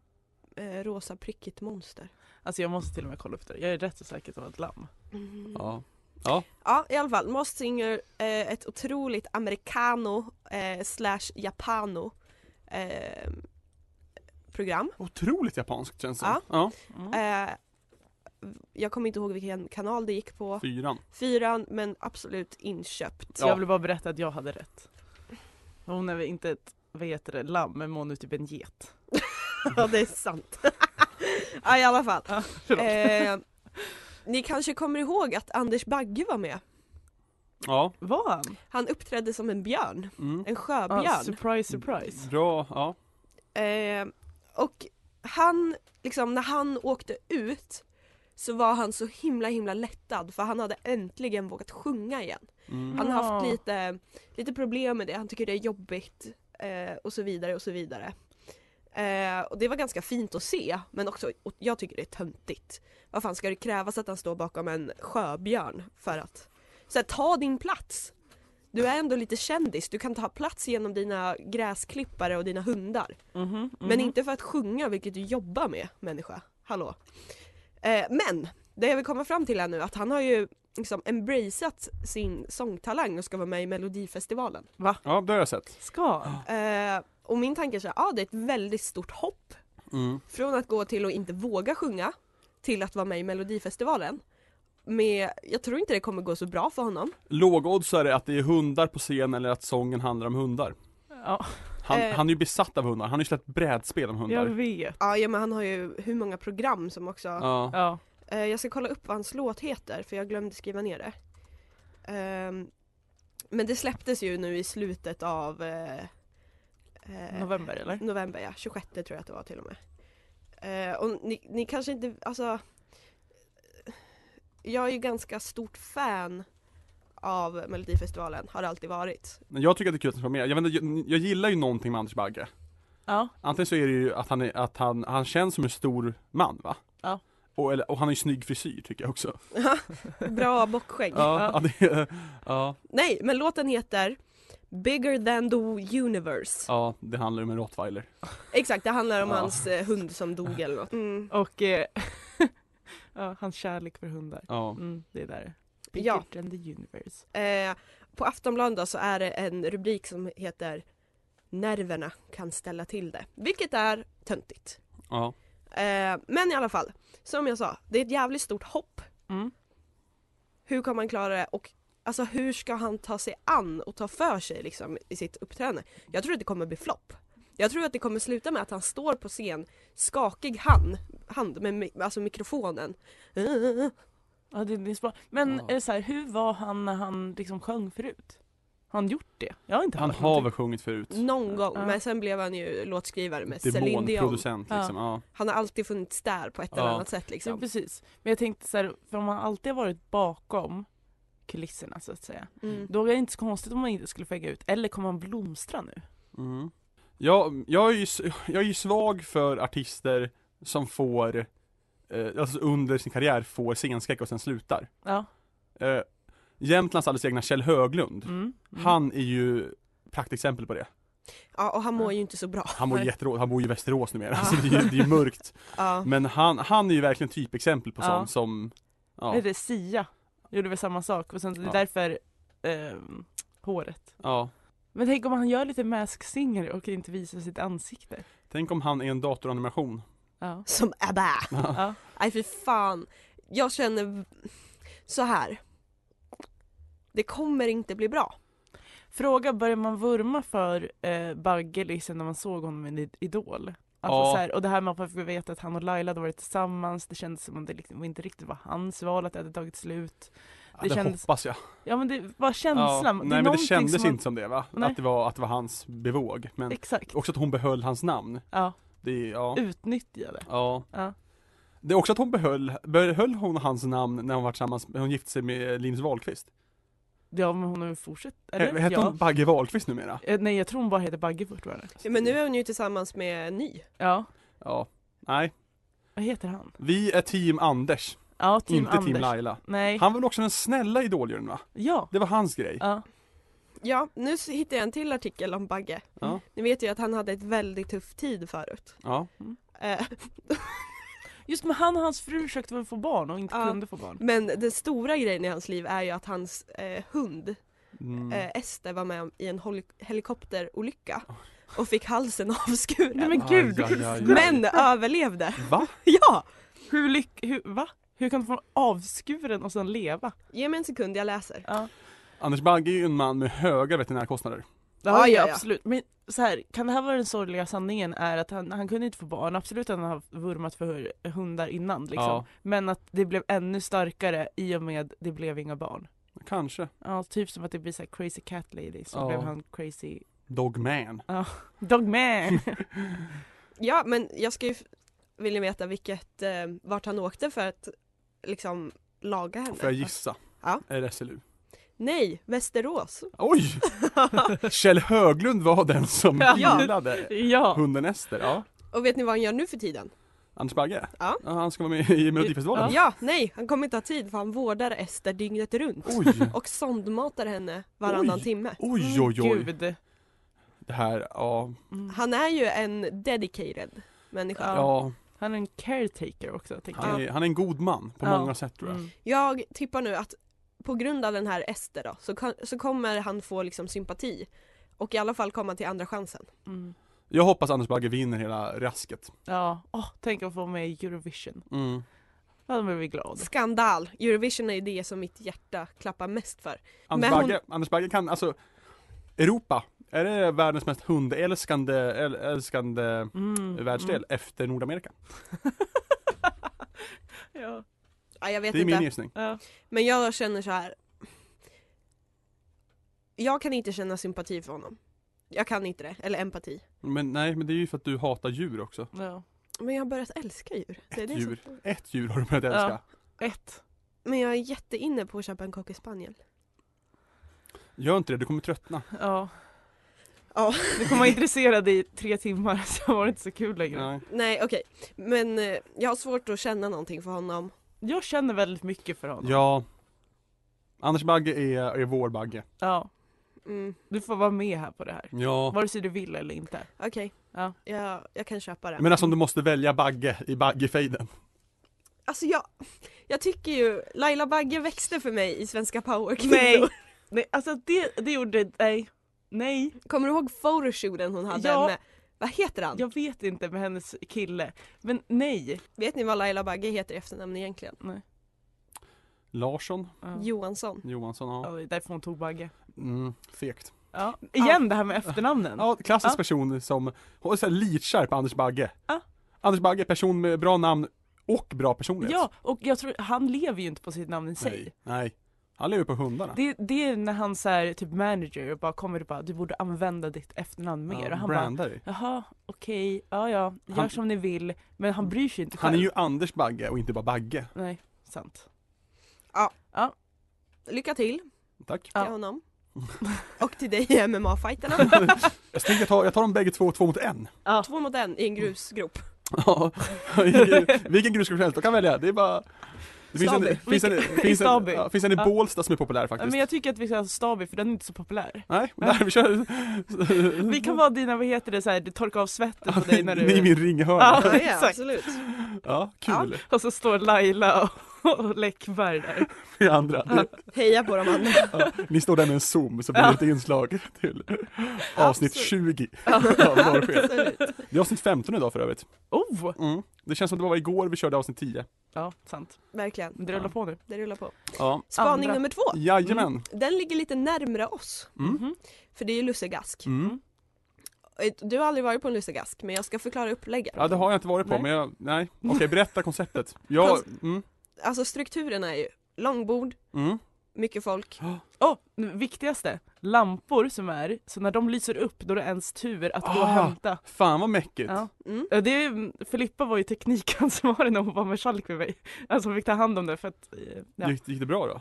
[SPEAKER 5] eh, rosa prickigt monster.
[SPEAKER 4] Alltså jag måste till och med kolla upp det. Jag är rätt så säker att hon var ett lamm.
[SPEAKER 5] Mm.
[SPEAKER 3] Ja.
[SPEAKER 5] Ja i alla fall, Masked Singer, eh, ett otroligt americano eh, slash japano eh, program.
[SPEAKER 3] Otroligt japanskt känns det
[SPEAKER 5] Ja.
[SPEAKER 3] ja.
[SPEAKER 4] Mm.
[SPEAKER 5] Eh, jag kommer inte ihåg vilken kanal det gick på.
[SPEAKER 3] Fyran.
[SPEAKER 5] Fyran men absolut inköpt.
[SPEAKER 4] Så jag vill bara berätta att jag hade rätt. Hon är väl inte ett, vad heter det, lamm, men hon är typ en get.
[SPEAKER 5] Ja det är sant. (laughs) ja i alla fall.
[SPEAKER 4] Förlåt.
[SPEAKER 5] Eh, ni kanske kommer ihåg att Anders Bagge var med.
[SPEAKER 3] Ja.
[SPEAKER 4] Var han?
[SPEAKER 5] Han uppträdde som en björn,
[SPEAKER 3] Mm.
[SPEAKER 5] en
[SPEAKER 4] Ah,
[SPEAKER 5] sjöbjörn.
[SPEAKER 4] surprise, surprise.
[SPEAKER 3] Bra, ja.
[SPEAKER 5] Eh, och han, liksom när han åkte ut så var han så himla himla lättad för han hade äntligen vågat sjunga igen.
[SPEAKER 3] Mm.
[SPEAKER 5] Han har haft
[SPEAKER 4] Ja.
[SPEAKER 5] lite, lite problem med det, han tycker det är jobbigt eh, och så vidare och så vidare. Eh, och det var ganska fint att se men också, och jag tycker det är töntigt. Vad fan ska det krävas att han står bakom en sjöbjörn för att så här, ta din plats! Du är ändå lite kändis, du kan ta plats genom dina gräsklippare och dina hundar.
[SPEAKER 4] Mhm, mhm.
[SPEAKER 5] Men inte för att sjunga, vilket du jobbar med människa. Hallå. Eh, men det jag vill komma fram till är nu att han har ju liksom embraceat sin sångtalang och ska vara med i Melodifestivalen.
[SPEAKER 3] Ja, det har jag sett.
[SPEAKER 4] Ska?
[SPEAKER 5] Eh, och min tanke är så här, ja det är ett väldigt stort hopp
[SPEAKER 3] Mm.
[SPEAKER 5] från att gå till att inte våga sjunga till att vara med i Melodifestivalen. Med, jag tror inte det kommer gå så bra för honom.
[SPEAKER 3] Lågoddsare att det är hundar på scen eller att sången handlar om (gasps) hundar.
[SPEAKER 4] Ja,
[SPEAKER 3] Han,
[SPEAKER 5] Eh.
[SPEAKER 3] han är ju besatt av hundar, han har ju släppt brädspel om
[SPEAKER 4] jag
[SPEAKER 3] hundar.
[SPEAKER 4] vet.
[SPEAKER 5] Ja, ja men han har ju hur många program som också
[SPEAKER 3] Ja.
[SPEAKER 4] Ja.
[SPEAKER 5] Eh, jag ska kolla upp vad hans låt heter för jag glömde skriva ner det. Ehm, men det släpptes ju nu i slutet av eh, eh,
[SPEAKER 4] November eller?
[SPEAKER 5] november, ja, 26 tror jag att det var till och med. Eh, och ni, ni kanske inte, alltså Jag är ju ganska stort fan av Melodifestivalen, har alltid varit. (laughs)
[SPEAKER 3] Men jag tycker att det är kul att han ska vara med. Jag, vet inte, jag, jag gillar ju någonting med Anders Bagge.
[SPEAKER 4] Ja.
[SPEAKER 3] Antingen så är det ju att han, är, att han, han känns som en stor man va?
[SPEAKER 4] Ja.
[SPEAKER 3] Och, eller, och han har ju snygg frisyr tycker jag också.
[SPEAKER 5] Bra bockskägg.
[SPEAKER 3] Ja, ja. det, ja.
[SPEAKER 5] Nej, men låten heter Bigger than the universe.
[SPEAKER 3] Ja, det handlar om en rottweiler.
[SPEAKER 5] Exakt, det handlar om
[SPEAKER 3] Ja.
[SPEAKER 5] hans eh, hund som dog eller något. Mm.
[SPEAKER 4] Och eh, (laughs) ja, hans kärlek för hundar.
[SPEAKER 3] Ja.
[SPEAKER 4] Mm, det är där. Bigger
[SPEAKER 5] Ja.
[SPEAKER 4] than the universe.
[SPEAKER 5] Eh, på Aftonbladet då så är det en rubrik som heter Nerverna kan ställa till det. Vilket är töntigt.
[SPEAKER 3] ja.
[SPEAKER 5] Eh, men i alla fall, som jag sa, det är ett jävligt stort hopp.
[SPEAKER 4] Mm.
[SPEAKER 5] Hur kommer han klara det och alltså, hur ska han ta sig an och ta för sig liksom, i sitt uppträdande? Jag tror att det kommer bli flopp. Jag tror att det kommer sluta med att han står på scen, skakig hand, hand med mi- alltså mikrofonen.
[SPEAKER 4] Ja, det, det är smart. Men
[SPEAKER 3] Ja.
[SPEAKER 4] är det så här, hur var han när han liksom sjöng förut? Har han gjort det? Jag har inte
[SPEAKER 3] Han
[SPEAKER 4] hört
[SPEAKER 3] har väl
[SPEAKER 4] någonting.
[SPEAKER 3] sjungit förut?
[SPEAKER 5] Någon gång,
[SPEAKER 4] Ja.
[SPEAKER 5] men sen blev han ju låtskrivare Mm. med Céline Dion.
[SPEAKER 3] Demonproducent liksom. Ja.
[SPEAKER 5] Han har alltid funnits där på ett eller
[SPEAKER 3] Ja.
[SPEAKER 5] annat sätt
[SPEAKER 4] Ja,
[SPEAKER 5] liksom.
[SPEAKER 4] precis. Men jag tänkte så här, för om han alltid har varit bakom kulisserna så att säga.
[SPEAKER 5] Mm.
[SPEAKER 4] Då är det inte så konstigt om han inte skulle fägga ut. Eller kommer han blomstra nu?
[SPEAKER 3] Mm. Jag, jag, är ju, s- jag är ju svag för artister som får, eh, alltså under sin karriär får scenskräck och sen slutar.
[SPEAKER 4] Ja.
[SPEAKER 3] Eh, Jämtlands alldeles egna Kjell Höglund,
[SPEAKER 4] Mm. Mm.
[SPEAKER 3] han är ju praktexempel på det.
[SPEAKER 5] Ja, och han mår ju inte så bra.
[SPEAKER 3] Han
[SPEAKER 5] (laughs)
[SPEAKER 3] mår
[SPEAKER 4] Nej.
[SPEAKER 3] jätterå, han bor ju i Västerås numera, så det är ju, det är ju
[SPEAKER 4] (laughs)
[SPEAKER 3] mörkt.
[SPEAKER 5] Ja.
[SPEAKER 3] Men han, han är ju verkligen typexempel på
[SPEAKER 4] Ja.
[SPEAKER 3] sånt som,
[SPEAKER 4] Är
[SPEAKER 3] ja,
[SPEAKER 4] det Sia? Gjorde väl samma sak. Och sen, det är
[SPEAKER 3] Ja.
[SPEAKER 4] därför ehm, håret.
[SPEAKER 3] ja.
[SPEAKER 4] Men tänk om han gör lite Mask Singer och inte visar sitt ansikte.
[SPEAKER 3] Tänk om han är en datoranimation.
[SPEAKER 4] Ja.
[SPEAKER 5] Som ABBA!
[SPEAKER 4] (laughs) ja.
[SPEAKER 5] Nej fy fan. Jag känner så här. Det kommer inte bli bra.
[SPEAKER 4] Fråga, börjar man vurma för eh, Bagge liksom när man såg honom i Idol? Alltså,
[SPEAKER 3] Ja.
[SPEAKER 4] så här, och det här med att man fick veta att han och Laila hade varit tillsammans, det kändes som om det liksom inte riktigt var hans val, att det hade tagit slut.
[SPEAKER 3] Ja,
[SPEAKER 4] Det
[SPEAKER 3] det
[SPEAKER 4] kändes-
[SPEAKER 3] hoppas jag.
[SPEAKER 4] Ja men det var känslan.
[SPEAKER 3] Ja. Nej
[SPEAKER 4] är
[SPEAKER 3] men det
[SPEAKER 4] någonting
[SPEAKER 3] kändes
[SPEAKER 4] som man-
[SPEAKER 3] inte som det va?
[SPEAKER 4] Nej.
[SPEAKER 3] Att det, var, att det var hans bevåg. Men
[SPEAKER 4] Exakt.
[SPEAKER 3] också att hon behöll hans namn.
[SPEAKER 4] Ja.
[SPEAKER 3] Det är, ja.
[SPEAKER 4] Utnyttjade.
[SPEAKER 3] Ja.
[SPEAKER 4] Ja.
[SPEAKER 3] Det är också att hon behöll, behöll hon hans namn när hon var tillsammans, när hon gifte sig med Linus Wahlqvist?
[SPEAKER 4] Ja men hon har ju fortsatt.
[SPEAKER 3] He-
[SPEAKER 4] Eller?
[SPEAKER 3] Hette
[SPEAKER 4] ja.
[SPEAKER 3] hon Bagge Wahlqvist numera?
[SPEAKER 4] Eh, Nej jag tror hon bara heter Bagge fortfarande.
[SPEAKER 5] Men nu är hon ju tillsammans med en ny.
[SPEAKER 4] Ja.
[SPEAKER 3] Ja. Nej.
[SPEAKER 4] Vad heter han?
[SPEAKER 3] Vi är team Anders,
[SPEAKER 4] Ja, Team
[SPEAKER 3] inte
[SPEAKER 4] Anders.
[SPEAKER 3] team Laila.
[SPEAKER 4] Nej.
[SPEAKER 3] Han var väl också den snälla idoljuren va?
[SPEAKER 4] Ja.
[SPEAKER 3] Det var hans grej.
[SPEAKER 4] Ja.
[SPEAKER 5] Ja, nu s- hittade jag en till artikel om Bagge.
[SPEAKER 3] Ja.
[SPEAKER 5] Ni vet ju att han hade ett väldigt tufft tid förut.
[SPEAKER 3] Ja.
[SPEAKER 5] Eh,
[SPEAKER 4] Just men han och hans fru försökte väl få barn och inte
[SPEAKER 5] Ja.
[SPEAKER 4] kunde få barn.
[SPEAKER 5] men den stora grejen i hans liv är ju att hans eh, hund
[SPEAKER 3] Mm.
[SPEAKER 5] eh, Ester var med om- i en holi- helikopterolycka och fick halsen (laughs) avskuren.
[SPEAKER 4] Nej men
[SPEAKER 3] Aj,
[SPEAKER 4] gud!
[SPEAKER 3] aj, aj, aj.
[SPEAKER 5] Men överlevde! (laughs)
[SPEAKER 3] Va?
[SPEAKER 5] Ja!
[SPEAKER 4] Hur lyck... Hur, va? Hur kan du få en avskuren och sen leva?
[SPEAKER 5] Ge mig en sekund, jag läser.
[SPEAKER 4] Ja.
[SPEAKER 3] Anders Bagge är ju en man med höga veterinärkostnader.
[SPEAKER 5] Ja, ja, ja.
[SPEAKER 4] absolut. Men så här, kan det här vara den sorgliga sanningen är att han, han kunde inte få barn, absolut att han har vurmat för hundar innan liksom.
[SPEAKER 3] Ja.
[SPEAKER 4] Men att det blev ännu starkare i och med det blev inga barn.
[SPEAKER 3] Kanske.
[SPEAKER 4] Ja, typ som att det blir så här crazy cat lady så
[SPEAKER 3] Ja.
[SPEAKER 4] blev han crazy
[SPEAKER 3] Dogman.
[SPEAKER 4] dogman.
[SPEAKER 5] Ja, men jag skulle ju f- vilja veta vilket, eh, vart han åkte för att liksom laga henne.
[SPEAKER 3] Får jag gissa?
[SPEAKER 5] Ja.
[SPEAKER 3] RSLU.
[SPEAKER 5] Nej, Västerås.
[SPEAKER 4] (laughs)
[SPEAKER 3] Oj! Kjell Höglund var den som
[SPEAKER 4] Ja.
[SPEAKER 3] gillade
[SPEAKER 4] (laughs) ja.
[SPEAKER 3] hunden Ester. Ja.
[SPEAKER 5] Och vet ni vad han gör nu för tiden?
[SPEAKER 3] Anders Bagge?
[SPEAKER 5] Ja.
[SPEAKER 3] Han ska vara med i Melodifestivalen?
[SPEAKER 5] Ja, nej, han kommer inte ha tid för han vårdar Ester dygnet runt.
[SPEAKER 3] Oj!
[SPEAKER 5] Och sondmatar henne varannan
[SPEAKER 3] Oj.
[SPEAKER 5] timme.
[SPEAKER 3] Oj oj oj!
[SPEAKER 4] Gud.
[SPEAKER 3] Det här, ja,
[SPEAKER 5] Han är ju en dedicated människa.
[SPEAKER 4] Ja.
[SPEAKER 3] ja
[SPEAKER 4] Han är en caretaker också tänker jag.
[SPEAKER 3] han, är, han är en god man på
[SPEAKER 4] Ja.
[SPEAKER 3] många sätt tror jag.
[SPEAKER 4] Mm.
[SPEAKER 5] Jag tippar nu att på grund av den här Ester då, så, kan, så kommer han få liksom sympati. Och i alla fall komma till andra chansen.
[SPEAKER 4] Mm.
[SPEAKER 3] Jag hoppas Anders Bagge vinner hela rasket.
[SPEAKER 4] Ja, åh, tänk att få med i Eurovision.
[SPEAKER 3] Mm.
[SPEAKER 4] Ja, då blir vi glada.
[SPEAKER 5] Skandal! Eurovision är ju det som mitt hjärta klappar mest för.
[SPEAKER 3] Anders,
[SPEAKER 5] Men hon-
[SPEAKER 3] Bagge, Anders Bagge kan, alltså Europa, är det världens mest hundälskande äl, älskande
[SPEAKER 4] Mm.
[SPEAKER 3] världsdel
[SPEAKER 4] Mm.
[SPEAKER 3] efter Nordamerika?
[SPEAKER 4] (laughs) Ja.
[SPEAKER 5] Ja, jag vet
[SPEAKER 3] Det är
[SPEAKER 5] inte.
[SPEAKER 3] min gissning.
[SPEAKER 4] Ja.
[SPEAKER 5] Men jag känner så här. Jag kan inte känna sympati för honom. Jag kan inte det, eller empati.
[SPEAKER 3] Men nej, men det är ju för att du hatar djur också.
[SPEAKER 4] Ja.
[SPEAKER 5] Men jag har börjat älska djur. Det är det som-
[SPEAKER 3] Djur. Ett djur har du börjat älska.
[SPEAKER 4] Ett.
[SPEAKER 5] Men jag är jätteinne på att köpa en cocker spaniel.
[SPEAKER 3] Gör inte det, du kommer tröttna.
[SPEAKER 4] Ja.
[SPEAKER 5] Ja.
[SPEAKER 4] Du kommer vara intresserad i tre timmar (laughs) så var det inte så kul längre.
[SPEAKER 3] Nej.
[SPEAKER 5] Nej okej, men eh, jag har svårt att känna någonting för honom.
[SPEAKER 4] Jag känner väldigt mycket för honom.
[SPEAKER 3] Ja. Anders Bagge är, är vår Bagge.
[SPEAKER 4] Ja.
[SPEAKER 5] Mm.
[SPEAKER 4] Du får vare med här på det här.
[SPEAKER 3] Ja.
[SPEAKER 4] Vare sig du vill eller inte.
[SPEAKER 5] Okej,
[SPEAKER 4] Ja.
[SPEAKER 5] jag, jag kan köpa det.
[SPEAKER 3] Men alltså om du måste välja Bagge i Baggefejden.
[SPEAKER 5] Alltså jag, jag tycker ju Laila Bagge växte för mig i Svenska powerkvinnor.
[SPEAKER 4] Nej. Nej, alltså det, det gjorde, nej. Nej,
[SPEAKER 5] (laughs) Kommer du ihåg photoshooten hon hade
[SPEAKER 4] Ja.
[SPEAKER 5] med, vad heter han?
[SPEAKER 4] jag vet inte med hennes kille. Men nej.
[SPEAKER 5] Vet ni vad Laila Bagge heter i efternamn egentligen?
[SPEAKER 3] Larsson?
[SPEAKER 4] Ja.
[SPEAKER 5] Johansson.
[SPEAKER 3] Johansson,
[SPEAKER 4] Ja,
[SPEAKER 3] ja.
[SPEAKER 4] det är därför hon tog Bagge.
[SPEAKER 3] Mm, fegt.
[SPEAKER 4] Ja. Igen det här med efternamnen.
[SPEAKER 3] Ja, klassisk
[SPEAKER 4] Ja.
[SPEAKER 3] person som, hon är såhär litkär på Anders Bagge.
[SPEAKER 4] Ja.
[SPEAKER 3] Anders Bagge, person med bra namn och bra personlighet.
[SPEAKER 4] Ja, och jag tror, han lever ju inte på sitt namn i sig.
[SPEAKER 3] Nej. Nej. Han lever på hundarna.
[SPEAKER 4] Det, det är när han så här, typ manager och bara kommer och bara du borde använda ditt efternamn mer och han bara
[SPEAKER 3] brandar dig.
[SPEAKER 4] jaha okej, ja ja, gör
[SPEAKER 3] Han-
[SPEAKER 4] som ni vill men han bryr sig inte själv.
[SPEAKER 3] Han är ju Anders Bagge och inte bara Bagge.
[SPEAKER 4] Nej, sant.
[SPEAKER 5] Lycka till till
[SPEAKER 3] Tack.
[SPEAKER 4] Ja.
[SPEAKER 5] honom.
[SPEAKER 4] (laughs)
[SPEAKER 5] Och till dig i MMA-fighterna.
[SPEAKER 3] (laughs) Jag, tänker ta, jag tar dem bägge två, två mot en.
[SPEAKER 5] Två mot en i en grusgrop.
[SPEAKER 3] Ja. (laughs) Vilken- Vilken grus som helst, de kan välja. Det är bara... Det finns en,
[SPEAKER 4] Staby.
[SPEAKER 3] finns en,
[SPEAKER 4] Vilken-
[SPEAKER 3] finns en,
[SPEAKER 4] Staby.
[SPEAKER 3] ja, finns en i
[SPEAKER 4] Ja.
[SPEAKER 3] Bålsta som är populär
[SPEAKER 4] Ja,
[SPEAKER 3] faktiskt.
[SPEAKER 4] men jag tycker att vi ska ha Staby för den är inte så populär.
[SPEAKER 3] Nej, där, vi kör. Mm.
[SPEAKER 4] Vi kan vara dina, vad heter det, så här, du torkar av svetten på
[SPEAKER 3] (laughs)
[SPEAKER 4] dig när du...
[SPEAKER 3] Ni är min ringhörna.
[SPEAKER 4] Ja,
[SPEAKER 3] Ja,
[SPEAKER 5] Ja, ja
[SPEAKER 4] exakt.
[SPEAKER 5] absolut.
[SPEAKER 3] kul.
[SPEAKER 4] (laughs) Och så står Laila och, och Läckberg där.
[SPEAKER 3] Ni andra. Ni,
[SPEAKER 5] Heja på
[SPEAKER 4] (laughs)
[SPEAKER 5] dem andra.
[SPEAKER 3] (laughs) ja, ni står där med en zoom så blir det ett inslag till avsnitt
[SPEAKER 5] Absolut.
[SPEAKER 3] 20 av Norrsken.
[SPEAKER 5] Absolut.
[SPEAKER 3] Det är avsnitt 15 idag för övrigt.
[SPEAKER 4] Oh!
[SPEAKER 3] Mm. Det känns som det var igår vi körde avsnitt 10.
[SPEAKER 4] Ja, sant.
[SPEAKER 5] Verkligen.
[SPEAKER 4] Men Det rullar på nu.
[SPEAKER 5] Det rullar på.
[SPEAKER 3] Ja.
[SPEAKER 5] Spaning
[SPEAKER 4] Andra.
[SPEAKER 5] nummer två.
[SPEAKER 3] Jajamän.
[SPEAKER 5] Den ligger lite närmre oss.
[SPEAKER 3] Mm.
[SPEAKER 4] Mhm.
[SPEAKER 5] För det är ju lussegask.
[SPEAKER 3] Mm.
[SPEAKER 5] Du har aldrig varit på en lussegask men jag ska förklara upplägget.
[SPEAKER 3] Ja det har jag inte varit på
[SPEAKER 4] Nej.
[SPEAKER 3] men jag, nej. Okej berätta konceptet. Jag, mm,
[SPEAKER 5] Alltså strukturen är ju långbord,
[SPEAKER 3] mm.
[SPEAKER 5] mycket folk.
[SPEAKER 4] Åh, nu, viktigaste! Lampor som är, så när de lyser upp då är det ens tur att gå
[SPEAKER 3] Ah.
[SPEAKER 4] och hämta.
[SPEAKER 3] Fan vad mäckigt.
[SPEAKER 4] Ja.
[SPEAKER 5] Mm.
[SPEAKER 4] Ja, Det, Filippa var ju teknikansvarig när hon var med Schalk med mig. Alltså hon fick ta hand om det för att... eh, Ja.
[SPEAKER 3] Gick, gick det bra då?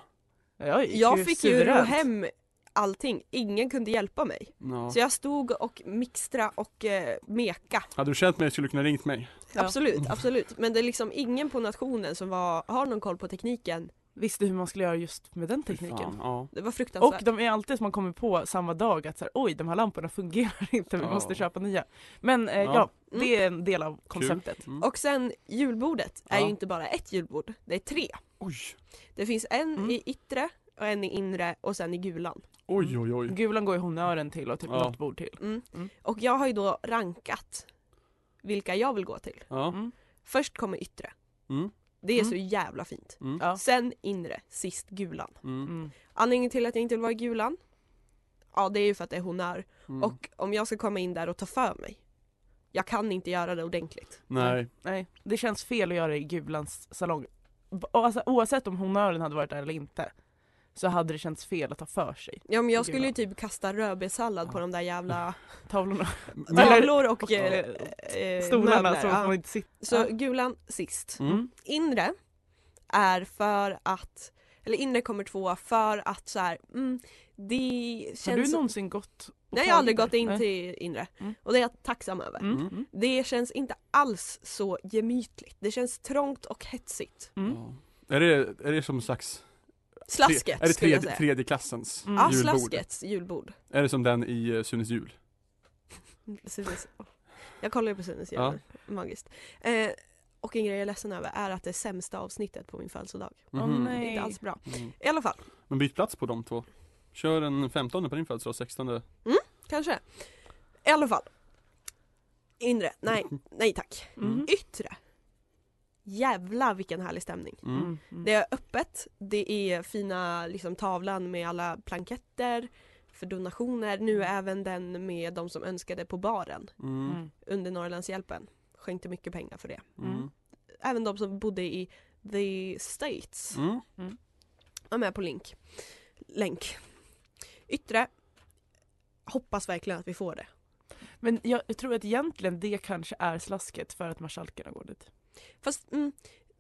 [SPEAKER 4] Jag, gick
[SPEAKER 5] Jag fick ju ro
[SPEAKER 4] suveränt.
[SPEAKER 5] hem allting, ingen kunde hjälpa mig.
[SPEAKER 3] Ja.
[SPEAKER 5] Så jag stod och mixtra och eh, meka.
[SPEAKER 3] Hade du känt mig skulle du kunna ringt mig.
[SPEAKER 4] Ja. (laughs)
[SPEAKER 5] Absolut, absolut. Men det är liksom ingen på nationen som var, har någon koll på tekniken.
[SPEAKER 4] Visste hur man skulle göra just med den
[SPEAKER 3] Fy
[SPEAKER 4] tekniken. Alltså-
[SPEAKER 3] Fan, ja.
[SPEAKER 5] Det var
[SPEAKER 4] Och
[SPEAKER 5] fruktansvärt.
[SPEAKER 4] de är alltid som man kommer på samma dag att så här, oj de här lamporna fungerar (laughs) inte, vi
[SPEAKER 3] Ja.
[SPEAKER 4] måste köpa nya. Men eh,
[SPEAKER 3] Ja.
[SPEAKER 4] ja. det är en del av konceptet.
[SPEAKER 3] Mm.
[SPEAKER 5] Och, sen julbordet är
[SPEAKER 3] Ja.
[SPEAKER 5] ju inte bara ett julbord, det är tre.
[SPEAKER 3] Oj.
[SPEAKER 5] Det finns en
[SPEAKER 4] Mm.
[SPEAKER 5] i yttre och en i inre och sen i gulan.
[SPEAKER 3] Oj oj oj.
[SPEAKER 4] Gulan går ju honören till och typ
[SPEAKER 3] Ja.
[SPEAKER 4] något bord till.
[SPEAKER 5] Mm.
[SPEAKER 4] Mm.
[SPEAKER 5] Och jag har ju då rankat vilka jag vill gå till.
[SPEAKER 3] Ja.
[SPEAKER 4] Mm.
[SPEAKER 5] Först kommer yttre.
[SPEAKER 3] Mm.
[SPEAKER 5] Det är
[SPEAKER 4] Mm.
[SPEAKER 5] så jävla fint.
[SPEAKER 3] Mm.
[SPEAKER 4] Ja.
[SPEAKER 5] Sen inre, sist gulan.
[SPEAKER 3] Mm.
[SPEAKER 4] Mm.
[SPEAKER 5] Anledningen till att jag inte vill vara i gulan? Ja det är ju för att det är honör.
[SPEAKER 3] Mm.
[SPEAKER 5] Och om jag ska komma in där och ta för mig. Jag kan inte göra det ordentligt.
[SPEAKER 3] Nej.
[SPEAKER 4] Nej, det känns fel att göra det i Gulans salong. B- och Alltså, oavsett om honören hade varit där eller inte så hade det känts fel att ta för sig
[SPEAKER 5] Ja men jag skulle ju
[SPEAKER 4] Gulan.
[SPEAKER 5] typ kasta rödbetssallad på
[SPEAKER 4] Ja.
[SPEAKER 5] de där jävla
[SPEAKER 4] tavlorna.
[SPEAKER 3] Men,
[SPEAKER 5] (laughs) tavlor och,
[SPEAKER 4] och, (laughs)
[SPEAKER 5] eh, eh,
[SPEAKER 4] Stolarna
[SPEAKER 5] möbler,
[SPEAKER 4] så
[SPEAKER 5] ja.
[SPEAKER 4] att man inte sitter.
[SPEAKER 5] Så gulan sist.
[SPEAKER 3] mm.
[SPEAKER 5] Inre är för att, eller inre kommer tvåa för att så här, mm, det
[SPEAKER 4] Har du
[SPEAKER 5] känns...
[SPEAKER 4] någonsin gått? och
[SPEAKER 5] Nej jag
[SPEAKER 4] tagit
[SPEAKER 5] har aldrig
[SPEAKER 4] där?
[SPEAKER 5] gått in
[SPEAKER 4] Nej.
[SPEAKER 5] till inre.
[SPEAKER 4] Mm.
[SPEAKER 5] Och det är jag tacksam över.
[SPEAKER 4] Mm.
[SPEAKER 3] Mm.
[SPEAKER 4] Mm.
[SPEAKER 5] Det känns inte alls så gemytligt. Det känns trångt och hetsigt.
[SPEAKER 4] Mm.
[SPEAKER 3] Ja. Är det, är det som slags
[SPEAKER 5] Slasket
[SPEAKER 3] Är det
[SPEAKER 5] skulle jag
[SPEAKER 3] tredje,
[SPEAKER 5] säga.
[SPEAKER 3] tredje klassens
[SPEAKER 4] Mm.
[SPEAKER 5] ja,
[SPEAKER 3] julbord?
[SPEAKER 5] slaskets julbord.
[SPEAKER 3] Är det som den i eh, Sunes jul?
[SPEAKER 5] Precis. Jag kollar ju på Sunes
[SPEAKER 3] Ja.
[SPEAKER 5] ja. magiskt. Eh, och en grej jag är ledsen över är att det är sämsta avsnittet på min födelsedag.
[SPEAKER 4] Åh,
[SPEAKER 3] Mhm.
[SPEAKER 5] Det är
[SPEAKER 4] nej.
[SPEAKER 5] Inte alls bra.
[SPEAKER 3] Mm.
[SPEAKER 5] I alla fall,
[SPEAKER 3] Men byt plats på de två. Kör den 15 på din födelsedag, 16
[SPEAKER 5] kanske. I alla fall. Inre,
[SPEAKER 3] (laughs)
[SPEAKER 5] nej, nej tack.
[SPEAKER 4] Mm.
[SPEAKER 5] Yttre. Jävla vilken härlig stämning.
[SPEAKER 3] mm.
[SPEAKER 4] Mm.
[SPEAKER 5] Det är öppet, det är fina liksom, tavlan med alla blanketter för donationer. Nu är även den med de som önskade på baren
[SPEAKER 3] Mm.
[SPEAKER 4] Mm.
[SPEAKER 5] under Norrlandshjälpen. Skänkte mycket pengar för det.
[SPEAKER 3] Mm.
[SPEAKER 5] Även de som bodde i the States
[SPEAKER 3] Mm.
[SPEAKER 5] var med på link. länk. Yttre. Hoppas verkligen att vi får det.
[SPEAKER 4] Men jag tror att egentligen det kanske är slasket för att marskalkerna går dit.
[SPEAKER 5] Fast mm,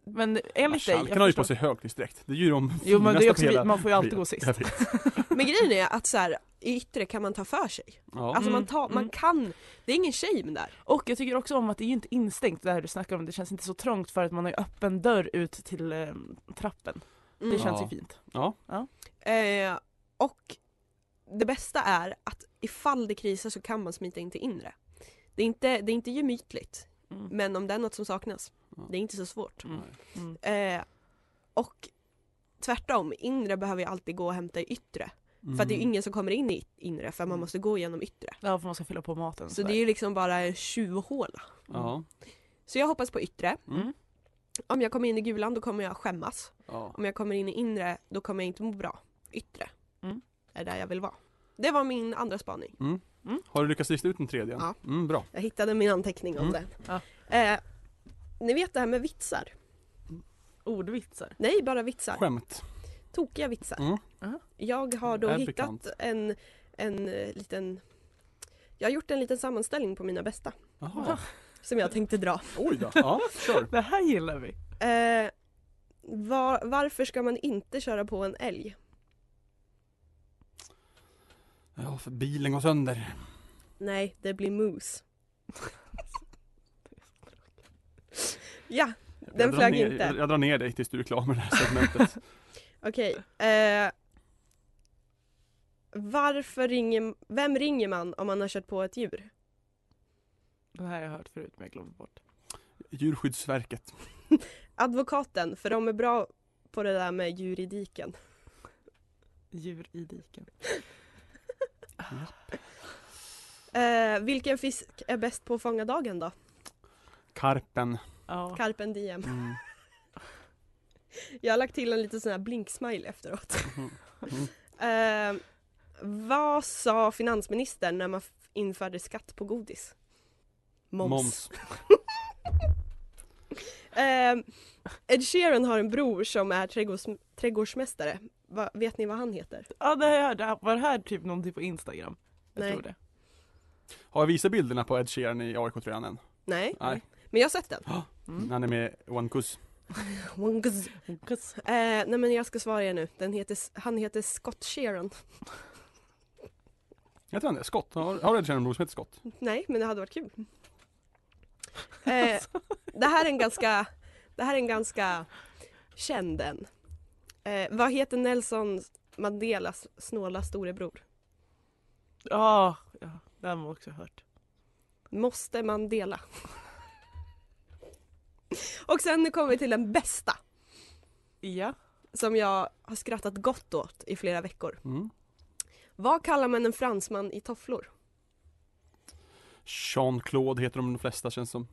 [SPEAKER 4] Men enligt dig,
[SPEAKER 3] Marskalken har ju på sig högkvistdräkt. Det är ju de
[SPEAKER 4] (laughs) Jo men det är
[SPEAKER 3] finaste
[SPEAKER 4] också,
[SPEAKER 3] på hela-
[SPEAKER 4] vi- man får ju alltid gå
[SPEAKER 3] Jag
[SPEAKER 4] sist.
[SPEAKER 3] vet.
[SPEAKER 5] men grejen är att så här, i yttre kan man ta för sig.
[SPEAKER 3] Ja.
[SPEAKER 5] Alltså man,
[SPEAKER 4] Mm,
[SPEAKER 5] tar, man
[SPEAKER 4] mm.
[SPEAKER 5] kan, det är ingen shame där.
[SPEAKER 4] Och jag tycker också om att det är ju inte instängt det här du snackar om, det känns inte så trångt för att man har ju öppen dörr ut till eh, trappen.
[SPEAKER 5] Mm.
[SPEAKER 4] Det känns
[SPEAKER 3] Ja.
[SPEAKER 4] ju fint.
[SPEAKER 5] Eh, och det bästa är att ifall det krisar så kan man smita in till inre. Det är inte, det är inte gemytligt,
[SPEAKER 4] Mm.
[SPEAKER 5] men om det är något som saknas,
[SPEAKER 3] Ja.
[SPEAKER 5] det är inte så svårt.
[SPEAKER 4] Mm. Mm.
[SPEAKER 5] Eh, och tvärtom, inre behöver ju alltid gå och hämta i yttre. För att
[SPEAKER 3] Mm.
[SPEAKER 5] det är ju ingen som kommer in i inre för man måste gå igenom yttre.
[SPEAKER 4] Ja, för man ska fylla på maten.
[SPEAKER 5] Så
[SPEAKER 4] sådär.
[SPEAKER 5] det är ju liksom bara en tjuvhåla.
[SPEAKER 3] Ja.
[SPEAKER 5] Så jag hoppas på yttre.
[SPEAKER 4] Mm.
[SPEAKER 5] Om jag kommer in i gulan då kommer jag skämmas.
[SPEAKER 3] ja.
[SPEAKER 5] Om jag kommer in i inre då kommer jag inte må bra. Yttre
[SPEAKER 4] Mm.
[SPEAKER 5] är där jag vill vara. Det var min andra spaning.
[SPEAKER 3] Har du lyckats lista ut den tredje?
[SPEAKER 5] Ja.
[SPEAKER 3] Mm, bra.
[SPEAKER 5] Jag hittade min anteckning om
[SPEAKER 3] Mm.
[SPEAKER 5] det. Eh, ni vet det här med vitsar?
[SPEAKER 4] Ordvitsar.
[SPEAKER 5] Nej, bara vitsar.
[SPEAKER 3] Skämt.
[SPEAKER 5] Tokiga vitsar.
[SPEAKER 3] Mm.
[SPEAKER 4] Aha.
[SPEAKER 5] Jag har då
[SPEAKER 3] Är
[SPEAKER 5] hittat
[SPEAKER 3] bekant.
[SPEAKER 5] en, en eh, liten... Jag har gjort en liten sammanställning på mina bästa.
[SPEAKER 3] Jaha.
[SPEAKER 5] Som jag tänkte dra.
[SPEAKER 3] Oj då. Ja,
[SPEAKER 5] (laughs)
[SPEAKER 3] kör.
[SPEAKER 4] Det här gillar vi.
[SPEAKER 5] Eh, var, varför ska man inte köra på en älg?
[SPEAKER 3] Ja, för bilen går sönder.
[SPEAKER 5] Nej, det
[SPEAKER 3] (laughs)
[SPEAKER 5] blir mus. ja,
[SPEAKER 3] Jag
[SPEAKER 5] Den
[SPEAKER 3] drar
[SPEAKER 5] flög
[SPEAKER 3] ner,
[SPEAKER 5] inte.
[SPEAKER 3] Jag, jag drar ner dig tills du är klar med det här segmentet.
[SPEAKER 5] okej. Eh, varför ringer, vem ringer man om man har kört på ett djur?
[SPEAKER 4] Det här har jag hört förut men jag glömde bort.
[SPEAKER 3] Djurskyddsverket.
[SPEAKER 5] Advokaten, för de är bra på det där med juridiken.
[SPEAKER 4] Djur i diken.
[SPEAKER 5] Eh, vilken fisk är bäst på att fånga dagen då?
[SPEAKER 3] Karpen.
[SPEAKER 4] Ja.
[SPEAKER 5] Carpen diem.
[SPEAKER 3] Mm.
[SPEAKER 5] Jag har lagt till en liten sån här blinksmile efteråt.
[SPEAKER 3] Mhm. Mm.
[SPEAKER 5] Eh, vad sa finansministern när man f- införde skatt på godis? Moms. Eh, Ed Sheeran har en bror som är trädgårds, trädgårdsmästare. Va, vet ni vad han heter?
[SPEAKER 4] ja det här, det här, var det här typ någonting på Instagram? Jag
[SPEAKER 5] Nej.
[SPEAKER 4] tror det.
[SPEAKER 3] Har jag visat bilderna på Ed Sheeran i AIK-tröjan än?
[SPEAKER 5] Nej,
[SPEAKER 3] Nej.
[SPEAKER 5] men jag har sett den.
[SPEAKER 4] Mm.
[SPEAKER 3] Han är med i One Kus.
[SPEAKER 5] Wongus.
[SPEAKER 4] Kuss.
[SPEAKER 5] Eh, nej men jag ska svara er nu. Den heter, han heter Scott Sheeran.
[SPEAKER 3] Heter han det? Scott? Har, har Ed Sheeran en bror som heter Scott?
[SPEAKER 5] Nej, men det hade varit kul. Eh, det här är en ganska, det här är en ganska känd en. Eh, vad heter Nelson Mandelas snåla storebror?
[SPEAKER 4] Ja, ja, det har man också hört.
[SPEAKER 5] Måste man dela? Och sen nu kommer vi till den bästa
[SPEAKER 4] Ja.
[SPEAKER 5] som jag har skrattat gott åt i flera veckor.
[SPEAKER 3] Mm.
[SPEAKER 5] Vad kallar man en fransman i tofflor?
[SPEAKER 3] Jean-Claude heter de flesta känns som.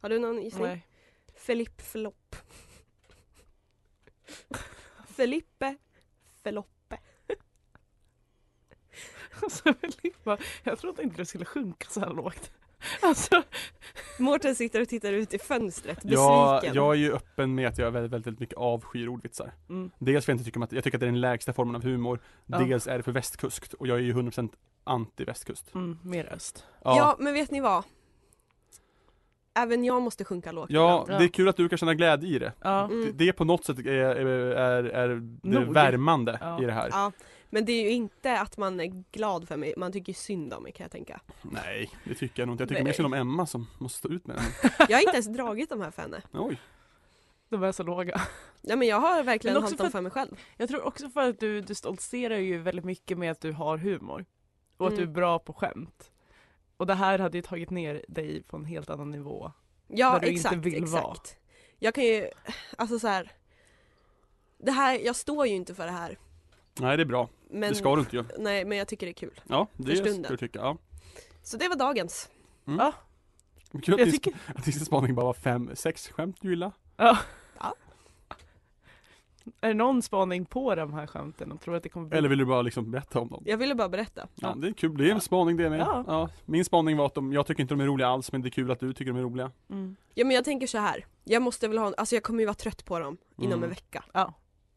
[SPEAKER 5] Har du någon gissning?
[SPEAKER 4] Nej.
[SPEAKER 5] Felipp Flopp. Felippe Feloppe.
[SPEAKER 4] (laughs) Alltså, Filippa, jag trodde inte det skulle sjunka så här lågt. (laughs) Alltså,
[SPEAKER 5] Mårten sitter och tittar ut i fönstret, besviken.
[SPEAKER 3] Jag, jag är ju öppen med att jag väldigt, väldigt mycket avskyr ordvitsar.
[SPEAKER 4] mm,
[SPEAKER 3] Dels för att jag inte tycker om att, jag tycker att det är den lägsta formen av humor.
[SPEAKER 4] Ja.
[SPEAKER 3] Dels är det för västkust och jag är ju 100% anti västkust.
[SPEAKER 4] mm, mer öst.
[SPEAKER 5] Ja. men vet ni vad? Även jag måste sjunka lågt.
[SPEAKER 3] Ja,
[SPEAKER 4] Ja.
[SPEAKER 3] det är kul att du kan känna glädje i det.
[SPEAKER 4] Ja. (laughs)
[SPEAKER 5] Mm.
[SPEAKER 3] Det- Det är på något sätt är, är, är det
[SPEAKER 4] Nog.
[SPEAKER 3] värmande
[SPEAKER 4] Ja.
[SPEAKER 3] i det här.
[SPEAKER 5] Ja, men det är ju inte att man är glad för mig, man tycker ju synd om mig kan jag tänka.
[SPEAKER 3] Nej, det tycker jag nog inte. Jag tycker
[SPEAKER 5] Nej.
[SPEAKER 3] mer synd om Emma som måste stå ut med den.
[SPEAKER 5] Jag har inte ens dragit de här för henne.
[SPEAKER 3] Oj.
[SPEAKER 4] De är så låga.
[SPEAKER 5] Ja, men jag har verkligen
[SPEAKER 4] Men också
[SPEAKER 5] hållit dem
[SPEAKER 4] för-
[SPEAKER 5] för mig själv.
[SPEAKER 4] Jag tror också för att du, du stoltserar ju väldigt mycket med att du har humor. Och att du
[SPEAKER 5] Mm.
[SPEAKER 4] är bra på skämt. Och det här hade ju tagit ner dig på en helt annan nivå.
[SPEAKER 5] Ja,
[SPEAKER 4] Där du inte
[SPEAKER 5] exakt,
[SPEAKER 4] vill
[SPEAKER 5] exakt.
[SPEAKER 4] vara.
[SPEAKER 5] Jag kan ju, alltså så här. Det här, jag står ju inte för det här.
[SPEAKER 3] Nej, det är bra.
[SPEAKER 5] Men,
[SPEAKER 3] Det ska du inte göra.
[SPEAKER 5] Nej, men jag tycker det är kul.
[SPEAKER 3] Ja,
[SPEAKER 5] För
[SPEAKER 3] det ska
[SPEAKER 5] stunden.
[SPEAKER 3] du tycka. Ja.
[SPEAKER 5] Så det var dagens.
[SPEAKER 3] Men Kul att,
[SPEAKER 4] Jag
[SPEAKER 3] din,
[SPEAKER 4] tycker...
[SPEAKER 3] att din spaning bara var fem, sex skämt du gillar.
[SPEAKER 4] Ja.
[SPEAKER 5] Ja.
[SPEAKER 4] Är det någon spaning på de här skämten? Och tror att det kommer bli...
[SPEAKER 3] Eller vill du bara liksom berätta om dem?
[SPEAKER 5] Jag ville bara berätta.
[SPEAKER 3] Ja, det är kul. Det är en spaning det med.
[SPEAKER 4] Ja.
[SPEAKER 3] Ja. Min spaning var att de, jag tycker inte de är roliga alls, men det är kul att du tycker de är roliga.
[SPEAKER 4] Mm.
[SPEAKER 5] Ja, men jag tänker så här. Jag måste väl ha, alltså jag kommer ju vara trött på dem inom
[SPEAKER 3] Mm.
[SPEAKER 5] en vecka.
[SPEAKER 4] Ja.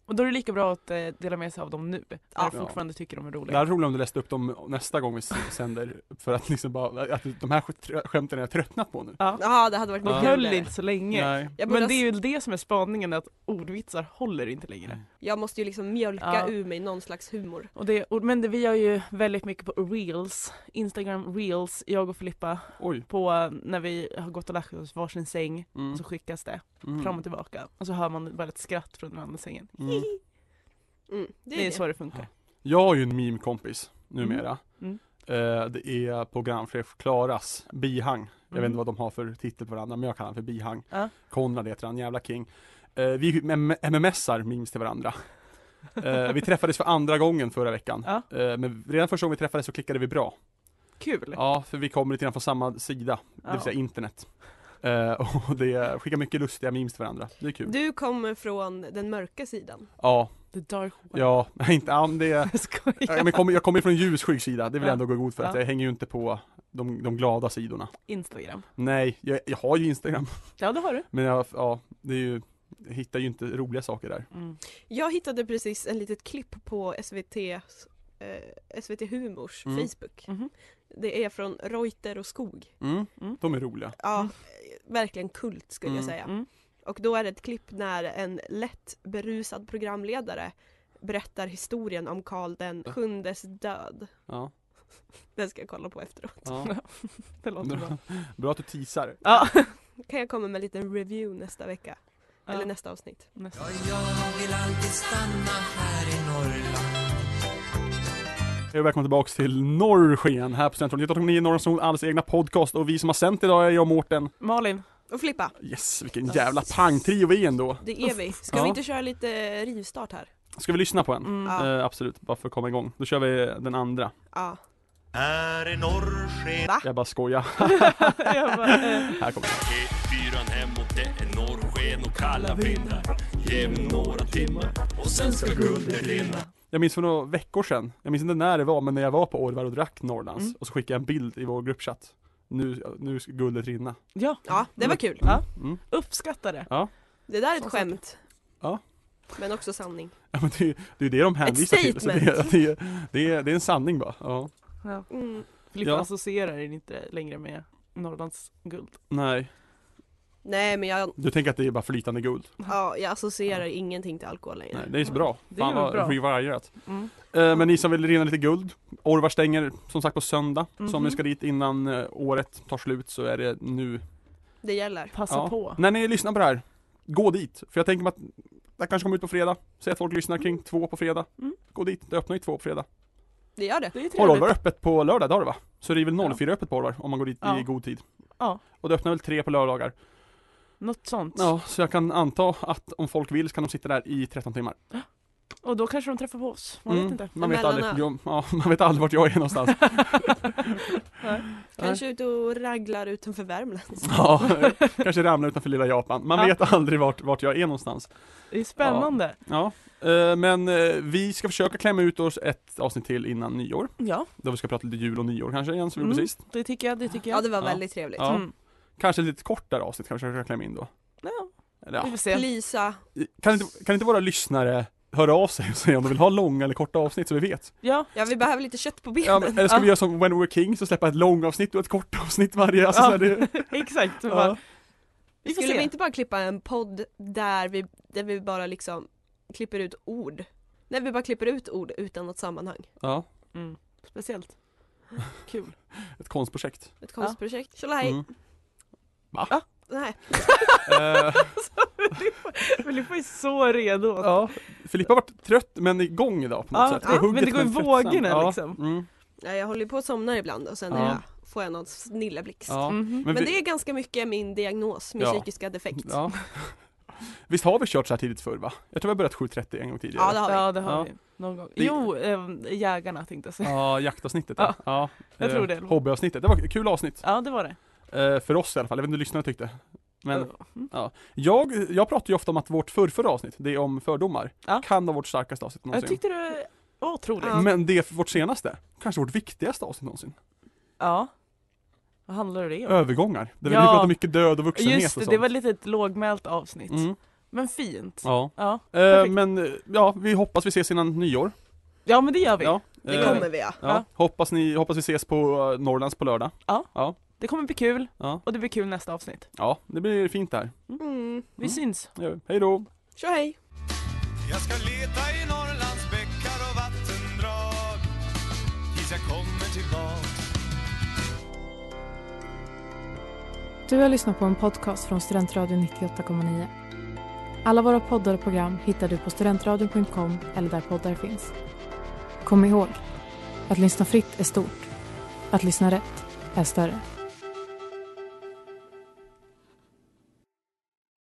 [SPEAKER 4] Och då är det lika bra att eh, dela med sig av dem nu. När
[SPEAKER 5] Ja.
[SPEAKER 4] du fortfarande tycker de är
[SPEAKER 3] Det
[SPEAKER 4] roliga.
[SPEAKER 3] hade varit roligt om du läste upp dem nästa gång vi s- sänder, för att liksom bara, att de här sk- skämten har jag tröttnat på nu.
[SPEAKER 4] Ja.
[SPEAKER 5] Ja, det hade varit
[SPEAKER 4] De
[SPEAKER 5] mycket
[SPEAKER 4] höll
[SPEAKER 5] roligare.
[SPEAKER 4] inte så länge.
[SPEAKER 3] Nej.
[SPEAKER 5] Jag,
[SPEAKER 4] Men
[SPEAKER 5] bara,
[SPEAKER 4] det är ju det som är spaningen, att ordvitsar håller inte längre.
[SPEAKER 5] jag måste ju liksom mjölka
[SPEAKER 4] Ja.
[SPEAKER 5] ur mig någon slags humor.
[SPEAKER 4] Och det, och, men det, vi gör ju väldigt mycket på reels, Instagram reels, jag och Filippa,
[SPEAKER 3] Oj.
[SPEAKER 4] på eh, när vi har gått och lagt oss varsin säng,
[SPEAKER 3] Mm.
[SPEAKER 4] och så skickas det
[SPEAKER 3] Mm.
[SPEAKER 4] fram och tillbaka. Och så hör man bara ett skratt från den andra sängen.
[SPEAKER 3] Mm.
[SPEAKER 5] Mm, det är
[SPEAKER 4] Det är
[SPEAKER 5] det.
[SPEAKER 4] så det funkar.
[SPEAKER 3] Jag har ju en meme-kompis numera.
[SPEAKER 4] Mm.
[SPEAKER 3] Eh, det är programchef Klaras bihang. Jag
[SPEAKER 4] Mm.
[SPEAKER 3] vet inte vad de har för titel på varandra men jag kallar han för bihang.
[SPEAKER 4] Ja.
[SPEAKER 3] Konrad heter han, jävla king. Eh, vi mm- MMSar memes till varandra. Eh, vi träffades för andra gången förra veckan.
[SPEAKER 4] Ja.
[SPEAKER 3] Eh, men redan första gången vi träffades så klickade vi bra.
[SPEAKER 4] Mm. Kul!
[SPEAKER 3] Ja, för vi kommer lite grann från samma sida, det vill
[SPEAKER 4] Ja.
[SPEAKER 3] säga internet. Eh, (laughs) och det skickar mycket lustiga memes till varandra. Det är kul.
[SPEAKER 5] Du kommer från den mörka sidan.
[SPEAKER 3] Ja,
[SPEAKER 4] The dark web.
[SPEAKER 3] ja, (laughs) inte, ja, men det
[SPEAKER 4] (laughs) Jag skojar.
[SPEAKER 3] Ja, men kom, jag kommer från en ljusskygg sida, det vill jag
[SPEAKER 4] Ja.
[SPEAKER 3] ändå gå god för. Att
[SPEAKER 4] Ja.
[SPEAKER 3] jag hänger ju inte på de, de glada sidorna.
[SPEAKER 4] Instagram.
[SPEAKER 3] Nej, jag, jag har ju Instagram.
[SPEAKER 4] Ja, det har du.
[SPEAKER 3] Men jag, ja, det är ju, jag hittar ju inte roliga saker där.
[SPEAKER 4] Mm.
[SPEAKER 5] Jag hittade precis en litet klipp på SVT eh, SVT Humors
[SPEAKER 3] Mm.
[SPEAKER 5] Facebook.
[SPEAKER 4] Mhm.
[SPEAKER 5] Det är från Reuter och Skog.
[SPEAKER 3] Mm,
[SPEAKER 4] Mm.
[SPEAKER 3] de är roliga.
[SPEAKER 5] Ja, eh, verkligen kult skulle jag
[SPEAKER 3] Mm.
[SPEAKER 5] säga.
[SPEAKER 4] Mm.
[SPEAKER 5] Och då är det ett klipp när en lätt berusad programledare berättar historien om Karl den sjundes död.
[SPEAKER 3] Ja,
[SPEAKER 5] Den ska jag kolla på efteråt.
[SPEAKER 3] ja.
[SPEAKER 4] Det låter bra.
[SPEAKER 3] Bra. Bra att du teasar.
[SPEAKER 4] (laughs) Ja.
[SPEAKER 5] Kan jag komma med en liten review nästa vecka? Eller nästa avsnitt.
[SPEAKER 4] nästa.
[SPEAKER 3] Hej och välkomna tillbaks till Norrsken här på Centrum 98,9 Norrlands Nord, alldeles egna podcast och vi som har sänt idag är jag och Mårten.
[SPEAKER 4] Malin,
[SPEAKER 5] Och Flippa,
[SPEAKER 3] Yes, vilken jävla pangtrio vi är ändå.
[SPEAKER 5] det är vi. Ska
[SPEAKER 3] Ja.
[SPEAKER 5] vi inte köra lite rivstart här?
[SPEAKER 3] Ska vi lyssna på en?
[SPEAKER 4] Mm.
[SPEAKER 5] Ja.
[SPEAKER 3] Eh, absolut, bara för att komma igång. Då kör vi den andra.
[SPEAKER 5] Ja.
[SPEAKER 2] Här är norrsken
[SPEAKER 3] Jag bara skojar.
[SPEAKER 4] (laughs) jag bara, eh,
[SPEAKER 3] här kommer den.
[SPEAKER 2] E4 hemåt, det är norrsken och kalla vindar Jämn några timmar och sen ska guldet rinna
[SPEAKER 3] Jag minns för några veckor sedan, jag minns inte när det var, men när jag var på Orvar och drack Norrlands
[SPEAKER 4] Mm.
[SPEAKER 3] och så skickade jag en bild i vår gruppchatt. Nu, nu ska guldet rinna.
[SPEAKER 4] ja,
[SPEAKER 5] ja, det var kul.
[SPEAKER 4] Ja.
[SPEAKER 3] Mm.
[SPEAKER 4] uppskattar det.
[SPEAKER 5] Det där är ett
[SPEAKER 4] Som sagt.
[SPEAKER 5] skämt.
[SPEAKER 3] Ja.
[SPEAKER 5] Men också sanning.
[SPEAKER 3] Ja men det är ju det, är ju det de hänvisar till. Så det, är-
[SPEAKER 5] statement.
[SPEAKER 3] det, är- det, är- det är en sanning bara. Ja.
[SPEAKER 5] Mm.
[SPEAKER 4] Filippa
[SPEAKER 3] Ja.
[SPEAKER 4] associerar den inte längre med Norrlands guld.
[SPEAKER 3] Nej,
[SPEAKER 5] Nej men jag,
[SPEAKER 3] du tänker att det är bara flytande guld?
[SPEAKER 5] ja, jag associerar ingenting till alkohol längre.
[SPEAKER 3] Nej, det är så bra.
[SPEAKER 4] Eh, Det är
[SPEAKER 3] Fan
[SPEAKER 4] väl
[SPEAKER 3] vad
[SPEAKER 4] bra.
[SPEAKER 3] revarierat.
[SPEAKER 4] Mm.
[SPEAKER 3] Eh, men ni som vill rinna lite guld, Orvar stänger som sagt på söndag. Så om ni
[SPEAKER 4] Mhm.
[SPEAKER 3] ska dit innan eh, året tar slut så är det nu.
[SPEAKER 5] Det gäller.
[SPEAKER 4] Passa
[SPEAKER 3] Ja.
[SPEAKER 4] på.
[SPEAKER 3] När ni lyssnar på det här, gå dit. För jag tänker mig att det här kanske kommer ut på fredag. Säg att folk lyssnar kring två på fredag.
[SPEAKER 4] Mm.
[SPEAKER 3] Gå dit, det öppnar ju två på fredag.
[SPEAKER 5] Det gör det.
[SPEAKER 4] Det är ju
[SPEAKER 3] Har Orvar
[SPEAKER 4] trevligt.
[SPEAKER 3] öppet på lördag? Det har det va? Så det är väl 04 öppet på Orvar om man går dit
[SPEAKER 4] Ja.
[SPEAKER 3] i god tid.
[SPEAKER 4] Ja.
[SPEAKER 3] Och det öppnar väl tre på lördagar.
[SPEAKER 4] Något sånt.
[SPEAKER 3] Ja, så jag kan anta att om folk vill så kan de sitta där i 13 timmar.
[SPEAKER 4] Och då kanske de träffar på oss. Man
[SPEAKER 3] Mm, (laughs)
[SPEAKER 4] vet inte. (laughs)
[SPEAKER 3] Man vet,
[SPEAKER 5] Emellan
[SPEAKER 3] aldrig, jag, ja, (laughs) man vet aldrig vart jag är någonstans.
[SPEAKER 5] Kanske ut och raglar utanför Värmland.
[SPEAKER 3] (laughs) ja, kanske ramlar utanför lilla Japan. Man
[SPEAKER 4] Ja.
[SPEAKER 3] vet aldrig vart, vart jag är någonstans.
[SPEAKER 4] Det är spännande.
[SPEAKER 3] Ja, eh, men eh, vi ska försöka klämma ut oss ett avsnitt till innan nyår.
[SPEAKER 4] Ja,
[SPEAKER 3] Då vi ska prata lite jul och nyår kanske igen som vi gjorde
[SPEAKER 4] Mm.
[SPEAKER 3] sist.
[SPEAKER 4] det tycker jag. Det tycker jag.
[SPEAKER 5] Ja det var
[SPEAKER 3] Ja.
[SPEAKER 5] väldigt trevligt.
[SPEAKER 3] Ja.
[SPEAKER 4] Mm.
[SPEAKER 3] Kanske ett lite kortare avsnitt kanske vi ska klämma in då.
[SPEAKER 4] Ja,
[SPEAKER 3] Eller, ja.
[SPEAKER 4] vi får se.
[SPEAKER 5] Lisa,
[SPEAKER 4] Mm.
[SPEAKER 3] Kan, inte, kan inte våra lyssnare höra av sig och säga om de vill ha långa eller korta avsnitt så vi vet?
[SPEAKER 4] Ja,
[SPEAKER 5] ja vi behöver lite kött på benen.
[SPEAKER 3] Ja, men, eller ska
[SPEAKER 4] Ja.
[SPEAKER 3] vi göra som When We We're Kings och släppa ett långavsnitt och ett kortavsnitt varje? Alltså,
[SPEAKER 4] Ja.
[SPEAKER 3] så här, det,
[SPEAKER 4] (laughs) exakt. Så
[SPEAKER 3] ja.
[SPEAKER 4] bara, Vi får
[SPEAKER 5] Skulle (laughs) vi
[SPEAKER 4] se.
[SPEAKER 5] inte bara klippa en podd där vi, där vi bara liksom klipper ut ord? När vi bara klipper ut ord utan något sammanhang.
[SPEAKER 3] ja,
[SPEAKER 4] Mm. Speciellt. Kul.
[SPEAKER 3] ett konstprojekt.
[SPEAKER 5] Ett konstprojekt. Tjolahej!
[SPEAKER 3] Mm.
[SPEAKER 5] Nej.
[SPEAKER 3] Eh,
[SPEAKER 4] Alltså, (laughs) Filippa är så redo.
[SPEAKER 3] ja. Filippa har varit trött men igång idag på något
[SPEAKER 4] Ja,
[SPEAKER 3] sätt.
[SPEAKER 4] det-
[SPEAKER 3] Hugget
[SPEAKER 4] men det går i
[SPEAKER 3] fram.
[SPEAKER 4] vågorna,
[SPEAKER 3] ja.
[SPEAKER 4] liksom.
[SPEAKER 3] Mm.
[SPEAKER 5] Ja, jag håller ju på att somna ibland och sen är
[SPEAKER 3] Ja.
[SPEAKER 5] jag, får jag någon snilleblixt.
[SPEAKER 3] Ja.
[SPEAKER 4] Mhm.
[SPEAKER 5] Men
[SPEAKER 3] vi-
[SPEAKER 5] det är ganska mycket min diagnos, min
[SPEAKER 3] Ja.
[SPEAKER 5] psykiska defekt. Ja,
[SPEAKER 3] Ja. (laughs) Visst har vi kört så här tidigt förr va? Jag tror vi har börjat 7.30 en gång tidigare.
[SPEAKER 5] det har vi.
[SPEAKER 4] Ja, det har
[SPEAKER 3] Ja.
[SPEAKER 4] vi. Någon gång.
[SPEAKER 3] Det-
[SPEAKER 4] Jo, eh, jägarna tänkte jag säga.
[SPEAKER 3] Ja, jaktavsnittet ja. ja.
[SPEAKER 4] jag
[SPEAKER 3] eh,
[SPEAKER 4] tror det.
[SPEAKER 3] Hobbyavsnittet, det var ett kul avsnitt.
[SPEAKER 4] Ja, det var det.
[SPEAKER 3] Eh, för oss i alla fall, jag vet inte hur lyssnarna tyckte. Men
[SPEAKER 4] Mm.
[SPEAKER 3] jag, jag pratar ju ofta om att vårt förrförra avsnitt, det är om fördomar,
[SPEAKER 4] Ja.
[SPEAKER 3] kan vara vårt starkaste avsnitt
[SPEAKER 4] Jag
[SPEAKER 3] någonsin.
[SPEAKER 4] tyckte det var otroligt.
[SPEAKER 5] Ja.
[SPEAKER 3] Men det är vårt senaste, kanske vårt viktigaste avsnitt någonsin.
[SPEAKER 4] Ja. Vad handlar det om?
[SPEAKER 3] Övergångar. Där
[SPEAKER 4] Ja.
[SPEAKER 3] vi pratar mycket död och vuxenhet
[SPEAKER 4] Just
[SPEAKER 3] och
[SPEAKER 4] det,
[SPEAKER 3] sånt.
[SPEAKER 4] det var lite ett lågmält avsnitt.
[SPEAKER 3] Mm.
[SPEAKER 4] Men fint. Ja.
[SPEAKER 3] Ja. Eh,
[SPEAKER 4] Ja. Perfekt.
[SPEAKER 3] men eh, ja, vi hoppas vi ses innan nyår.
[SPEAKER 4] men det gör vi.
[SPEAKER 3] Ja.
[SPEAKER 5] Det
[SPEAKER 3] Eh,
[SPEAKER 5] kommer vi ja.
[SPEAKER 3] Ja. Hoppas, ni, hoppas vi ses på eh, Norrlands på lördag.
[SPEAKER 4] Det kommer bli kul
[SPEAKER 3] Ja.
[SPEAKER 4] och det blir kul nästa avsnitt.
[SPEAKER 3] Ja, det blir fint där.
[SPEAKER 5] Mm.
[SPEAKER 4] Vi syns.
[SPEAKER 3] Det gör vi. Hej då!
[SPEAKER 5] Tjohej!
[SPEAKER 2] Jag ska leta i Norrlands bäckar och vattendrag Tills jag kommer tillbaks
[SPEAKER 1] Du har lyssnat på en podcast från Studentradion 98,9. Alla våra poddar och program hittar du på studentradion.com eller där poddar finns. Kom ihåg, Att lyssna fritt är stort. Att lyssna rätt är större.